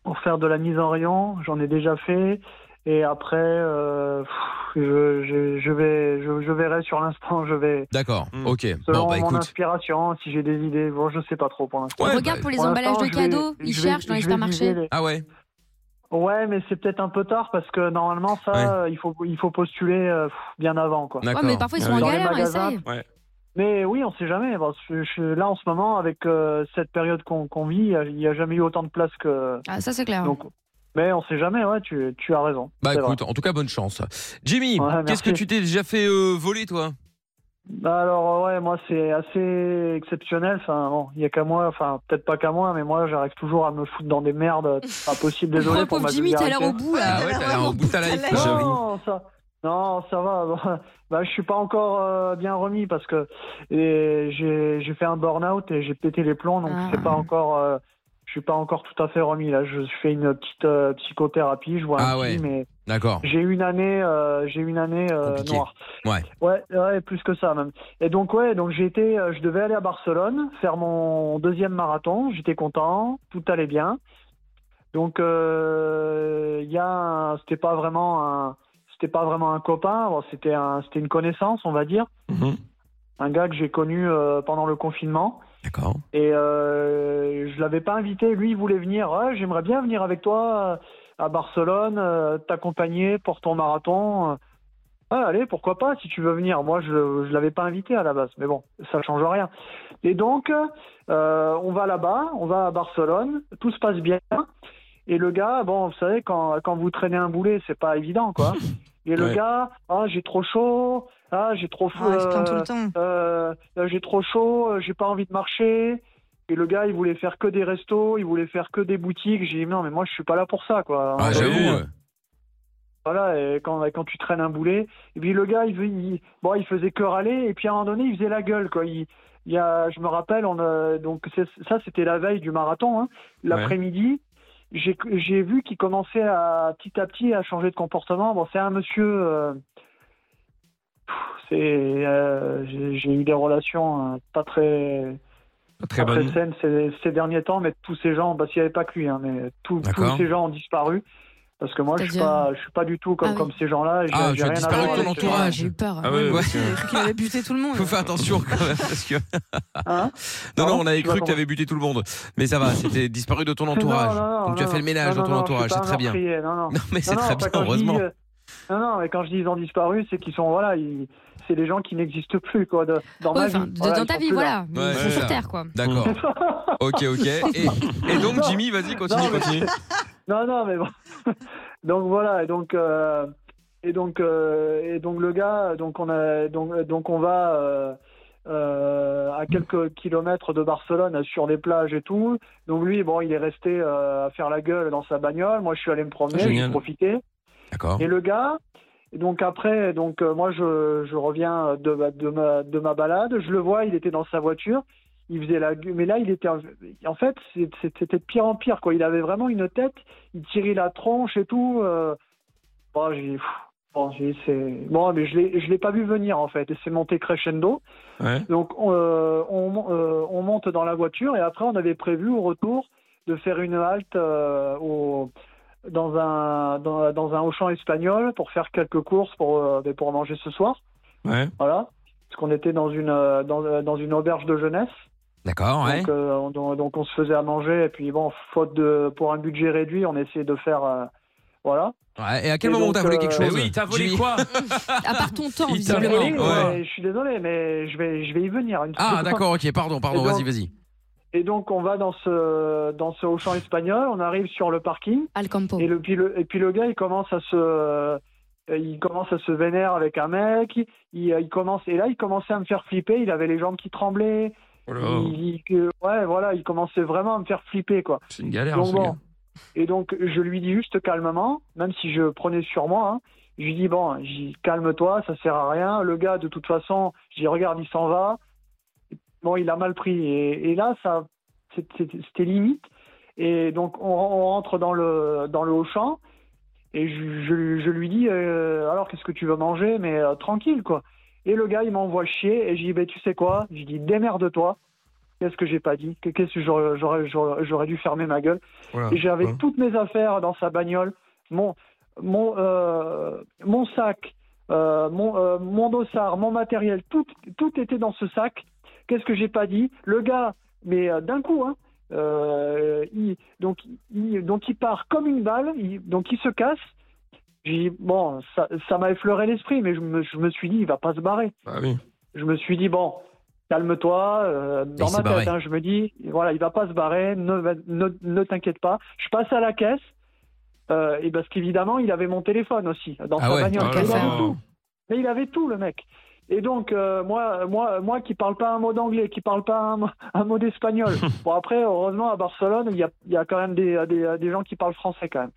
S13: pour faire de la mise en rayon. J'en ai déjà fait. Et après, euh, pff, je, je, je vais, je, je verrai sur l'instant. Je vais
S3: D'accord,
S4: Hmm.
S3: ok.
S13: Mm. selon
S3: Bon, bah,
S13: mon
S3: écoute.
S13: inspiration, si j'ai des idées. Bon, je sais pas trop pour l'instant.
S3: Ouais,
S6: Regarde
S3: bah,
S6: pour les
S13: Pour
S6: emballages
S13: l'instant,
S6: de
S13: je vais-
S6: cadeaux, ils
S13: je vais-
S6: cherchent dans les
S13: je vais
S6: supermarchés.
S13: viser les-
S3: Ah ouais
S13: Ouais, mais c'est peut-être un peu tard parce que normalement, ça,
S3: Ouais.
S13: euh, il faut, il faut postuler euh, pff, bien avant, quoi.
S6: Ouais,
S3: D'accord.
S6: mais parfois ils sont
S4: Ouais,
S6: en
S13: dans les
S6: galère,
S13: magasins.
S6: essaye.
S13: Mais oui, on sait jamais. Parce que je- là, en ce moment, avec euh, cette période qu'on qu'on vit, il y a- il n'y a, jamais eu autant de place que.
S6: Ah, ça c'est clair.
S13: Donc, mais on sait jamais, ouais, tu, tu as raison.
S3: Bah
S13: C'est vrai.
S3: écoute, en tout cas, bonne chance. Jimmy,
S13: Ouais,
S3: qu'est-ce
S13: merci.
S3: que tu t'es déjà fait euh, voler, toi
S13: Bah alors, ouais, moi, c'est assez exceptionnel. Enfin, bon, il n'y a qu'à moi, enfin, peut-être pas qu'à moi, mais moi, j'arrive toujours à me foutre dans des merdes. C'est pas possible, désolé.
S6: Oh,
S13: pour
S6: pauvre
S13: ma
S6: Jimmy, t'as l'air au
S13: vulgarité.
S6: bout là.
S3: Ah ouais, t'as l'air au bout de ta life.
S5: Ouais,
S3: quoi.
S13: Non, ça, non, ça va. Bah, bah, je suis pas encore euh, bien remis parce que et j'ai j'ai fait un burn-out et j'ai pété les plombs, donc
S6: Ah.
S13: c'est pas encore. euh, je suis pas encore tout à fait remis là. Je fais une petite euh, psychothérapie, je vois un
S3: Ah ouais.
S13: psy, mais
S3: D'accord.
S13: j'ai une année, euh, j'ai une année euh,
S3: Compliqué.
S13: noire.
S3: Ouais.
S13: ouais, ouais, plus que ça même. Et donc ouais, donc j'ai été, euh, je devais aller à Barcelone faire mon deuxième marathon. J'étais content, tout allait bien. Donc euh, il y a, un- c'était pas vraiment un, c'était pas vraiment un copain. Bon, c'était un, c'était une connaissance, on va dire,
S4: Mhm.
S13: un gars que j'ai connu euh, pendant le confinement.
S3: D'accord.
S13: Et euh, je l'avais pas invité. Lui, il voulait venir. Ouais, J'aimerais bien venir avec toi euh, à Barcelone, euh, t'accompagner pour ton marathon. Euh, ouais, allez, pourquoi pas si tu veux venir. Moi, je je l'avais pas invité à la base, mais bon, ça change rien. Et donc, euh, on va là-bas, on va à Barcelone, tout se passe bien. Et le gars, bon, vous savez, quand quand vous traînez un boulet, c'est pas évident, quoi. Et le
S3: Ouais.
S13: gars, ah, j'ai trop chaud, ah, j'ai trop froid.
S5: Ah, je plains tout le temps.
S13: Euh, euh, j'ai trop chaud, euh, j'ai pas envie de marcher. Et le gars, il voulait faire que des restos, il voulait faire que des boutiques. J'ai dit non, mais moi, je suis pas là pour ça, quoi.
S3: Ah,
S13: Euh,
S3: j'avoue.
S4: oui.
S3: euh,
S13: Voilà, et quand, quand tu traînes un boulet. Et puis le gars, il, il- bon, il faisait que râler, et puis à un moment donné, il faisait la gueule, quoi. Il, il y a, je me rappelle, on a- donc c'est- ça, c'était la veille du marathon, hein. l'après-midi. J'ai j'ai vu qu'il commençait à petit à petit à changer de comportement. Bon, c'est un monsieur. euh, pff, c'est, euh, j'ai j'ai eu des relations euh, pas très
S7: Très
S13: Après
S7: bonne.
S13: scène, ces, ces derniers temps, mais tous ces gens, bah, s'il n'y avait pas que lui, hein, mais tous-
S7: D'accord.
S13: tous ces gens ont disparu. Parce que moi, je ne suis,
S5: C'est-à-dire
S13: pas- je suis pas du tout comme,
S5: Ah oui.
S13: comme ces gens-là. j'ai-
S3: Ah,
S13: j'ai
S3: tu as
S13: rien à
S3: disparu
S13: voir
S3: de ton
S13: avec ces gens.
S3: entourage.
S5: J'ai eu peur.
S3: Ah ouais,
S5: Moi,
S3: ouais,
S5: j'ai cru qu'il avait buté tout le monde.
S3: Faut faire attention quand même parce que. non non, on avait cru
S13: Hein Tu vas
S3: que
S13: comment
S3: t'avais buté tout le monde, mais ça va, c'était disparu de ton entourage.
S13: Non, non,
S3: Donc tu as
S13: non,
S3: fait le ménage
S13: non,
S3: dans ton
S13: non, non,
S3: entourage,
S13: je
S3: c'est
S13: suis pas
S3: très bien.
S13: meurtrier, Non, non.
S3: Non mais c'est
S13: Non, non,
S3: très
S13: enfin,
S3: bien,
S13: quand je dis,
S3: heureusement.
S13: euh, Non, non, mais quand je dis ils ont disparu, c'est qu'ils sont, voilà, ils- c'est les gens qui n'existent plus, quoi, de- dans ma
S6: Ouais, enfin,
S13: vie.
S6: de-
S13: Voilà,
S6: dans
S13: ils
S6: ta
S13: sont
S6: vie,
S13: plus
S6: voilà.
S13: là.
S6: Ils
S3: Ouais,
S6: sont
S3: ouais,
S6: Ah, sur
S3: ouais.
S6: Terre, quoi.
S3: D'accord. Ok ok. Et, et donc
S13: Non.
S3: Jimmy, vas-y continue
S13: Non, mais-
S3: continue.
S13: Non, non, mais bon. donc voilà, et donc euh, et donc euh, et donc le gars, donc on a donc donc on va euh, euh, à quelques kilomètres de Barcelone sur les plages et tout. Donc lui, bon, il est resté euh, à faire la gueule dans sa bagnole. Moi, je suis allé me promener,
S7: Génial.
S13: j'ai profité.
S3: D'accord.
S13: Et le gars, donc après, donc euh, moi je, je reviens de, ma- de, ma, de ma balade, je le vois, il était dans sa voiture, il faisait la gue- mais là il était en en fait c'est- c'est- c'était de pire en pire quoi, il avait vraiment une tête, il tirait la tronche et tout. euh, bon, j'ai pff, bon, j'ai- c'est- bon, mais je l'ai je l'ai pas vu venir en fait, et c'est monté crescendo.
S7: Ouais.
S13: Donc euh, on, mon- euh, on monte dans la voiture et après on avait prévu au retour de faire une halte euh, au, dans un dans, dans un Auchan espagnol pour faire quelques courses pour euh, mais pour manger ce soir.
S7: Ouais.
S13: Voilà, parce qu'on était dans une euh, dans, euh, dans une auberge de jeunesse.
S3: D'accord ouais.
S13: Donc, euh, on- donc donc on se faisait à manger et puis bon faute de pour un budget réduit on essayait de faire euh, voilà.
S3: Ouais, Et à quel
S13: et
S3: moment
S13: donc,
S3: t'as volé quelque
S13: euh,
S3: chose
S7: Mais oui, t'as volé
S3: Jimmy
S7: quoi
S6: À part ton temps,
S7: Il t'a
S6: visiblement.
S7: volé,
S3: Ouais.
S13: Ouais, je suis désolé mais je vais je vais y venir. une
S3: Ah
S13: seconde.
S3: d'accord ok pardon pardon
S13: Et
S3: vas-y
S13: donc-
S3: vas-y.
S13: Et donc on va dans ce dans ce Auchan espagnol, on arrive sur le parking.
S6: Al Campo.
S13: Et, le, puis le, et puis le gars, il commence à se, euh, il commence à se vénère avec un mec. Il, euh, il commence et là, il commençait à me faire flipper. Il avait les jambes qui tremblaient.
S7: Oh là là,
S13: Il, il- que- ouais, voilà, il commençait vraiment à me faire flipper, quoi.
S7: C'est une galère,
S13: Donc
S7: ce
S13: bon.
S7: gars.
S13: Et donc je lui dis juste calmement, même si je prenais sur moi, hein, je lui dis bon, j'y dis, calme-toi, ça sert à rien. Le gars, de toute façon, j'y regarde, il s'en va. Bon, il a mal pris. Et, et là, ça, c'est- c'était c'était limite. Et donc on, on rentre dans le dans le Auchan et je, je- je lui dis euh, alors qu'est-ce que tu veux manger mais euh, tranquille quoi. Et le gars il m'envoie chier et je dis ben tu sais quoi Je dis démerde-toi. Qu'est-ce que j'ai pas dit Que- Qu'est-ce que j'aurais- j'aurais j'aurais- j'aurais dû fermer ma gueule
S7: Voilà.
S13: et J'avais
S7: Ouais.
S13: toutes mes affaires dans sa bagnole, mon mon euh, mon sac, euh, mon euh, mon dossard, mon matériel, tout tout était dans ce sac. Qu'est-ce que j'ai pas dit Le gars, mais euh, d'un coup, hein, euh, il, donc il, donc il part comme une balle, il- donc il se casse. J'ai dit, bon, ça ça m'a effleuré l'esprit, mais je me, je me suis dit, il va pas se barrer
S7: Bah oui.
S13: je me suis dit bon calme-toi euh, dans
S3: il s'est
S13: ma
S3: barré.
S13: tête hein, je me dis voilà il va pas se barrer ne, va- ne, ne t'inquiète pas je passe à la caisse euh, et parce qu'évidemment il avait mon téléphone aussi dans
S3: Ah
S13: sa
S3: ouais.
S13: bagnole
S7: Oh
S13: il
S7: là
S13: avait
S7: là.
S13: tout mais il avait tout le mec et donc euh, moi moi moi qui parle pas un mot d'anglais qui parle pas un, mo- un mot d'espagnol bon après heureusement à Barcelone il y a, il y a quand même des, des, des gens qui parlent français quand même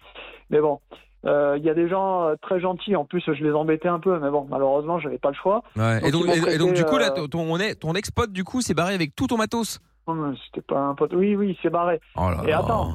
S13: mais bon euh, il y a des gens euh, très gentils en plus je les embêtais un peu mais bon malheureusement j'avais pas le choix
S3: Ouais, Et
S13: Donc,
S3: donc
S13: ils m'ont
S3: et- et donc du coup là
S13: prêté, euh,
S3: ton ton ton ex-pote du coup s'est barré avec tout ton matos.
S13: Hum, C'était pas un pote. Oui, oui, il s'est barré.
S3: Oh là
S13: Et
S3: là.
S13: attends.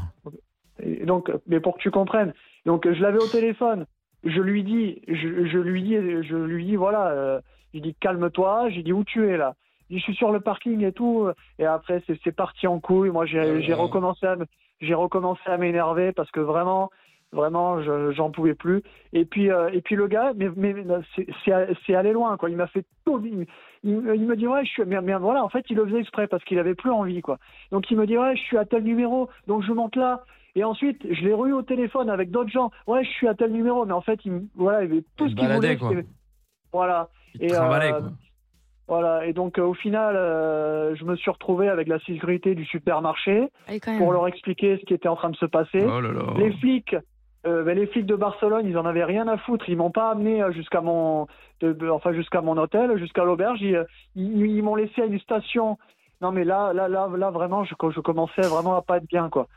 S13: Et donc, mais pour que tu comprennes, donc je l'avais au téléphone. Je lui dis, je, je lui dis, je lui dis, voilà, euh, je lui dis calme-toi. J'ai dit où tu es là. Je suis sur le parking et tout. Et après, c'est c'est parti en couille. Moi, j'ai j'ai recommencé à me- j'ai recommencé à m'énerver parce que vraiment, vraiment, je- j'en pouvais plus. Et puis, euh, et puis le gars, mais, mais mais c'est- c'est c'est allé loin quoi. Il m'a fait tout. Il, il- il me dit ouais, je suis. Mais, mais voilà, en fait, il le faisait exprès parce qu'il avait plus envie quoi. Donc il me dit ouais, je suis à tel numéro, donc je monte là. Et ensuite, je l'ai revu au téléphone avec d'autres gens. Ouais, je suis à tel numéro, mais en fait, il, me- voilà, il avait tout
S7: Il
S13: ce
S7: se
S13: qu'il
S7: baladait,
S13: voulait.
S7: quoi.
S13: c'était- Voilà.
S7: Il
S13: Et,
S7: travaillait,
S13: euh,
S7: quoi.
S13: Voilà, et donc euh, au final, euh, je me suis retrouvé avec la sécurité du supermarché
S6: Allez, Ah quand même.
S13: pour leur expliquer ce qui était en train de se passer.
S7: Oh là là.
S13: Les flics, euh, ben, les flics de Barcelone, ils en avaient rien à foutre. Ils m'ont pas amené euh, jusqu'à mon, de- de- enfin jusqu'à mon hôtel, jusqu'à l'auberge. Ils, euh, ils, ils m'ont laissé à une station. Non mais là, là, là, là vraiment, je, je commençais vraiment à pas être bien quoi.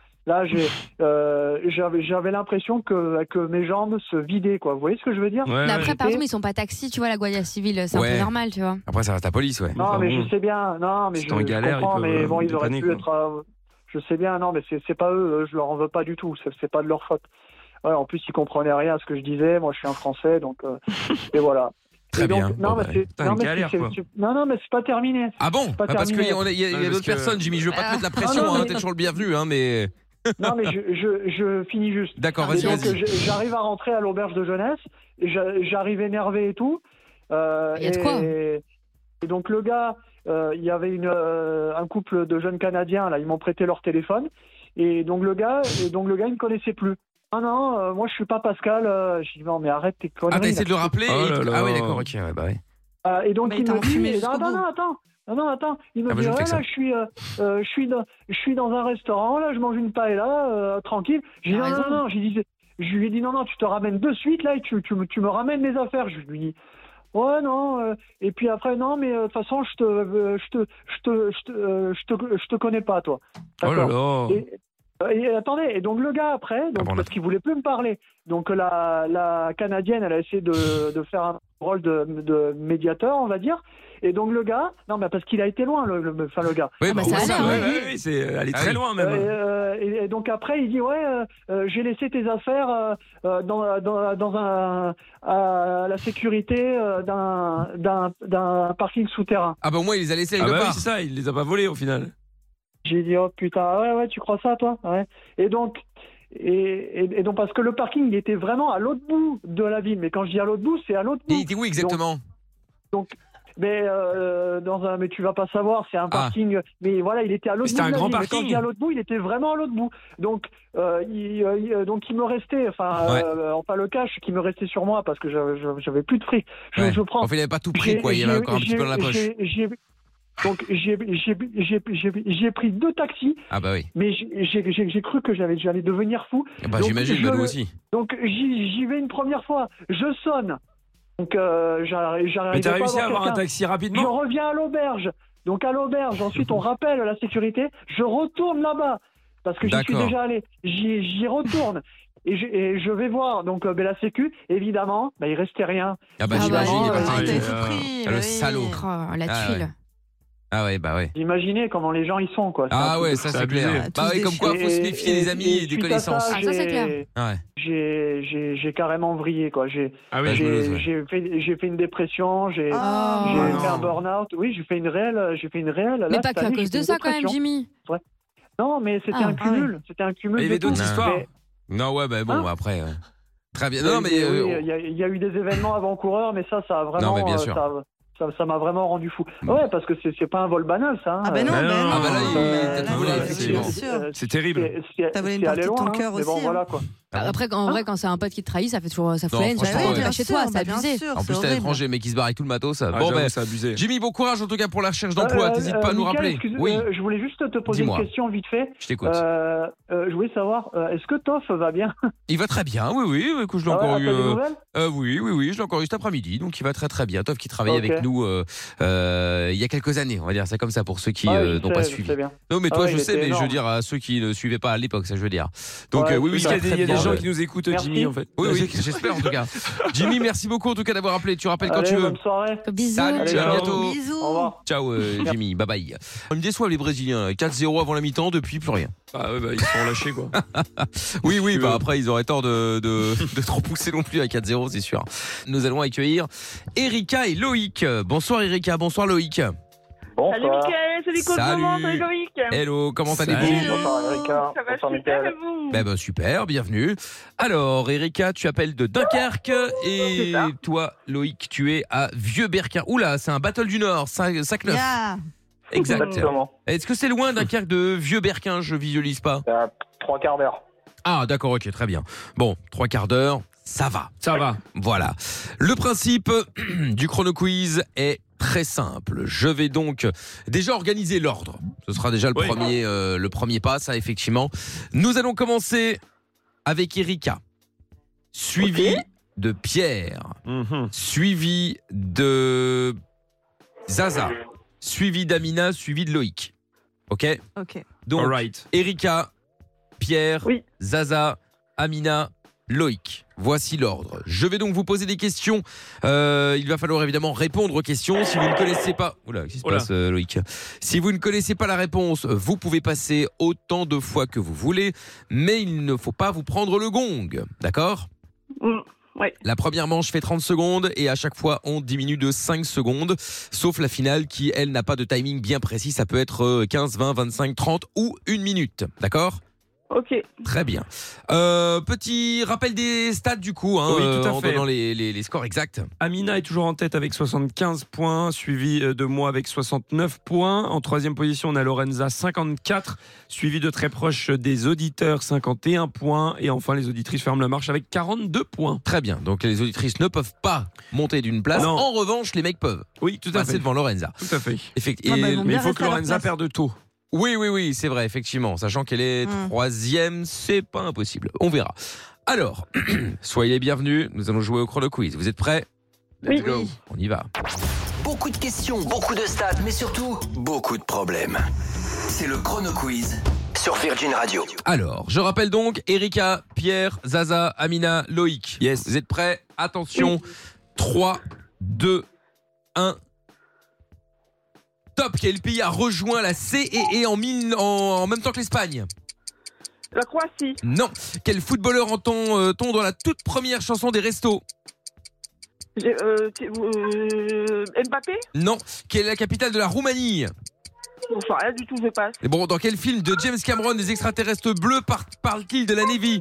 S13: Là, j'ai, euh, j'avais, j'avais l'impression que que mes jambes se vidaient quoi. Vous voyez ce que je veux dire
S7: Ouais,
S6: Mais
S7: ouais.
S6: après, par
S13: j'étais-
S6: exemple, ils sont pas taxis, tu vois, la Guardia Civile, c'est un
S3: Ouais.
S6: peu normal, tu vois.
S3: Après ça reste la police ouais.
S13: Non,
S7: Enfin,
S13: mais
S7: bon.
S13: je sais bien. Non, mais
S7: C'est
S13: je,
S7: en
S13: je
S7: galère,
S13: comprends,
S7: ils peuvent,
S13: mais
S7: euh,
S13: bon, ils auraient
S7: dépanner,
S13: pu
S7: quoi.
S13: être. euh, je sais bien, non, mais c'est c'est pas eux. euh, Je leur en veux pas du tout. C'est c'est pas de leur faute. Ouais, en plus, ils comprenaient rien à ce que je disais. Moi, je suis un Français, donc euh, et voilà.
S3: Très
S13: Et donc-
S3: bien.
S13: Non,
S3: Bon,
S13: mais
S3: bah,
S13: c'est-
S3: putain,
S13: non, mais
S3: galère,
S13: c'est-
S3: quoi.
S13: c'est- non, non, mais c'est pas terminé.
S3: Ah bon
S13: Pas
S3: Ah, Parce qu'il
S13: terminé.
S3: y a, on a- il y a- il y a
S13: Ouais, parce
S3: d'autres
S13: que-
S3: personnes, Jimmy. Je veux pas te mettre la
S13: Ah,
S3: pression,
S13: non,
S3: hein,
S13: mais-
S3: t'es toujours le bienvenu, hein, mais.
S13: Non, mais je, je, je finis juste.
S3: D'accord, vas-y,
S13: Et donc,
S3: vas-y.
S13: je- J'arrive à rentrer à l'auberge de jeunesse, et j'a- j'arrive énervé et tout. Euh,
S6: Il y a de
S13: et-
S6: quoi.
S13: Et donc, le gars, euh, il y avait une, euh, un couple de jeunes Canadiens, là, ils m'ont prêté leur téléphone. Et donc, le gars, et donc, le gars il ne me connaissait plus. Ah non, euh, moi, je suis pas Pascal. euh, je dis, non, mais arrête tes conneries.
S3: Ah, t'as essayé de le
S13: là.
S3: rappeler et-
S7: Oh là
S3: Ah,
S7: là.
S3: oui, d'accord, ok.
S7: ouais, bah ouais.
S13: Euh, et donc
S5: Mais
S13: il
S5: t'as
S13: me
S5: enfumé
S13: dit,
S5: jusqu'au
S13: ah, non,
S5: bout.
S13: non, attends, non, non, attends, il me
S7: Ah, moi,
S13: dit,
S7: je
S13: ouais,
S7: fais que ça.
S13: là, je suis, euh, euh, je suis, dans, je suis dans un restaurant, là, je mange une paella, euh, tranquille. J'ai dit,
S6: T'as
S13: non, non,
S6: raison.
S13: non, j'ai dit, je lui ai dit, non, non, tu te ramènes de suite, là, et tu, tu, me- tu me ramènes mes affaires. Je lui dis, ouais, non, euh, et puis après, non, mais euh, de toute façon, je te, euh, je te, je te, je te, euh, je te, je te connais pas, toi.
S7: Oh là
S13: D'accord.
S7: là.
S13: Et, euh, et attendez, et donc le gars après, donc,
S7: Ah bon,
S13: parce qu'il voulait plus me parler, donc euh, la, la Canadienne, elle a essayé de, de faire un rôle de, de médiateur, on va dire. Et donc le gars, non, mais parce qu'il a été loin, le, le, enfin, le gars.
S3: Oui,
S6: bah,
S3: bah,
S6: ça
S3: ouais,
S6: a
S3: ça,
S6: l'air,
S4: hein.
S3: ouais,
S7: Ouais, ouais, ouais, c'est- elle est
S3: Ah
S7: très
S3: oui.
S7: loin
S13: Euh,
S7: même.
S13: et, euh, et- et donc après, il dit ouais, euh, euh, j'ai laissé tes affaires euh, euh, dans, dans, dans un à la sécurité euh, d'un d'un d'un parking souterrain.
S3: Ah, bah, au moins, il les a laissés
S7: Ah
S3: quelque
S7: bah oui,
S3: part.
S7: c'est ça, il les a pas volés au final.
S13: J'ai dit oh putain ouais ouais tu crois ça toi ouais. Et donc et, et- et donc parce que le parking il était vraiment à l'autre bout de la ville. Mais quand je dis à l'autre bout, c'est à l'autre
S3: Il
S13: bout.
S3: était où exactement
S13: Mais euh, dans un mais tu vas pas savoir c'est un
S3: Ah.
S13: parking. Mais voilà il était à l'autre bout.
S7: C'était un
S13: de la
S7: grand
S13: ville. Mais quand
S7: parking.
S13: je dis à l'autre bout il était vraiment à l'autre bout. Donc euh, il, euh, il- donc il me restait enfin
S3: Ouais.
S13: euh, enfin le cash qui me restait sur moi parce que j'avais- j'avais j'avais plus de fric. Je,
S3: Ouais.
S13: je prends.
S3: Enfin, il avait pas tout pris,
S13: J'ai-
S3: quoi. Il y avait
S13: j'ai-
S3: encore un petit
S13: j'ai-
S3: peu dans la poche.
S13: j'ai- j'ai- Donc j'ai j'ai- j'ai- j'ai- j'ai pris deux taxis,
S3: Ah, bah oui.
S13: mais j'ai- j'ai j'ai- j'ai cru que j'allais j'allais devenir fou.
S3: Ah Bah,
S13: Donc,
S3: j'imagine,
S13: je-
S3: bah, nous aussi.
S13: Donc j'y j'y vais une première fois, je sonne. Donc euh, j'arri- j'arrive.
S7: Mais t'as
S13: pas
S7: réussi à
S13: voir
S7: avoir un
S13: quelqu'un.
S7: taxi
S13: Je
S7: rapidement
S13: reviens à l'auberge. Donc à l'auberge, ensuite on rappelle la sécurité. Je retourne là-bas parce que j'y suis
S3: D'accord.
S13: déjà allé. J'y j'y retourne. Et je, et je vais voir donc euh, ben, la sécu, évidemment, ben, il restait rien.
S5: Ah
S3: Ah, bah,
S5: bah,
S3: j'imagine, il est
S5: non,
S13: pas
S5: euh,
S3: parti.
S5: il
S3: avec
S5: t'avait
S3: tout.
S5: tout pris,
S3: Ah,
S5: bah
S3: le
S5: oui.
S3: salaud.
S6: Oh, la
S3: Ah,
S6: tuile.
S3: Ah, ouais, bah, ouais.
S13: Imaginez comment les gens ils sont quoi. C'est un
S3: Ah,
S13: truc
S3: ouais,
S13: de
S3: ça,
S13: fou.
S3: c'est
S7: c'est
S3: clair.
S7: abusé.
S3: Bah, ouais,
S5: Tous
S3: comme quoi, faut se
S13: Et-
S3: méfier des amis et des
S13: suite à ça,
S3: connaissances.
S6: Ah, ça, c'est
S13: j'ai-
S6: clair.
S3: Ouais.
S13: J'ai j'ai- j'ai carrément vrillé quoi. J'ai
S7: Ah
S3: Bah,
S7: oui,
S3: je me
S13: j'ai
S3: doute, ouais.
S13: j'ai fait j'ai fait une dépression.
S6: Oh.
S13: J'ai
S5: Ah.
S13: j'ai
S7: non.
S13: fait un burn-out. Oui, j'ai fait une réelle. J'ai fait une réelle. là,
S6: Mais pas
S13: cette
S6: que à
S13: année,
S6: cause
S13: j'ai fait
S6: de
S13: une
S6: ça quand même,
S13: dépression.
S6: Jimmy.
S13: Non, mais c'était
S6: Ah,
S13: un
S6: ah ouais.
S13: cumul. C'était un cumul.
S7: Mais il y
S13: de
S7: avait
S13: tout.
S7: d'autres
S3: Non.
S7: histoires.
S13: Mais-
S3: Non, ouais, bah, bon,
S13: Hein Bah
S3: bah, après. euh, Très bien.
S13: Oui,
S3: Non, mais.
S13: oui,
S3: euh,
S13: il y a- il y, a eu des événements avant-coureurs, mais ça, ça a vraiment.
S3: Non, mais bien
S13: euh,
S3: sûr. Mm.
S13: ça a- ça- ça m'a vraiment rendu fou.
S3: Bon.
S13: Ouais, parce que c'est c'est pas un vol banal, ça. hein.
S5: Ah bah non,
S7: Ah
S5: bah
S7: bah
S5: non.
S7: là,
S3: il-
S5: Euh, là,
S3: t'as tout volé,
S5: c'est-
S3: effectivement.
S5: c'est sûr.
S13: euh,
S7: C'est terrible.
S13: c'est- c'est-
S5: T'as volé une
S13: c'est
S5: partie de
S13: allé
S5: ton
S13: loin, hein.
S5: cœur
S13: Mais bon,
S5: aussi,
S13: voilà quoi.
S3: Ah bon
S6: Après, en vrai, quand c'est un pote qui te trahit, ça fait toujours, ça fait
S3: Non,
S6: la haine, ça
S5: Bah
S6: fait la
S3: franchement,
S6: haine,
S5: oui,
S3: ouais.
S6: t'es
S5: bien
S6: pas chez
S5: sûr,
S6: toi,
S5: bah
S6: c'est
S5: bien
S6: abusé.
S5: sûr,
S3: En
S5: c'est
S3: plus, t'es à
S5: horrible.
S3: l'étranger, mec, il se barre avec tout le matos. ça.
S7: Ah,
S3: Bon,
S7: j'avoue,
S3: ben.
S7: c'est abusé.
S3: Jimmy, bon courage en tout cas pour la recherche d'emploi.
S13: Euh,
S3: T'hésites
S13: euh,
S3: pas à nous
S13: Mickaël,
S3: rappeler.
S13: excuse-
S3: Oui,
S13: euh, je voulais juste te poser une
S3: Dis-moi.
S13: question vite fait.
S3: je t'écoute.
S13: Euh, euh, je voulais savoir, euh, est-ce que Toff va bien
S3: Il va très bien, oui, oui, écoute, je l'ai
S13: Ah ouais,
S3: encore eu.
S13: t'as des
S3: euh,
S13: nouvelles
S3: euh, oui, oui, oui, je l'ai encore eu cet après-midi, donc il va très très bien. Tov qui travaillait
S13: Ok.
S3: avec nous euh, euh, il y a quelques années, on va dire ça comme ça pour ceux qui
S13: Ah,
S3: euh,
S13: je
S3: n'ont
S13: sais,
S3: pas
S13: je
S3: suivi.
S13: sais bien.
S3: Non, mais
S13: Ah
S3: toi
S13: ouais,
S3: je
S13: il
S3: sais,
S13: était
S3: mais je veux
S13: énorme.
S3: dire à ceux qui ne suivaient pas à l'époque, ça je veux dire. Donc
S13: Ouais,
S3: euh, oui, oui,
S7: Oui, il y a des, il y a des
S3: très
S7: gens
S3: bien.
S7: qui nous écoutent,
S13: Merci.
S7: Jimmy, en fait.
S3: Oui, oui, j'espère en tout cas. Jimmy, merci beaucoup en tout cas d'avoir appelé. Tu rappelles quand
S13: Allez,
S3: tu veux.
S13: bonne soirée.
S6: Bisous.
S3: Salut,
S13: Allez,
S3: à
S13: ciao.
S3: bientôt.
S5: Bisous.
S13: Au revoir.
S3: Ciao euh, Jimmy, bye bye. Ils me déçoivent les Brésiliens, là. 4-0 avant la mi-temps, depuis plus rien.
S7: Ah ouais, bah, ils sont relâchés, quoi.
S3: Oui, oui,
S7: que-
S3: bah après ils auraient tort de, de, de trop pousser non plus à 4-0, c'est sûr. Nous allons accueillir Erika et Loïc. Bonsoir Erika, bonsoir Loïc.
S12: Salut
S10: Bonsoir.
S12: Mickaël, salut Cosmo,
S3: Salut.
S12: salut Loïc.
S3: Hello, comment allez-vous
S5: Salut.
S10: Bonsoir Erika.
S12: Ça va
S10: Bonsoir
S12: super et
S10: Mickaël.
S12: vous
S3: ben, ben, super, bienvenue. Alors Erika, tu appelles de Dunkerque et
S12: Oh, C'est ça.
S3: toi Loïc, tu es à Vieux-Berquin. Oula, c'est un battle du Nord, Sac- Sac-Neuf.
S5: Yeah.
S3: Exact.
S10: Exactement.
S3: Est-ce que c'est loin Dunkerque de Vieux-Berquin Je visualise pas.
S10: À Euh, Trois quarts d'heure.
S3: Ah d'accord, ok, très bien. Bon, trois quarts d'heure, ça va.
S7: Ça va.
S3: Voilà. Le principe du chrono quiz est très simple. Je vais donc déjà organiser l'ordre. Ce sera déjà le
S7: Oui.
S3: premier, euh, le premier pas, ça effectivement. Nous allons commencer avec Erika, suivi de Pierre,
S10: Mhm.
S3: suivi de Zaza, suivi d'Amina, suivi de Loïc. Ok.
S5: Ok.
S3: Donc
S7: All right.
S3: Erika, Pierre,
S12: Oui.
S3: Zaza, Amina, Loïc. Voici l'ordre. Je vais donc vous poser des questions. Euh, il va falloir évidemment répondre aux questions. Si vous ne connaissez pas, Oula, qu'est-ce qui se
S7: Oula.
S3: passe, euh, Loïc Si vous ne connaissez pas la réponse, vous pouvez passer autant de fois que vous voulez, mais il ne faut pas vous prendre le gong, d'accord
S12: Mm. Ouais.
S3: La première manche fait 30 secondes et à chaque fois on diminue de 5 secondes, sauf la finale qui, elle, n'a pas de timing bien précis. Ça peut être euh, 15, 20, 25, 30 ou une minute. D'accord
S12: Ok.
S3: Très bien. Euh, petit rappel des stats du coup, hein,
S4: Oui, tout à
S3: euh, en
S4: fait.
S3: donnant les, les- les scores exacts.
S4: Amina est toujours en tête avec 75 points, suivi euh, de moi avec 69 points. En troisième position, on a Lorenza 54, suivi de très proche des auditeurs 51 points. Et enfin, les auditrices ferment la marche avec 42 points.
S3: Très bien. Donc les auditrices ne peuvent pas monter d'une place.
S4: Non.
S3: En revanche, les mecs peuvent.
S4: Oui, tout à
S3: Passer
S4: fait.
S3: devant Lorenza.
S4: Tout à fait.
S3: Effectivement.
S4: Ah bah, ils vont Mais bien il faut rester que à leur Lorenza place. perde tôt.
S3: Oui, oui, oui, c'est vrai, effectivement. Sachant qu'elle est
S4: Hmm.
S3: troisième, c'est pas impossible. On verra. Alors, soyez les bienvenus. Nous allons jouer au chrono quiz. Vous êtes prêts
S2: Oui.
S3: go. On y va.
S2: Beaucoup de questions, beaucoup de stats, mais surtout beaucoup de problèmes. C'est le Chrono Quiz sur Virgin Radio.
S3: Alors, je rappelle donc Erika, Pierre, Zaza, Amina, Loïc. Yes. Vous êtes prêts Attention. 3, 2, 1. Top, quel pays a rejoint la CEE en, mille- en, en même temps que l'Espagne
S12: La Croatie.
S3: Non. Quel footballeur entend-on dans la toute première chanson des restos
S12: J'ai, euh, t'es- euh, Mbappé
S3: Non. Quelle est la capitale de la Roumanie
S12: Enfin, rien du tout, je passe.
S3: Et bon, dans quel film de James Cameron des extraterrestres bleus par- parle-t-il de la Navy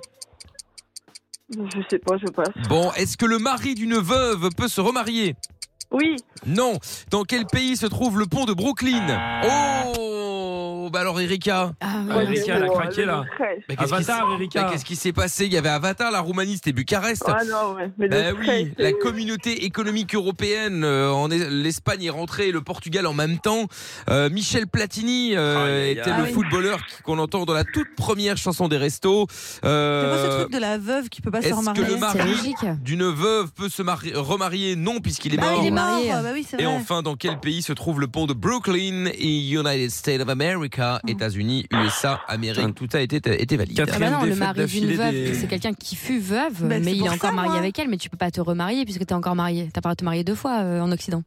S12: Je sais pas, je passe.
S3: Bon, est-ce que le mari d'une veuve peut se remarier
S12: Oui.
S3: Non. Dans quel pays se trouve le pont de Brooklyn Oh Bah alors Erika
S4: oui. Ah, Erika, elle a craqué, là.
S3: Mais qu'est-ce qui
S4: Avatar,
S3: s'est-
S4: Erika.
S3: Mais Qu'est-ce qui s'est passé Il y avait Avatar, la Roumanie, c'était Bucarest.
S12: Ah non, ouais. Mais le
S3: Bah
S12: stress,
S3: oui,
S12: c'est-
S3: la communauté économique européenne, euh, en est- l'Espagne est rentrée et le Portugal en même temps. Euh, Michel Platini euh,
S4: Aïe, aïe, aïe.
S3: était
S4: Ah
S3: le
S4: oui.
S3: footballeur qu'on entend dans la toute première chanson des restos. Euh,
S5: C'est quoi ce truc de la veuve qui peut pas se
S3: Est-ce que
S5: remarier
S3: le mari d'une veuve peut se mari- remarier Non, puisqu'il est
S5: Bah,
S3: mort.
S5: il est mort, bah oui, c'est
S3: Et
S5: vrai.
S3: enfin, dans quel pays se trouve le pont de Brooklyn United States of America,
S6: Oh.
S3: États-Unis, USA, Amérique Tout a été, été valide.
S6: Ah bah non, le mari d'une veuve, c'est quelqu'un qui fut veuve,
S5: Bah, c'est
S6: mais il est
S5: pour
S6: encore
S5: ça,
S6: marié
S5: moi.
S6: avec elle, mais tu peux pas te remarier puisque t'es encore marié. T'as pas à te marier deux fois euh, en Occident.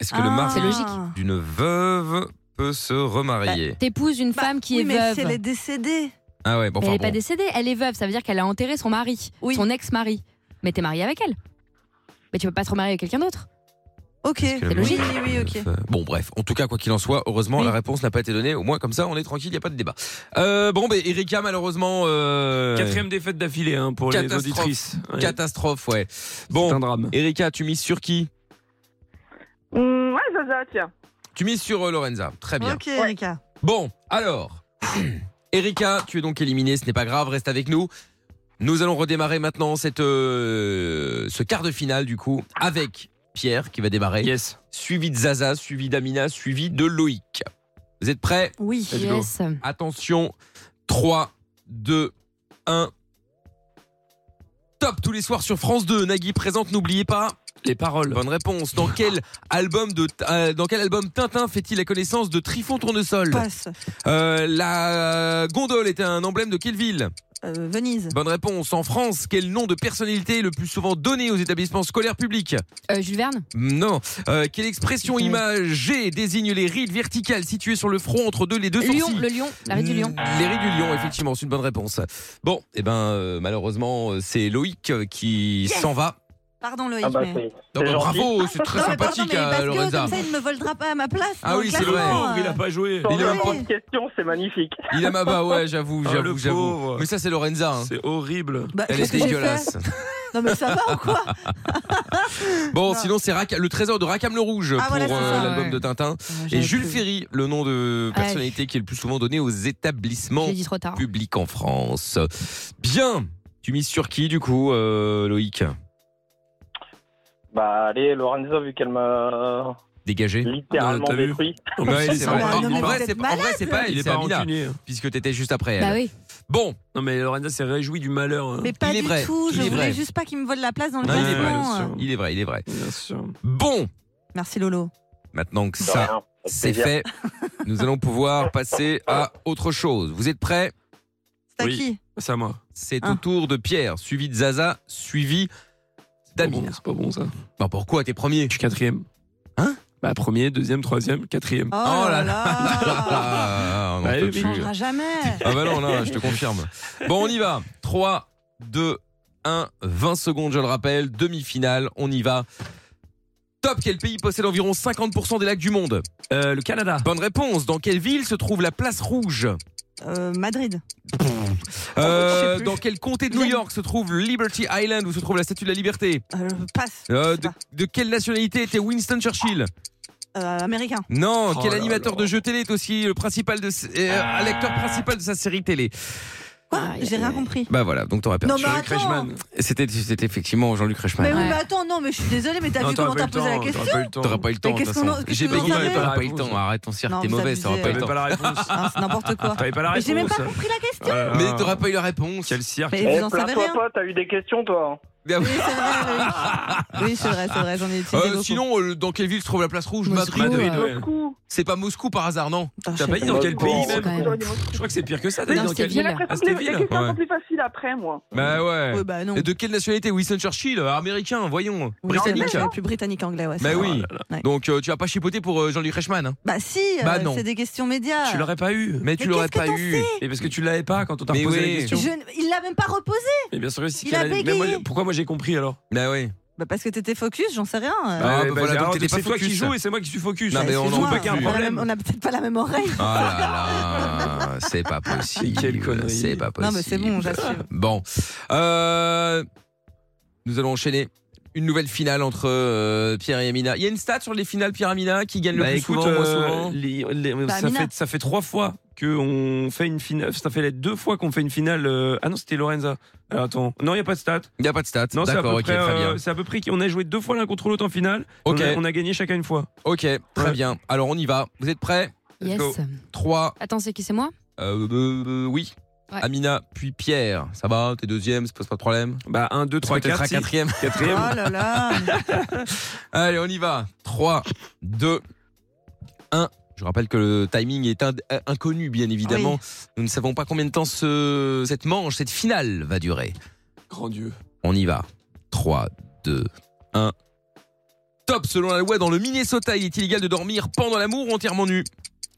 S3: Est-ce que le
S6: Ah.
S3: mari
S6: C'est logique.
S3: d'une veuve peut se remarier
S6: Bah, T'épouses une femme qui
S5: Bah, oui,
S6: est
S5: mais
S6: veuve.
S5: si elle est décédée.
S3: Ah ouais, bon,
S6: elle
S3: enfin,
S6: est pas
S3: bon.
S6: décédée, elle est veuve, ça veut dire qu'elle a enterré son mari, son ex-mari. Mais t'es marié avec elle. Mais tu peux pas te remarier avec quelqu'un d'autre.
S5: Ok,
S3: le
S6: c'est
S3: mari
S6: logique.
S3: d'une veuve- Euh, Bon, bref, en tout cas, quoi qu'il en soit, heureusement, la réponse n'a pas été donnée. Au moins, comme ça, on est tranquille, il n'y a pas de débat. Euh, bon, ben, Erika, malheureusement. euh,
S4: Quatrième défaite d'affilée hein, pour les
S3: Catastrophe.
S4: auditrices. Ouais.
S3: Catastrophe, ouais. Bon, Erika, tu mises sur qui
S12: Hum, ouais, Zaza, tiens.
S3: Tu mises sur euh, Lorenza. Très bien.
S5: Ok, Erika.
S3: Bon, alors, Erika, tu es donc éliminée, ce n'est pas grave, reste avec nous. Nous allons redémarrer maintenant cette, euh, ce quart de finale, du coup, avec Pierre qui va démarrer.
S4: Yes.
S3: Suivi de Zaza, suivi d'Amina, suivi de Loïc. Vous êtes prêts
S6: Oui, Let's go. yes.
S3: Attention, 3, 2, 1. Top tous les soirs sur France 2. Nagui présente, n'oubliez pas.
S4: Les paroles.
S3: Bonne réponse. Dans quel album de euh, dans quel album Tintin fait-il la connaissance de Trifon Tournesol
S5: Passe.
S3: Euh, la gondole était un emblème de quelle ville
S5: Euh, Venise.
S3: Bonne réponse. En France, quel nom de personnalité est le plus souvent donné aux établissements scolaires publics
S6: Euh, Jules Verne
S3: Non. Euh, quelle expression imagée désigne les rides verticales situées sur le front entre deux les deux
S6: Lion,
S3: sourcils
S6: le lion, l'arrêt du lion.
S3: les riz du lion, effectivement, c'est une bonne réponse. Bon, eh ben, euh, malheureusement, euh, c'est Loïc euh, qui s'en va.
S5: Pardon Loïc,
S3: Ah bah,
S5: mais...
S3: Non, bah, bravo, c'est très
S5: Non, mais pardon,
S3: sympathique,
S5: mais
S3: euh,
S5: parce que
S3: Lorenza.
S5: Comme ça, il ne me volera pas à ma place.
S3: Ah
S5: dans
S3: oui,
S5: le
S3: c'est vrai.
S5: classement, euh.
S4: pas joué.
S3: Il a-
S10: Pas de question, c'est magnifique. Euh,
S3: Il a ma bah ouais, j'avoue,
S4: Ah,
S3: j'avoue,
S4: le
S3: j'avoue.
S4: pauvre.
S3: Mais ça, c'est Lorenza. hein.
S4: C'est horrible.
S5: Bah,
S3: Elle
S5: qu'est-ce que
S3: est
S5: j'ai
S3: dégueulasse.
S5: Non mais ça va ou quoi
S3: Bon, sinon, c'est Rac- le trésor de Rackham le Rouge
S5: Ah,
S3: pour
S5: voilà, c'est
S3: euh,
S5: ça,
S3: l'album
S5: ouais. Ah,
S3: de Tintin. Et Jules Ferry, le nom de personnalité qui est le plus souvent donné aux établissements
S6: J'ai dit trop tard.
S3: publics en France. Bien. Tu mises sur qui, du coup, euh, Loïc
S10: Bah allez, Lorenzo, vu qu'elle m'a
S3: Dégagé.
S10: littéralement
S3: Ah, t'as vu
S10: détruit.
S3: Ah Ouais, c'est vrai.
S4: Non, mais
S3: En
S4: vous
S3: vrai,
S4: êtes
S3: c'est pas- en vrai, c'est pas
S4: malade. Il
S3: elle,
S4: est
S3: c'est
S4: pas
S3: Amina.
S4: rancunier. hein.
S3: Puisque t'étais juste après elle.
S5: Bah oui.
S3: Bon.
S4: Non, mais Lorenza s'est réjouie du malheur. hein.
S5: Mais pas du tout, je
S3: il est
S5: voulais
S3: vrai.
S5: juste pas qu'il me vole la place dans le
S3: Non, il est vrai,
S5: classement.
S3: bien sûr. il est vrai, il est vrai. Bon,
S5: Merci Lolo.
S3: maintenant que
S5: De
S3: ça
S5: rien,
S3: c'est
S5: plaisir.
S3: fait, nous allons pouvoir passer à autre chose. Vous êtes prêts
S5: C'est à qui Ah.
S4: C'est à moi.
S3: C'est au tour de Pierre, suivi de Zaza, suivi d'Amina.
S4: C'est pas bon ça.
S3: Bah pourquoi T'es premier
S4: Je suis quatrième.
S3: Hein
S4: Bah premier, deuxième, troisième, quatrième.
S5: Oh là là
S3: Ah, on en
S4: Bah oui,
S3: peut
S5: Ça
S3: plus.
S5: changera jamais
S3: Ah bah non, non, je te confirme. Bon, on y va. 3, 2, 1, 20 secondes, je le rappelle. Demi-finale, on y va. Top, quel pays possède environ 50% des lacs du monde
S4: Euh,
S3: Le Canada. Bonne réponse. Dans quelle ville se trouve la place rouge
S5: Euh, Madrid.
S3: Euh,
S5: Je sais plus.
S3: Dans quel comté de New York se trouve Liberty Island où se trouve la statue de la liberté
S5: Euh, passe.
S3: Euh, de, de quelle nationalité était Winston Churchill
S5: Euh, américain.
S3: Non,
S5: Oh
S3: quel
S5: là Ah.
S3: animateur de jeu télé est aussi le principal de euh, l'acteur principal de sa série télé
S5: Quoi J'ai rien compris.
S3: Bah voilà, donc t'aurais
S5: Non,
S3: perdu.
S5: mais Jean-Luc attends. Reichmann.
S3: C'était c'était effectivement Jean-Luc Reichmann.
S5: Mais oui, mais attends, non, mais je suis désolée, mais t'as
S3: Non,
S5: vu comment t'as posé la question
S3: T'aurais pas eu le temps.
S5: Mais qu'est-ce
S3: de toute
S5: qu'on en-
S3: façon.
S5: qu'est-ce
S3: J'ai
S5: qu'on
S3: pas
S5: en
S3: dit,
S5: savait
S3: t'aurais pas eu le temps. Arrête ton cirque,
S5: Non,
S3: t'es
S5: Ah, vous
S3: mauvais, t'aurais pas eu le
S5: abusez. T'avais
S3: temps.
S5: pas la réponse. Ah, c'est n'importe quoi.
S3: T'avais pas la
S5: Mais j'ai même pas
S3: réponse.
S5: compris la question.
S3: Mais t'auras pas eu la réponse. Quel cirque.
S5: Mais
S4: Eh,
S5: vous en savez rien.
S9: toi, t'as eu des questions,
S13: hein.
S9: toi.
S5: Oui, c'est vrai, c'est vrai, j'en ai utilisé
S3: Euh,
S5: beaucoup.
S3: sinon, euh, dans quelle ville se trouve la place rouge
S5: Moscou,
S3: Madrid.
S5: Madrid,
S4: ouais.
S3: C'est pas Moscou par hasard, non
S4: T'as pas dit dans quel pays même Je crois que c'est pire que ça. T'as dit
S3: Non,
S4: dans
S3: c'était
S4: quel
S3: Ville.
S4: pays
S3: J'ai l'impression que les- les questions sont plus
S8: faciles après, moi.
S3: Bah ouais.
S5: Ouais, bah non.
S3: Et de quelle nationalité Winston Churchill euh, Américain, voyons.
S5: Oui,
S3: Britannique.
S5: c'est vrai, euh, Plus britannique anglais, ouais.
S3: Bah
S5: c'est vrai.
S3: oui. Donc euh, tu vas pas chipoter pour euh, Jean-Luc Reichmann. hein.
S5: Bah si, euh,
S3: Bah non.
S5: c'est des questions médias.
S3: Tu l'aurais pas eu. Mais tu l'aurais pas eu.
S4: Mais parce que tu l'avais pas quand on t'a
S3: Mais
S4: posé
S3: oui.
S4: la question.
S5: Je n- Il l'a même pas reposé.
S4: Mais bien sûr que si
S5: Il
S4: qu'elle
S5: a
S4: a- mais moi,
S5: bégayé.
S4: Pourquoi moi j'ai compris alors
S3: Bah oui.
S5: Bah parce que t'étais focus, j'en sais rien. euh.
S4: Ah, bah,
S3: bah, voilà,
S4: alors,
S3: donc t'étais
S4: c'est
S3: pas
S4: toi qui
S3: focus.
S4: joues et c'est moi qui suis focus.
S3: Non, mais on en
S4: Excuse-moi,
S3: peut
S4: qu'il y a un
S3: plus.
S5: On a la
S4: problème.
S5: même- on a peut-être pas la même oreille.
S3: Ah Oh là là, c'est pas possible. Quelle connerie. C'est pas
S5: Non,
S3: possible.
S5: mais c'est bon, j'assume.
S3: Bon. Euh, nous allons enchaîner une nouvelle finale entre euh, Pierre et Amina. Il y a une stat sur les finales Pierre Amina qui gagne le
S4: Bah,
S3: plus
S4: écoute,
S3: souvent, moins
S4: euh,
S3: souvent.
S4: les- les-
S3: Bah,
S4: ça,
S3: Amina.
S4: fait, ça fait trois fois qu'on fait une finale. Ça fait les deux fois qu'on fait une finale. euh, Ah non, c'était Lorenza. Alors, attends. Non, il n'y a pas de stats.
S3: Il n'y a pas de stats.
S4: Non, c'est à, peu
S3: D'accord, ok,
S4: près,
S3: très
S4: euh,
S3: bien.
S4: c'est à peu près qu'on a joué deux fois l'un contre l'autre en finale.
S3: Ok.
S4: On a- On, a gagné chacun une fois.
S3: Ok, très bien. Alors on y va. Vous êtes prêts
S6: Yes.
S3: 3,
S6: Attends, c'est qui c'est moi
S3: euh, oui.
S6: Ouais.
S3: Amina, puis Pierre. Ça va T'es deuxième, ça pose pas de problème
S4: Bah 1, 2, 3, 4.
S3: à quatrième.
S4: Quatrième.
S5: Oh là là.
S3: Allez, on y va. 3, 2, 1. Je rappelle que le timing est ind- euh, inconnu, bien évidemment. Nous ne savons pas combien de temps ce- cette manche, cette finale va durer.
S4: Grand Dieu.
S3: On y va. 3, 2, 1. Top, selon la loi, dans le Minnesota, il est illégal de dormir pendant l'amour ou entièrement nu.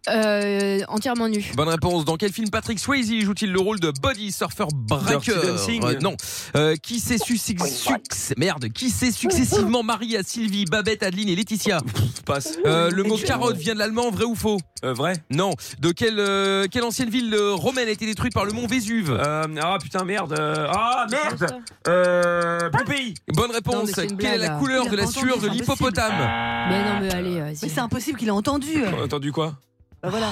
S6: Euh, entièrement nu.
S3: Bonne réponse. Dans quel film Patrick Swayze joue-t-il le rôle de body surfer breaker
S4: Dirty Dancing.
S3: Euh, Non. Euh, qui s'est succ- succ- merde Qui s'est successivement marié à Sylvie, Babette, Adeline et Laetitia
S4: Passe.
S3: Euh, le mot carotte vient de l'allemand, vrai ou faux
S4: Euh, vrai
S3: Non. De quelle, euh, quelle ancienne ville euh, romaine a été détruite par le mont Vésuve
S4: Euh, Ah putain, merde. euh, Ah merde. Euh, bon pays.
S3: Bonne
S6: Non,
S3: réponse.
S6: mais c'est une
S3: quelle est la
S6: blague.
S3: couleur
S5: Il a
S3: de la
S5: pas entendu,
S3: sueur de
S5: c'est impossible.
S3: l'hippopotame
S6: Mais non, mais allez, vas-y.
S5: Mais c'est impossible qu'il ait entendu.
S4: T'as entendu quoi
S5: Bah voilà.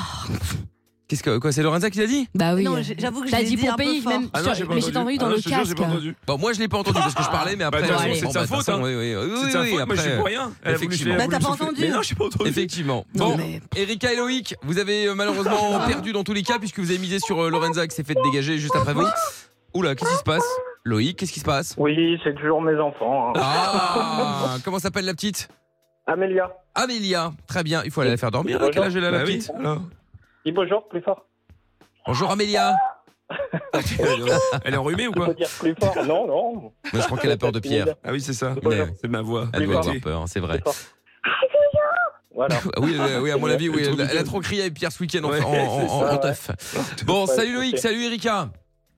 S3: Qu'est-ce que quoi C'est Lorenza qui l'a dit
S6: Bah oui.
S5: Non, j'ai- j'avoue que je
S6: T'as
S5: l'ai
S6: dit
S5: dit
S6: pour
S5: un peu
S6: pays,
S5: fort.
S6: même. sur- mais j'ai entendu
S4: entendu
S6: dans le casque.
S3: Bon, Bah, moi je l'ai pas entendu parce que je parlais, mais
S4: Bah,
S3: après.
S4: de toute façon,
S3: bon,
S4: c'est de
S3: bah,
S4: sa
S3: de toute
S4: faute,
S3: façon,
S4: hein.
S3: oui, oui, oui,
S4: C'est de
S3: oui,
S4: sa
S3: oui,
S4: faute, moi je suis
S3: après,
S4: pour rien. Elle a voulu-
S3: Effectivement.
S4: elle a
S5: Bah, t'as
S4: voulu
S5: pas
S4: souffler.
S5: entendu.
S4: Mais non, j'ai pas entendu.
S3: Effectivement.
S6: Non,
S3: Bon,
S6: mais-
S3: Erika et Loïc, vous avez euh, malheureusement perdu dans tous les cas puisque vous avez misé sur euh, Lorenza qui s'est fait dégager juste après vous. Oula, qu'est-ce qui se passe Loïc, qu'est-ce qui se passe
S9: Oui, c'est toujours mes enfants. hein.
S3: Ah Comment s'appelle la petite
S9: Amélia,
S3: Amélia. Très bien, il faut aller la faire dormir.
S9: Bonjour.
S3: Quel âge elle a la
S4: Bah oui,
S3: petite
S4: alors.
S9: dis bonjour plus fort.
S3: Bonjour Amélia. Ah,
S4: Elle est enrhumée ou
S9: Tu
S4: quoi
S9: peux dire plus fort Non, non.
S3: Moi, je crois qu'elle a peur de Pierre.
S4: Ah oui, c'est ça.
S3: Mais-
S4: C'est ma voix.
S3: Elle
S9: Oui,
S3: doit
S9: pardon.
S3: avoir peur, c'est vrai.
S9: Voilà.
S3: Ah Oui, euh, oui, à mon avis, oui,
S4: Trop
S3: elle, elle a
S4: mignonne.
S3: trop crié avec Pierre ce week-end en,
S4: Ouais,
S3: en- en-
S4: c'est
S3: en-
S9: ça,
S3: en
S9: ouais.
S3: teuf. Bon, salut Loïc, salut Erika.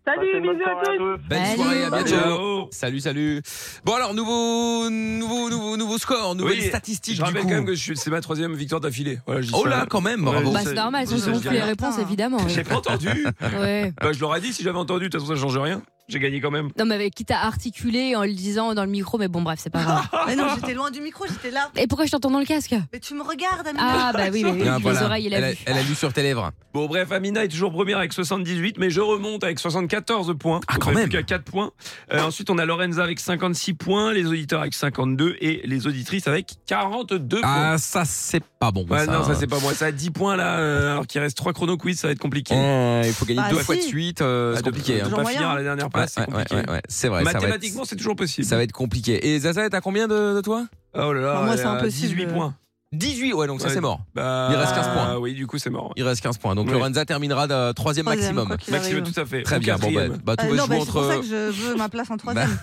S8: Salut, bisous à tous.
S3: Belle
S6: Salut.
S3: soirée, à bientôt.
S4: Ciao.
S3: Salut, salut. Bon, alors, nouveau, nouveau, nouveau, nouveau score, nouvelle
S4: Oui,
S3: statistique
S4: Je
S3: du
S4: rappelle
S3: coup.
S4: quand même que je suis- c'est ma troisième victoire d'affilée. Voilà, je dis
S3: Oh
S4: ça.
S3: là, quand même,
S4: Ouais,
S3: bravo.
S4: je
S6: Bah,
S4: dis
S6: c'est
S4: ça,
S6: normal,
S4: je dis
S6: si
S4: ça,
S6: on
S4: je
S6: trouve
S4: dis
S6: les
S4: rien.
S6: réponses,
S5: Putain.
S6: évidemment. ouais.
S4: J'ai pas entendu.
S6: Ouais.
S4: Bah, je l'aurais dit si j'avais entendu. De toute façon, ça change rien. J'ai gagné quand même.
S6: Non, mais avec- quitte à articuler en le disant dans le micro, mais bon, bref, c'est pas grave.
S5: Ah, Mais non, j'étais loin du micro, j'étais là.
S6: Et pourquoi je t'entends dans le casque
S5: Mais tu me regardes, Amélie.
S6: Ah, bah oui, mais oui,
S3: Bien,
S6: les
S3: voilà.
S6: oreilles, il
S3: elle,
S6: a
S3: a,
S6: vu.
S3: elle a lu sur tes lèvres.
S4: Bon, bref, Amina est toujours première avec 78, mais je remonte avec 74 points.
S3: Ah,
S4: Donc,
S3: quand
S4: on est
S3: même.
S4: plus qu'à 4 points. Euh, ensuite, on a Lorenza avec 56 points, les auditeurs avec 52 et les auditrices avec 42 points.
S3: Ah, ça, c'est pas bon.
S4: Ouais,
S3: ça.
S4: non, ça c'est pas moi. Ça a 10 points là, euh, alors qu'il reste 3 chrono quiz, ça va être compliqué.
S3: Ah, il faut gagner
S5: Bah,
S3: deux
S5: si.
S3: fois de suite, euh,
S4: Ah,
S3: c'est
S4: de-
S3: compliqué.
S4: de
S3: hein.
S4: pas
S5: Toujours
S4: finir
S5: moyen.
S4: à la dernière
S3: Ouais,
S4: place, c'est
S3: ouais,
S4: compliqué.
S3: ouais, ouais, ouais, c'est vrai. ça va être-
S4: Mathématiquement, c'est toujours possible.
S3: Ça va être compliqué. Et Zaza est à combien de, de toi
S4: Oh là là,
S5: Bah, moi,
S4: elle
S5: c'est
S4: a
S5: impossible.
S4: 18 points.
S3: 18, ouais, donc ça
S4: Ouais,
S3: c'est mort.
S4: bah,
S3: Il reste 15 points.
S4: Oui, du coup, c'est mort.
S3: Il reste 15 points. Donc
S4: Oui.
S3: Lorenza terminera de troisième
S5: Troisième,
S3: maximum.
S5: quoi qu'il Maximum, arrive.
S4: tout à fait.
S3: Très
S4: Ou
S3: bien. Bon, bah,
S4: quatrième.
S3: bah, tout
S5: Euh,
S3: va se
S5: non, bah,
S3: jouer
S5: c'est pour ça
S3: entre.
S5: que je veux ma place en troisième.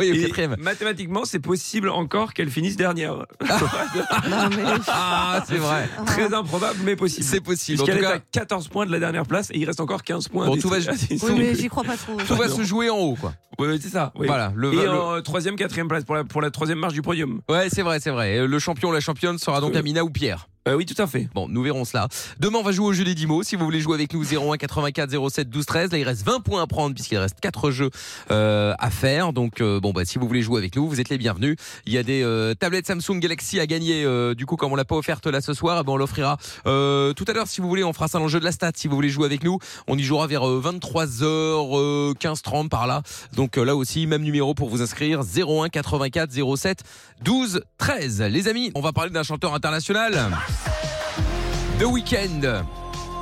S3: Oui, au
S4: Et
S3: quatrième.
S4: mathématiquement, c'est possible encore qu'elle finisse dernière.
S5: Non, mais-
S3: Ah, c'est vrai.
S4: Très improbable, mais possible.
S3: C'est possible. En tout
S4: Puisqu'elle est à
S3: cas,
S4: 14 points de la dernière place et il reste encore 15 points.
S3: Bon,
S4: à
S3: tout va-
S4: décider. à décider.
S5: Oui, mais j'y crois pas trop.
S3: Bah,
S5: Euh,
S3: tout va se jouer en haut, quoi.
S4: Ouais, ouais, c'est ça. oui.
S3: Voilà. Le,
S4: Et
S3: le-
S4: en euh, troisième, quatrième place pour la, pour la troisième marche du podium.
S3: Ouais, c'est vrai, c'est vrai. Et euh, Le champion, la championne sera donc
S4: Euh.
S3: Amina ou Pierre.
S4: Euh, oui, tout à fait.
S3: Bon, nous verrons cela. Demain, on va jouer au jeu des 10 mots. Si vous voulez jouer avec nous, 01 84 07 12 13. Là, il reste 20 points à prendre puisqu'il reste 4 jeux euh, à faire. Donc, euh, bon, bah, si vous voulez jouer avec nous, vous êtes les bienvenus. Il y a des euh, tablettes Samsung Galaxy à gagner. euh, du coup, comme on l'a pas offerte là ce soir, eh ben, on l'offrira euh, tout à l'heure. Si vous voulez, on fera ça dans le jeu de la stat. Si vous voulez jouer avec nous, on y jouera vers euh, 23h15 30 euh, par là. Donc euh, là aussi, même numéro pour vous inscrire 01 84 07 12 13. Les amis, on va parler d'un chanteur international. The Weeknd.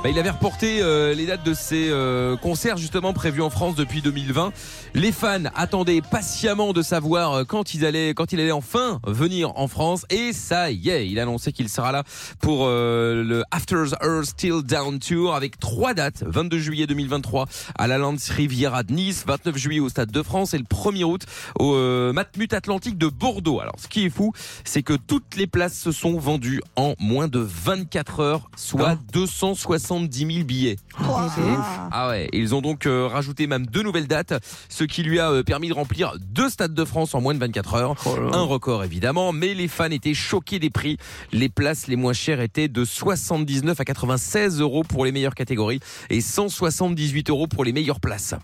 S3: Bah, il avait reporté euh, les dates de ses euh, concerts justement prévus en France depuis 2020. Les fans attendaient patiemment de savoir euh, quand il allait, quand il allait enfin venir en France. Et ça y est, il a annoncé qu'il sera là pour euh, le After Earth Still Down Tour avec trois dates 22 juillet 2023 à la Lance Riviera de Nice, 29 juillet au Stade de France et le 1er août au euh, Matmut Atlantique de Bordeaux. Alors, ce qui est fou, c'est que toutes les places se sont vendues en moins de 24 heures, soit 270 000 billets.
S5: Ouah.
S3: Ah ouais, ils ont donc euh, rajouté même deux nouvelles dates, ce qui lui a euh, permis de remplir deux stades de France en moins de 24 heures. Un record évidemment, mais les fans étaient choqués des prix. Les places les moins chères étaient de 79 à 96 euros pour les meilleures catégories et 178 euros pour les meilleures places.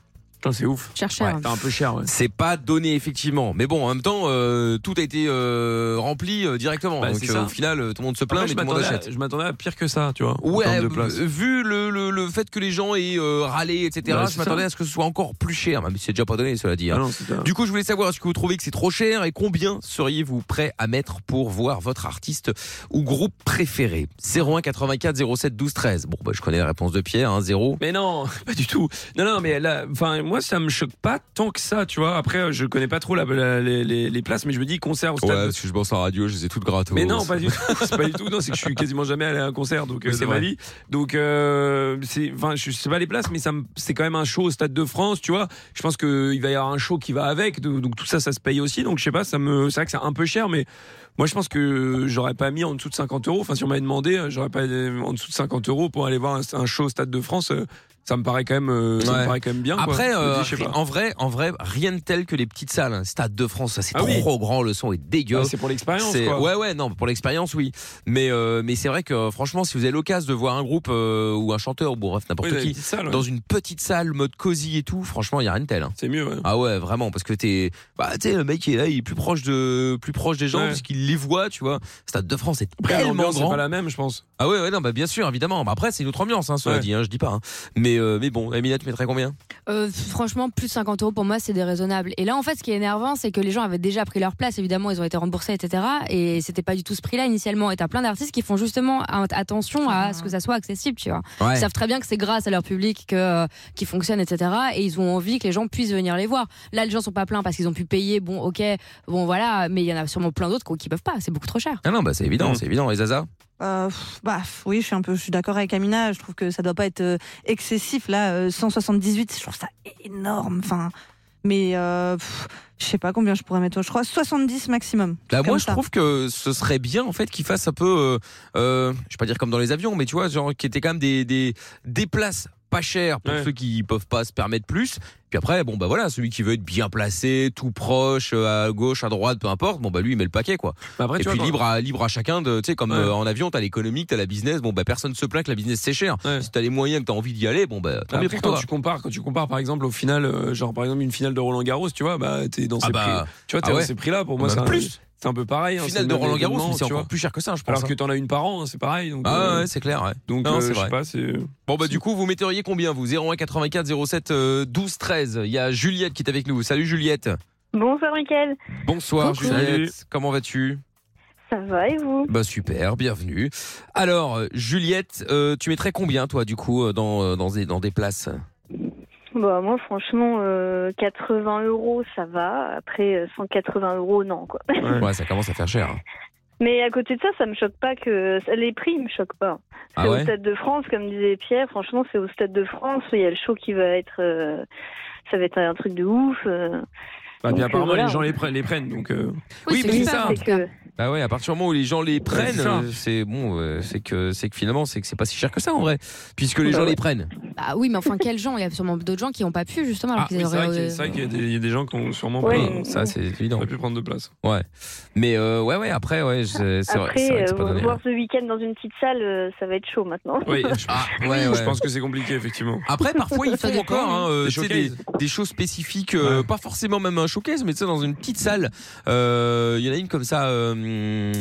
S4: Putain, c'est ouf.
S6: Chercheur.
S4: T'as un peu cher, ouais.
S3: C'est pas donné effectivement, mais bon, en même temps, euh, tout a été euh, rempli euh, directement.
S4: Bah,
S3: donc
S4: c'est
S3: euh,
S4: ça.
S3: au final, euh, tout le monde se plaint,
S4: Après,
S3: mais
S4: je
S3: tout le monde
S4: m'attendais à-
S3: achète.
S4: je m'attendais à pire que ça, tu vois. en
S3: Ouais,
S4: termes de place.
S3: euh, vu le, le, le fait que les gens aient euh, râlé, etc.,
S4: Bah,
S3: je
S4: c'est
S3: m'attendais
S4: ça.
S3: à ce que ce soit encore plus cher, même si c'est déjà pas donné, cela dit. hein.
S4: Ah non, c'est ça.
S3: Du coup, je voulais savoir, est-ce que vous trouvez que c'est trop cher et combien seriez-vous prêt à mettre pour voir votre artiste ou groupe préféré 01 84 07 12 13. Bon, bah, je connais la réponse de Pierre, hein, 0.
S4: Mais non, pas du tout. Non, non, mais là, enfin, moi, ça me choque pas tant que ça, tu vois. Après, euh, je connais pas trop la- la- les, les- les places, mais je me dis concert au stade. de-
S3: que je pense à la radio, je les ai toutes gratos.
S4: Mais non, pas du tout. C'est pas du tout. Non, c'est que je suis quasiment jamais allé à un concert, donc
S3: Oui,
S4: euh,
S3: c'est
S4: de ma
S3: vrai.
S4: vie. Donc, euh, c'est, enfin, je sais pas les places, mais ça, me- c'est quand même un show au Stade de France, tu vois. Je pense que il va y avoir un show qui va avec, donc donc tout ça, ça se paye aussi. Donc, je sais pas, ça me, c'est vrai que c'est un peu cher, mais moi, je pense que j'aurais pas mis en dessous de 50 euros. Enfin, si on m'avait demandé, euh, j'aurais pas euh, en dessous de 50 euros pour aller voir un, un show au Stade de France. euh, Ça me paraît quand même, euh, ça
S3: Ouais.
S4: me paraît quand même bien. quoi.
S3: Après,
S4: Je me
S3: euh,
S4: dis, je sais pas.
S3: en vrai, en vrai, rien de tel que les petites salles. hein. Stade de France, ça c'est
S4: Ah oui.
S3: trop grand, le son est dégueu.
S4: Ah, c'est pour l'expérience,
S3: C'est-
S4: quoi.
S3: ouais ouais non pour l'expérience oui mais euh, mais c'est vrai que franchement si vous avez l'occasion de voir un groupe euh, ou un chanteur bon bref n'importe
S4: Oui, dans les
S3: qui
S4: petites salles, ouais.
S3: dans une petite salle mode cosy et tout franchement il y a rien de tel hein.
S4: C'est mieux. ouais.
S3: Ah ouais, vraiment, parce que t'es, bah, tu sais, le mec il est là, il est plus proche de, plus proche des gens,
S4: Ouais.
S3: parce qu'il les voit, tu vois. Stade de France est
S4: Après,
S3: tellement
S4: l'ambiance, c'est
S3: grand.
S4: pas la même, je pense.
S3: Ah ouais, ouais, non, bah, bien sûr, évidemment. Bah, après, c'est une autre ambiance, hein, cela
S4: Ouais.
S3: dit, hein, je dis pas, hein. Mais, euh, mais bon, Amina, tu mettrais combien?
S6: Euh, franchement, plus de 50 euros pour moi, c'est déraisonnable. Et là, en fait, ce qui est énervant, c'est que les gens avaient déjà pris leur place. Évidemment, ils ont été remboursés, etc. Et c'était pas du tout ce prix-là initialement. Et t'as plein d'artistes qui font justement a- attention à ce que ça soit accessible, tu vois. Ils savent très bien que c'est grâce à leur public que euh, qu'ils fonctionnent, etc. Et ils ont envie que les gens puissent venir les voir. Là, les gens sont pas pleins parce qu'ils ont pu payer. Bon, ok, bon voilà, mais il y en a sûrement plein d'autres qu'on- qui peuvent pas. C'est beaucoup trop cher.
S3: Ah non, bah, c'est évident,
S4: Mm.
S3: c'est évident. Et Zaza?
S5: Euh, pff, bah pff, oui, je suis un peu, je suis d'accord avec Amina. Je trouve que ça doit pas être euh, excessif là. euh, 178, je trouve ça énorme. Enfin, mais euh, pff, je sais pas combien je pourrais mettre. Je crois 70 maximum.
S3: Bah, moi,
S5: Comme
S3: je
S5: ça.
S3: trouve que ce serait bien, en fait, qu'ils fassent un peu, euh, euh, je vais pas dire comme dans les avions, mais tu vois, genre, qui étaient quand même des, des, des places pas chères pour
S4: Ouais.
S3: ceux qui peuvent pas se permettre plus. Puis après, bon, bah voilà, celui qui veut être bien placé, tout proche, euh, à gauche, à droite, peu importe, bon, bah lui, il met le paquet, quoi.
S4: Mais Bah, Après,
S3: Et
S4: tu
S3: puis
S4: vois,
S3: libre à, libre à chacun de, tu sais, comme
S4: Ouais.
S3: euh, en avion, t'as l'économique, t'as la business, bon, bah personne se plaint que la business c'est cher.
S4: Ouais.
S3: Si t'as les moyens, que t'as envie d'y aller, bon, bah tant mieux
S4: Après,
S3: pour
S4: quand
S3: toi.
S4: tu compares, quand tu compares par exemple au final, euh, genre par exemple une finale de Roland Garros, tu vois, bah t'es dans
S3: Ah
S4: ces
S3: bah,
S4: prix, tu vois, t'es
S3: ah
S4: dans
S3: ouais.
S4: ces prix-là. Pour moi,
S3: Bah,
S4: c'est un,
S3: plus.
S4: c'est un peu pareil. hein, c'est
S3: Finale
S4: le
S3: de
S4: même
S3: Roland
S4: événement,
S3: Garros, c'est
S4: tu vois.
S3: encore plus cher que ça, je pense.
S4: Alors que
S3: hein.
S4: t'en as une par an, hein, c'est pareil. Donc,
S3: Ah
S4: euh,
S3: ouais, c'est clair, ouais.
S4: donc
S3: Non,
S4: euh,
S3: c'est
S4: je
S3: vrai.
S4: sais pas, c'est
S3: Bon, bah, du coup, vous metteriez combien, vous 01 84 07 euh, 12 13. Il y a Juliette qui est avec nous. Salut Juliette.
S12: Bonsoir, Mickaël.
S3: Bonsoir
S6: Coucou.
S3: Juliette.
S4: Salut.
S3: Comment vas-tu
S12: Ça va et vous
S3: Bah, super, bienvenue. Alors, euh, Juliette, euh, tu mettrais combien, toi, du coup, euh, dans, euh, dans, des, dans des places
S12: Bah moi franchement euh, 80 euros ça va après euh, 180 euros non quoi.
S3: Ouais, ça commence à faire cher. hein.
S14: Mais à côté de ça, ça me choque pas que les prix me choquent pas. C'est
S15: Ah ouais
S14: au Stade de France, comme disait Pierre. Franchement, c'est au Stade de France. Il y a le show qui va être, euh, ça va être un truc de ouf. euh.
S4: Bah, puis
S14: Donc,
S4: apparemment,
S14: voilà.
S4: les gens les, pre- les prennent. Donc, euh,
S14: Oui,
S4: mais
S14: c'est
S4: c'est
S14: ça, c'est que-
S3: Bah ouais, à partir du moment où les gens les prennent,
S4: c'est ça.
S3: euh, c'est bon, euh, c'est que c'est que finalement c'est que c'est pas si cher que ça en vrai, puisque les
S6: Bah
S3: gens
S6: ouais.
S3: les prennent.
S6: Bah oui, mais enfin, quels gens Il y a sûrement d'autres gens qui n'ont pas pu, justement. Alors
S3: Ah,
S6: qu'ils
S3: oui, c'est
S6: auraient-
S3: vrai qu'il
S4: c'est vrai qu'il y a des- il y, a des gens qui ont sûrement
S6: Ouais.
S4: pris.
S3: Ça c'est évident.
S4: pu prendre de place.
S3: Ouais, mais euh, ouais ouais après ouais c'est c'est vrai, c'est
S14: Après,
S3: vrai que c'est
S14: euh,
S3: pas donné. hein.
S14: voir ce week-end dans une petite salle, euh, ça va être chaud maintenant.
S3: Ah, ouais,
S4: Je
S3: ouais.
S4: pense que c'est compliqué, effectivement.
S3: Après, parfois, ils
S14: Ça
S3: font
S14: dépend,
S3: encore hein,
S14: oui.
S3: euh,
S4: Des
S3: tu sais, des, des choses spécifiques, euh, pas forcément même un showcase, mais tu sais, dans une petite salle. Euh, Il y en a une comme ça euh,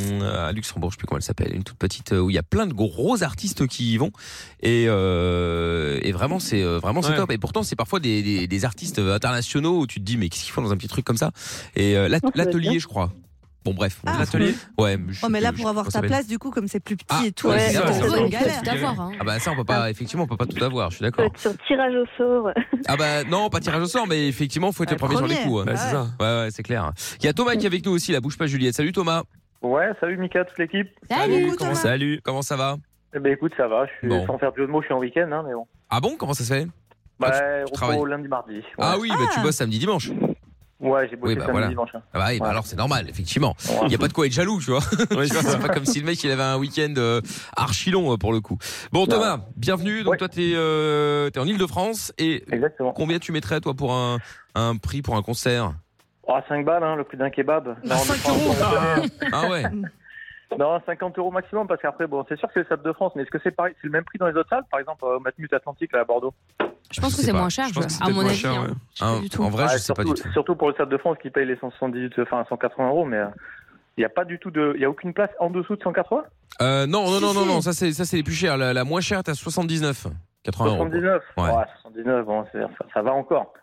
S3: à Luxembourg, je sais plus comment elle s'appelle, une toute petite euh, où il y a plein de gros artistes qui y vont. Et, euh, et vraiment, c'est euh, vraiment c'est
S4: Ouais.
S3: top. Et pourtant, c'est parfois des, des- des artistes internationaux où tu te dis, mais qu'est-ce qu'ils font dans un petit truc comme ça Et euh, l'at-
S5: Non, Oh, ça doit être
S3: l'atelier,
S5: bien.
S3: je crois. Bon, bref.
S5: Ah.
S3: L'atelier Ouais. je sais
S5: Oh, mais là,
S3: plus, je
S5: pour
S3: sais
S5: avoir
S3: plus
S5: ta
S3: comment ça
S5: place, du coup, comme c'est plus petit et tout,
S3: s'appelle.
S5: c'est
S3: Ah, c'est ça,
S5: une
S3: c'est ça.
S5: galère. hein.
S3: Ah bah ça on peut pas effectivement on peut pas tout avoir, je suis d'accord.
S14: Sur tirage au sort.
S3: Ah bah non, pas tirage au sort, mais effectivement, faut être le premier, sur les
S14: premier.
S3: coups. hein.
S14: Bah, c'est ça.
S3: Ouais, ouais, c'est clair. Il y a Thomas qui est avec nous aussi, la bouge pas Juliette. Salut Thomas.
S9: Ouais, salut Mika, toute l'équipe.
S3: comment, salut. Comment ça va
S9: Eh ben écoute, ça va, je suis,
S3: Bon.
S9: sans faire de jeu de mots, je suis en week-end, hein, mais bon.
S3: Ah bon Comment ça se fait Ah,
S9: Bah,
S3: tu- tu
S9: repos
S3: travailles.
S9: lundi, mardi. ouais.
S3: Ah oui, bah, tu bosses samedi dimanche.
S9: Ouais, j'ai bossé
S3: Oui, bah
S9: samedi,
S3: voilà.
S9: dimanche. hein.
S3: Ah bah, oui, bah alors c'est normal, effectivement. Il n'y a pas de quoi être jaloux, tu vois. Tu vois, c'est pas comme si le mec il avait un week-end euh, archi long euh, pour le coup. Bon Thomas, bienvenue. Donc toi t'es euh, t'es en ile de france et combien tu mettrais toi pour un un prix pour un concert
S9: Oh, 5 balles, hein, le prix d'un kebab. Non, 5 euros
S3: Ah ouais
S9: Non, 50 euros maximum, parce qu'après, bon, c'est sûr que c'est le Stade de France, mais est-ce que c'est pareil C'est le même prix dans les autres salles, par exemple, euh, au Matmut Atlantique, là, à Bordeaux
S6: Je pense que c'est moins cher, je- à mon avis. hein.
S3: Hein, En vrai,
S9: Ouais,
S3: je sais pas du
S9: surtout-
S3: tout.
S9: Surtout pour le Stade de France qui paye les 178, enfin 180 euros, mais euh, il n'y a pas du tout de. Il n'y a aucune place en dessous de 180
S3: Euh, non, non,
S9: Si,
S3: non, non,
S9: si.
S3: non, ça c'est ça c'est les plus chers. La, la moins chère, t'as 79. 80 euros.
S9: 79
S3: Ouais.
S9: Ouais, 79, bon, c'est- ça, ça va encore.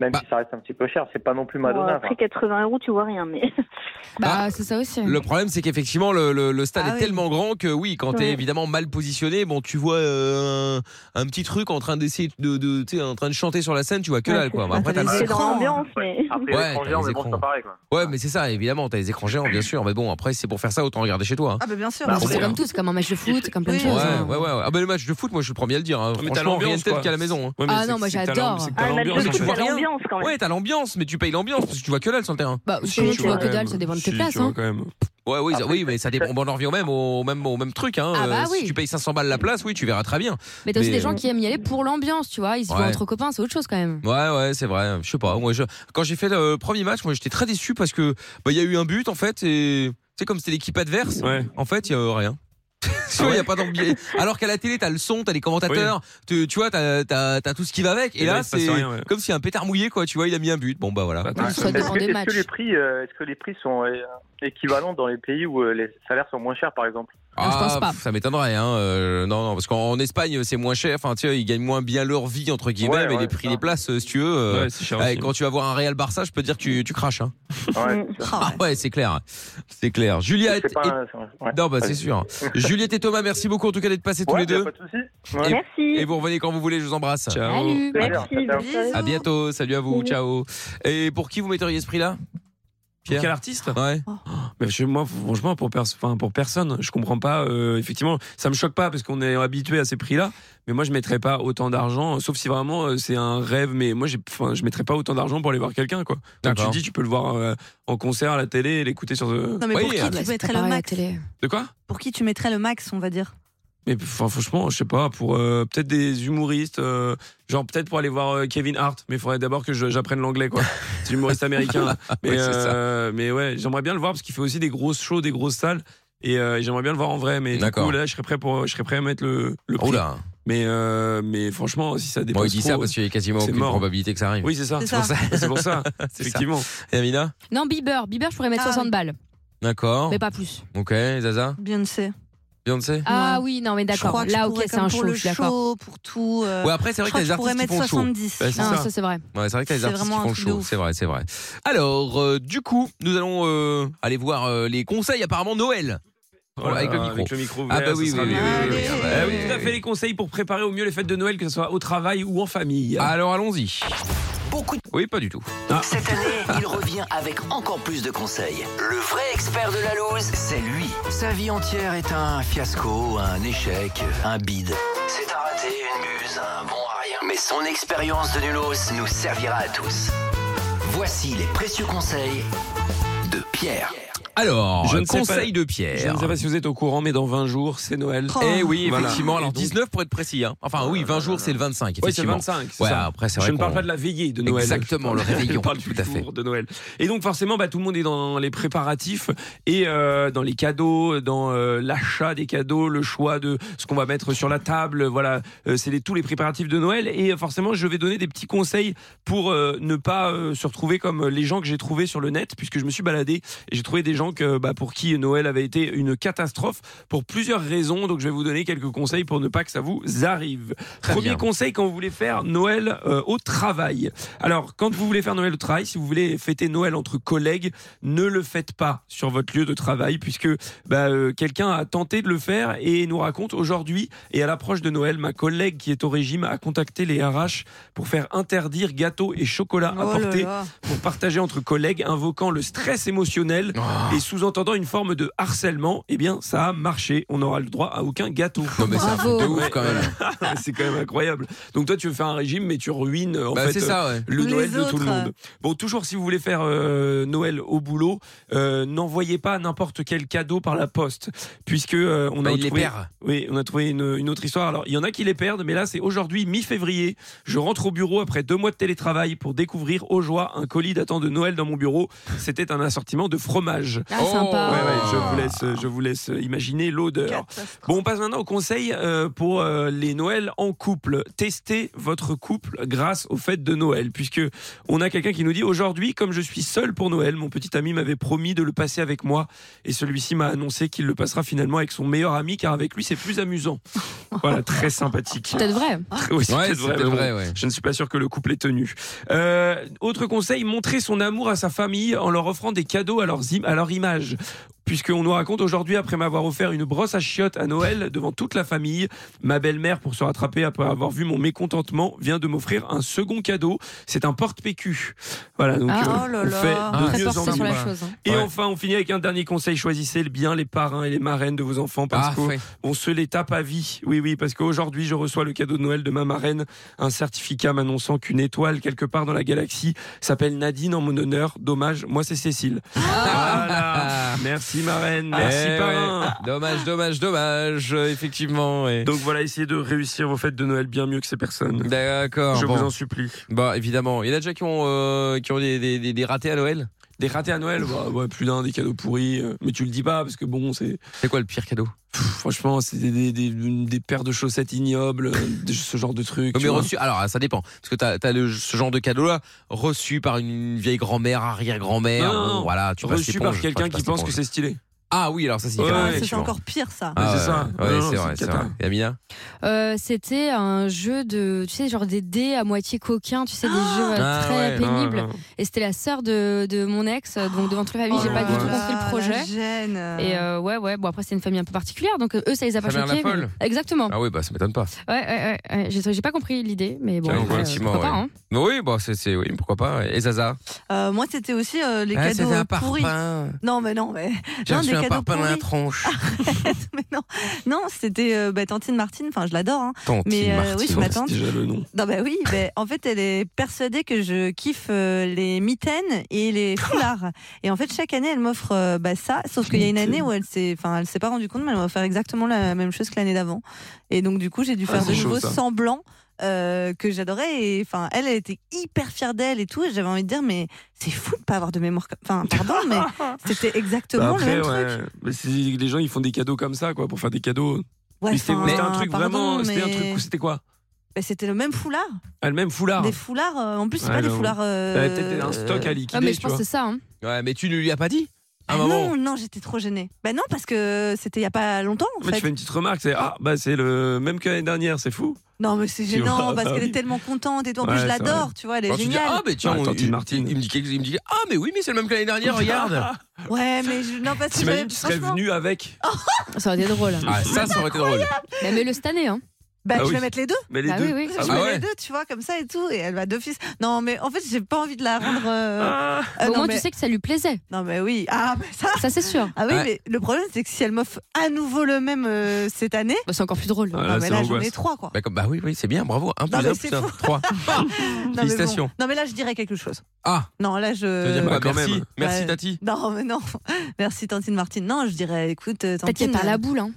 S9: Même si ça reste un petit peu cher, c'est pas non plus
S14: Bon,
S9: Madonna.
S14: après 80 euros, tu vois rien. Mais
S6: Bah, c'est ça aussi.
S3: Le problème, c'est qu'effectivement, le, le- le stade
S6: Ah
S3: est
S6: oui.
S3: tellement grand que oui, quand t'es
S6: Ouais.
S3: évidemment mal positionné, bon, tu vois euh, un, un petit truc en train d'essayer de, de tu sais, en train de chanter sur la scène, tu vois que dalle quoi. Bah, après, t'as le
S14: c'est dans
S3: écran.
S14: l'ambiance, mais.
S3: Ouais, t'as les écrans. Ouais, mais c'est ça, évidemment, t'as les écrans géants, bien sûr. Mais bon, après, c'est pour faire ça, autant regarder chez toi. hein.
S5: Ah bah bien sûr.
S3: Bah,
S6: Parce que
S3: bon,
S6: c'est
S3: hein.
S6: comme tout, c'est comme un match de foot, c'est comme plein de
S3: Ouais,
S6: choses. hein.
S3: ouais, ouais, ouais. Ah bah le match de foot, moi je suis le premier à le dire. hein.
S4: Ah, mais t'as
S3: Franchement, rien de
S4: l'ambiance,
S3: tel
S4: quoi.
S3: qu'à la maison. hein.
S4: Ouais, mais Ah c'est- non, moi, c'est que t'as j'adore. l'ambiance, c'est que t'as Ah, le match de l'ambiance,
S3: Mais tu
S4: foot,
S3: vois
S4: t'as
S3: rien.
S4: l'ambiance, quand même.
S3: Ouais, t'as l'ambiance, mais tu payes l'ambiance parce que tu vois que dalle sur le terrain.
S6: Bah,
S4: si, tu vois
S6: que
S4: quand
S6: dalle,
S4: même.
S6: ça dépend de
S4: Si,
S6: tes
S4: tu
S6: places.
S4: vois
S6: hein.
S4: quand même.
S3: Ouais, oui, oui, mais ça dépend. Bon, On en revient au même, au même, au même truc. Hein.
S6: Ah bah
S3: Euh,
S6: oui.
S3: Si tu payes 500 balles la place, oui, tu verras très bien.
S6: Mais t'as aussi des gens
S3: euh,
S6: qui aiment y aller pour l'ambiance, tu vois. Ils se voient
S3: Ouais.
S6: entre copains, c'est autre chose quand même.
S3: Ouais, ouais, c'est vrai. Je sais pas. Moi, je... Quand j'ai fait le premier match, moi, j'étais très déçu parce que bah, il y a eu un but en fait et c'est comme c'était l'équipe adverse. En fait, il y a euh, rien. Tu vois, il y a pas d'ambiance. Alors qu'à la télé, t'as le son, t'as les commentateurs, tu, tu vois, t'as, t'as, t'as tout ce qui va avec. Et,
S4: Et là, Eh ben,
S3: là,
S4: il se passe
S3: c'est
S4: rien, ouais.
S3: comme si un pétard mouillé, quoi. Tu vois, il a mis un but. Bon, bah voilà.
S9: Est-ce que, est-ce que les prix, euh, est-ce que les prix sont euh, équivalents dans les pays où euh, les salaires sont moins chers, par exemple
S3: Ah, pff, Ça m'étonnerait, hein. euh, non, non, parce qu'en Espagne, c'est moins cher. Enfin, tu vois, ils gagnent moins bien leur vie, entre guillemets, mais les prix des places, euh, si tu veux. euh,
S4: Ouais, c'est cher
S3: eh,
S4: aussi.
S3: quand tu vas voir un Real Barça, je peux te dire que tu, tu craches, hein.
S9: Ouais,
S3: Ah ouais, c'est clair. C'est clair. Juliette.
S9: C'est pas
S3: et-
S9: un- ouais.
S3: Non, bah, c'est
S9: Vas-y.
S3: sûr. Juliette et Thomas, merci beaucoup, en tout cas, d'être passés tous
S9: Ouais,
S3: les
S9: y a
S3: deux.
S9: pas de souci.
S3: Et-
S9: Merci.
S3: Et vous revenez quand vous voulez, je vous embrasse. Ciao.
S9: Salut. Merci, Ciao. bonne soirée.
S3: À bientôt, salut à vous,
S9: Salut.
S3: ciao. Et pour qui vous metteriez ce prix-là Pierre
S4: Quel artiste
S3: Ouais.
S5: Oh.
S4: Mais chez moi, franchement, pour, pers- enfin, pour personne, je comprends pas. euh, effectivement, ça me choque pas parce qu'on est habitué à ces prix-là. Mais moi, je mettrais pas autant d'argent, euh, sauf si vraiment euh, c'est un rêve. Mais moi, j'ai- enfin, je mettrais pas autant d'argent pour aller voir quelqu'un, quoi. Comme tu
S3: D'accord.
S4: dis, tu peux le voir euh, en concert à la télé, et l'écouter sur. euh,
S5: Non, mais pour
S3: hein,
S4: oui,
S5: qui
S3: bah,
S4: euh,
S5: tu mettrais le max
S4: De quoi
S5: Pour qui tu mettrais le max, on va dire
S4: Mais enfin, franchement, je sais pas, pour euh, peut-être des humoristes, euh, genre peut-être pour aller voir euh, Kevin Hart, mais il faudrait d'abord que je- j'apprenne l'anglais, quoi. C'est humoriste américain. Mais,
S3: Ouais, c'est ça.
S4: euh, mais ouais, j'aimerais bien le voir parce qu'il fait aussi des grosses shows, des grosses salles, et euh, j'aimerais bien le voir en vrai. Mais du
S3: D'accord. Ah
S4: coup, là, je serais prêt pour, je serais prêt à mettre le, le prix.
S3: Oula.
S4: Mais euh, mais franchement, si ça dépasse
S3: Bon, il dit
S4: trop,
S3: ça parce qu'il y a quasiment
S4: c'est
S3: aucune
S4: mort.
S3: probabilité que ça arrive.
S4: Oui, c'est ça.
S6: C'est
S4: C'est pour
S6: ça.
S4: ça. C'est pour ça. Effectivement.
S3: Et Amina
S6: Non, Bieber. Bieber, je pourrais
S5: Ah,
S6: mettre 60 balles.
S3: D'accord.
S6: Mais pas plus.
S3: Ok, Zaza
S5: Beyoncé.
S3: Beyoncé
S6: Ah oui, non, mais
S5: Je
S6: d'accord.
S5: crois que je
S6: Là, ok,
S5: pourrais,
S6: c'est
S5: comme
S6: un
S5: pour
S6: show,
S5: le
S6: je suis d'accord.
S5: show, pour tout. euh,
S3: Ouais, après, c'est vrai
S5: je
S3: qu'il y a des
S5: crois
S3: artistes qui
S5: je
S3: font
S5: pourrais
S3: le show.
S5: mettre 70.
S3: Bah, c'est
S6: Ah, ça, c'est vrai.
S3: Ouais, c'est vrai que t'as les
S6: C'est
S3: artistes qui
S6: vraiment
S3: font le
S6: un truc de
S3: show,
S6: ouf.
S3: c'est vrai, c'est vrai. Alors, euh, du coup, nous allons euh, aller voir euh, les conseils apparemment Noël.
S4: Voilà,
S3: avec le micro.
S4: avec le micro
S3: ah
S4: ouvert,
S3: bah
S4: ce
S3: oui, oui,
S4: sera
S3: oui, oui,
S4: bien.
S3: oui, oui, ah bah
S4: Euh, oui,
S3: oui,
S4: tout à
S3: oui.
S4: fait les conseils pour préparer au mieux les fêtes de Noël, que ce soit au travail ou en famille. Ah.
S3: Alors allons-y.
S2: beaucoup de...
S3: Oui, pas du tout.
S2: Cette année, il revient avec encore plus de conseils. Le vrai expert de la loose, c'est lui. Sa vie entière est un fiasco, un échec, un bide. C'est un raté, une muse, un bon à rien. Mais son expérience de nulos nous servira à tous. Voici les précieux conseils de Pierre.
S3: Alors,
S4: Je ne sais
S3: conseil
S4: pas-
S3: de Pierre.
S4: Je ne sais pas si vous êtes au courant, mais dans 20 jours, c'est Noël.
S3: Eh oui, effectivement. Alors 19 pour être précis. hein. Enfin oui, 20 jours, c'est le 25.
S4: Ouais, c'est le
S3: effectivement.
S4: 25. c'est
S3: Ouais,
S4: ça.
S3: après, c'est
S4: Je
S3: vrai
S4: ne parle
S3: qu'on-
S4: pas de la veillée de Noël.
S3: Exactement, le réveillon,
S4: Je parle tout à fait. de Noël. Et donc, forcément, bah, tout le monde est dans les préparatifs et euh, dans les cadeaux, dans euh, l'achat des cadeaux, le choix de ce qu'on va mettre sur la table. Voilà, Euh, c'est les- tous les préparatifs de Noël. Et euh, forcément, je vais donner des petits conseils pour euh, ne pas euh, se retrouver comme les gens que j'ai trouvés sur le net, puisque je me suis baladé et j'ai trouvé des gens que, bah, pour qui Noël avait été une catastrophe pour plusieurs raisons. Donc, je vais vous donner quelques conseils pour ne pas que ça vous arrive. Premier
S3: bien.
S4: conseil quand vous voulez faire Noël euh, au travail. Alors, quand vous voulez faire Noël au travail, si vous voulez fêter Noël entre collègues, ne le faites pas sur votre lieu de travail, puisque bah, euh, quelqu'un a tenté de le faire et nous raconte aujourd'hui, et à l'approche de Noël, ma collègue qui est au régime a contacté les RH pour faire interdire gâteaux et chocolat
S5: Oh là
S4: apportés
S5: là.
S4: pour partager entre collègues, invoquant le stress émotionnel
S3: Oh.
S4: et sous-entendant une forme de harcèlement. Eh bien, ça a marché. On n'aura le droit à aucun gâteau.
S3: Non, mais c'est un Bravo. truc de ouf, quand même.
S4: Ouais, c'est quand même incroyable. Donc toi, tu veux faire un régime, mais tu ruines euh, en
S3: Bah,
S4: fait
S3: c'est ça, ouais.
S4: le
S3: Les
S4: Noël de tout le
S3: autres,
S4: monde. Bon, toujours si vous voulez faire euh, Noël au boulot, euh, n'envoyez pas n'importe quel cadeau par la poste, puisque euh, on
S3: Bah,
S4: a
S3: il les
S4: trouvé-
S3: perd.
S4: oui, on a trouvé une, une autre histoire. Alors, il y en a qui les perdent, mais là, c'est aujourd'hui, mi-février. Je rentre au bureau après deux mois de télétravail pour découvrir au joie un colis datant de Noël dans mon bureau. C'était un assortiment de fromage.
S6: Ah,
S3: Oh,
S6: sympa.
S4: Ouais, ouais, je vous laisse, je vous laisse imaginer l'odeur. Bon, on passe maintenant au conseil euh, pour euh, les Noëls en couple. Testez votre couple grâce aux fêtes de Noël, puisque on a quelqu'un qui nous dit aujourd'hui, comme je suis seul pour Noël, mon petit ami m'avait promis de le passer avec moi, et celui-ci m'a annoncé qu'il le passera finalement avec son meilleur ami, car avec lui c'est plus amusant. Voilà, très sympathique.
S6: Peut-être vrai.
S4: Oui, c'est
S3: Ouais,
S4: peut-être
S3: c'est
S4: vrai,
S3: peut-être
S4: mais
S3: vrai,
S4: bon,
S3: ouais.
S4: Je ne suis pas sûr que le couple est tenu. Euh, autre conseil, montrer son amour à sa famille en leur offrant des cadeaux à, leurs im- à leur image. Puisqu'on nous raconte aujourd'hui, après m'avoir offert une brosse à chiottes à Noël devant toute la famille, ma belle-mère, pour se rattraper après avoir vu mon mécontentement, vient de m'offrir un second cadeau. C'est un porte-PQ. Voilà, donc
S6: Ah,
S4: euh,
S6: oh là
S4: on
S6: là.
S4: fait de
S6: Très
S4: mieux en
S6: porté
S4: mieux.
S6: sur la chose, hein.
S4: Et
S6: Ouais.
S4: enfin, on finit avec un dernier conseil. Choisissez bien les parrains et les marraines de vos enfants parce
S3: Ah,
S4: qu'on
S3: ouais.
S4: on se les tape à vie. Oui, oui, parce qu'aujourd'hui, je reçois le cadeau de Noël de ma marraine, un certificat m'annonçant qu'une étoile quelque part dans la galaxie s'appelle Nadine en mon honneur. Dommage, moi c'est Cécile. Voilà. Merci marraine, merci
S3: Eh ouais.
S4: parrain.
S3: Dommage, dommage, dommage. euh, Effectivement. ouais.
S4: Donc voilà, essayez de réussir vos fêtes de Noël bien mieux que ces personnes.
S3: D'accord.
S4: Je
S3: bon.
S4: vous en supplie.
S3: Bah évidemment. Il y en a déjà qui ont euh, qui ont des, des- des- des ratés à Noël.
S4: Des ratés à Noël, bah, ouais, plus d'un, des cadeaux pourris. euh, Mais tu le dis pas parce que bon, c'est.
S3: C'est quoi le pire cadeau
S4: Pff, Franchement, c'est des, des- des- des paires de chaussettes ignobles, euh, de- ce genre de trucs.
S3: Non,
S4: tu
S3: mais
S4: vois.
S3: reçu, alors ah, ça dépend. Parce que t'as, t'as le- ce genre de cadeau-là, reçu par une vieille grand-mère, arrière-grand-mère.
S4: Non, non,
S3: bon,
S4: non.
S3: voilà, tu passes
S4: Reçu
S3: l'éponge.
S4: par quelqu'un
S3: Enfin, tu
S4: qui
S3: passes
S4: pense que
S3: l'éponge.
S4: c'est stylé.
S3: Ah oui, alors ça c'est
S4: Ouais,
S3: différent,
S4: ouais,
S5: Ça, c'est
S3: effectivement.
S5: encore pire ça.
S3: Ah,
S4: C'est
S3: ouais,
S4: ça.
S3: ouais,
S4: Non,
S3: c'est
S4: non,
S3: vrai,
S4: c'est
S3: c'est vrai.
S4: cata.
S3: Et Amina
S6: Euh, C'était un jeu de, tu sais, genre des dés à moitié coquins, tu sais, des jeux euh,
S3: Ah
S6: très
S3: ouais. Oh
S6: pénibles.
S4: Ah, ah.
S6: Et c'était la sœur de, de mon ex, euh, donc devant toute la famille, j'ai pas du tout compris le projet. Et euh, ouais, ouais, bon après c'est une famille un peu particulière, donc euh, eux ça les a
S3: Sa
S6: pas
S3: mère la
S6: choqués.
S3: folle.
S6: Exactement.
S3: Ah oui, bah ça m'étonne pas.
S6: Ouais, ouais, ouais, ouais. J'ai j'ai pas compris l'idée, mais bon.
S3: Tiens,
S6: après, euh,
S3: effectivement,
S6: pourquoi
S3: ouais.
S6: pas, hein.
S3: Oui, bah c'est, c'est- oui, pourquoi pas. Et Zaza
S5: Euh, moi, c'était aussi euh, les
S3: Ah,
S5: cadeaux
S3: c'était un
S5: pourris.
S3: parpaing.
S5: Non, mais non, mais.
S3: J'ai
S5: non,
S3: reçu
S5: des
S3: un
S5: cadeaux Ah.
S3: parpaing dans la
S5: pourris.
S3: tronche.
S5: Mais non, non c'était euh, bah, Tantine Martine. Enfin, je l'adore. Hein.
S3: Tantine
S5: mais euh,
S3: Martine.
S5: oui, je ma
S3: C'est
S5: tante.
S4: Déjà le nom.
S5: Non, bah oui, mais en fait, elle est persuadée que je kiffe euh, les mitaines et les foulards. Et en fait, chaque année, elle m'offre euh, bah, ça. Sauf qu'il y a une année où elle s'est, enfin, elle s'est pas rendue compte, mais elle m'a offert exactement la même chose que l'année d'avant. Et donc, du coup, j'ai dû
S4: Ah,
S5: faire
S4: c'est
S5: de
S4: chaud,
S5: nouveau
S4: ça.
S5: semblant. euh, que j'adorais et enfin elle elle était hyper fière d'elle et tout et j'avais envie de dire mais c'est fou de pas avoir de mémoire comme- enfin pardon mais c'était exactement
S4: Bah après,
S5: le même truc
S4: ouais. Mais c'est- les gens, ils font des cadeaux comme ça, quoi, pour faire des cadeaux.
S5: Ouais,
S4: Mais c'était
S5: enfin,
S4: mais c'était un truc
S5: pardon,
S4: vraiment. C'était un
S5: mais-
S4: truc. C'était quoi
S5: Bah, c'était le même foulard
S4: Ah, le même foulard.
S5: des foulards euh, en plus c'est
S4: Ouais,
S5: pas des
S4: non.
S5: foulards euh,
S4: T'avais peut-être un stock à liquider.
S6: Ah, mais je
S4: tu
S6: pense
S4: vois.
S6: que c'est ça. hein.
S3: Ouais, mais tu ne lui as pas dit à un
S5: Ah
S3: moment.
S5: non, non, j'étais trop gênée. Bah non, parce que c'était il y a pas longtemps en
S4: Mais tu
S5: fait.
S4: fais une petite remarque, c'est ah bah c'est le même que l'année dernière, c'est fou.
S5: Non, mais c'est
S4: Tu
S5: gênant
S4: vois,
S5: parce
S4: ah
S5: qu'elle
S4: oui.
S5: est tellement contente et tout. En
S4: Ouais,
S5: plus, je
S4: c'est
S5: l'adore,
S4: vrai.
S5: tu vois, elle est
S3: Alors, tu dis,
S5: géniale.
S3: ah, mais tiens,
S4: Ah,
S3: on-
S4: Tantine
S3: il-
S4: Martine.
S3: Il, me dit, quelque- il me dit, ah, mais oui, mais c'est le même que l'année dernière, regarde.
S5: Ah, Ouais, mais je... non, parce que j'avais
S4: T'imagines, tu serais
S5: franchement-
S4: venu avec.
S6: Ça aurait été drôle. hein.
S3: Ah, ça, ça aurait été drôle.
S6: Mais mets-le cette année. Hein.
S5: Bah,
S3: Ah
S5: je
S3: oui.
S5: vais mettre les deux.
S3: Mais les
S5: Bah
S3: deux.
S5: oui, oui.
S3: Ah
S5: je
S3: bah
S5: mets
S3: ouais.
S5: les deux, tu vois, comme ça et tout. Et elle va d'office. Non, mais en fait, j'ai pas envie de la rendre.
S3: Ah.
S5: euh, euh,
S6: Au
S5: non,
S6: moins,
S5: mais-
S6: tu sais que ça lui plaisait.
S5: Non, mais oui. Ah, mais ça.
S6: Ça, c'est sûr.
S5: Ah oui,
S6: Ouais.
S5: mais le problème, c'est que si elle m'offre à nouveau le même euh, cette année.
S6: Bah, c'est encore plus drôle.
S3: Ah,
S5: non, mais
S3: c'est
S5: là, j'en
S3: l'angoisse.
S5: ai trois, quoi.
S3: Bah, comme- bah oui, oui, c'est bien, bravo. Un
S5: Non,
S3: plus
S5: mais
S3: un,
S5: c'est
S3: plus un,
S5: fou.
S3: trois.
S5: Non, mais bon.
S3: Félicitations.
S5: Non, mais là, je dirais quelque chose.
S3: Ah.
S5: Non, là, je.
S3: Ça veut dire quoi,
S7: quand
S3: merci,
S7: même.
S3: merci
S5: Ouais.
S3: Tati.
S5: Non, mais non. Merci, Tantine Martine. Non, je dirais, écoute, euh,
S6: Peut-être qu'elle
S5: Tantine.
S6: perd la boule. Hein.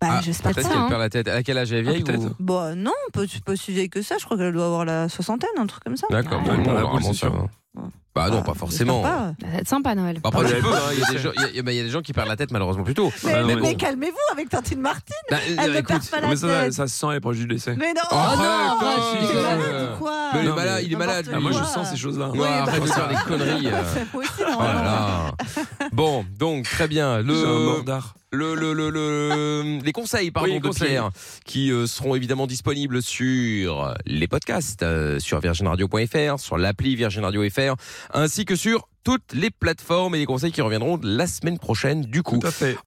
S5: Bah,
S3: Ah,
S5: j'espère
S3: Peut-être
S5: pas,
S3: qu'elle
S5: hein.
S3: perd la tête. À quel âge elle est Ah, vieille ou...
S5: Bah, non, pas, pas si vieille que ça. Je crois qu'elle doit avoir la soixantaine, un truc comme ça. Ah,
S3: D'accord, bon,
S7: perd la
S3: bon,
S7: boule,
S3: bon,
S7: c'est
S3: ça
S7: sûr.
S3: va. Bah non, pas forcément.
S5: Pas, ouais.
S6: Ça va être sympa, Noël.
S3: Bah, Après,
S7: Ah,
S3: tu
S7: ouais,
S3: peux,
S7: ouais,
S3: hein, il y a
S7: c'est
S3: des
S7: sûr.
S3: gens- il y a- bah, il y a des gens qui perdent la tête malheureusement plus tôt.
S5: Mais, Ah,
S7: non,
S5: mais-
S7: mais
S5: mais
S7: bon.
S5: calmez-vous avec Tantine Martine.
S3: Bah,
S4: Eh ben,
S5: Elle ne
S3: euh,
S5: perd pas la
S4: mais ça,
S5: tête.
S4: ça se sent les proches du décès.
S5: Mais non.
S3: Oh
S6: Ah,
S3: non,
S5: non,
S3: quoi,
S5: mais
S3: c'est-
S5: t'es malade ou quoi
S3: mais il est
S4: Non, mais-
S3: malade, il est malade.
S4: Ah, moi, je
S5: Ouais.
S4: sens ces choses-là.
S3: Ouais, arrête de faire des conneries. euh.
S5: bah, Moi aussi,
S3: Oh là
S5: normalement.
S3: là. Bon, donc très bien.
S4: J'ai un
S3: Le,
S4: mordard.
S3: le, le, le, le- les conseils pardon,
S4: Oui, les
S3: de
S4: conseils.
S3: Pierre qui euh, seront évidemment disponibles sur les podcasts, euh, sur virginradio.fr, sur l'appli Virgin Radio FR, ainsi que sur toutes les plateformes et les conseils qui reviendront la semaine prochaine du coup.
S4: Tout à fait.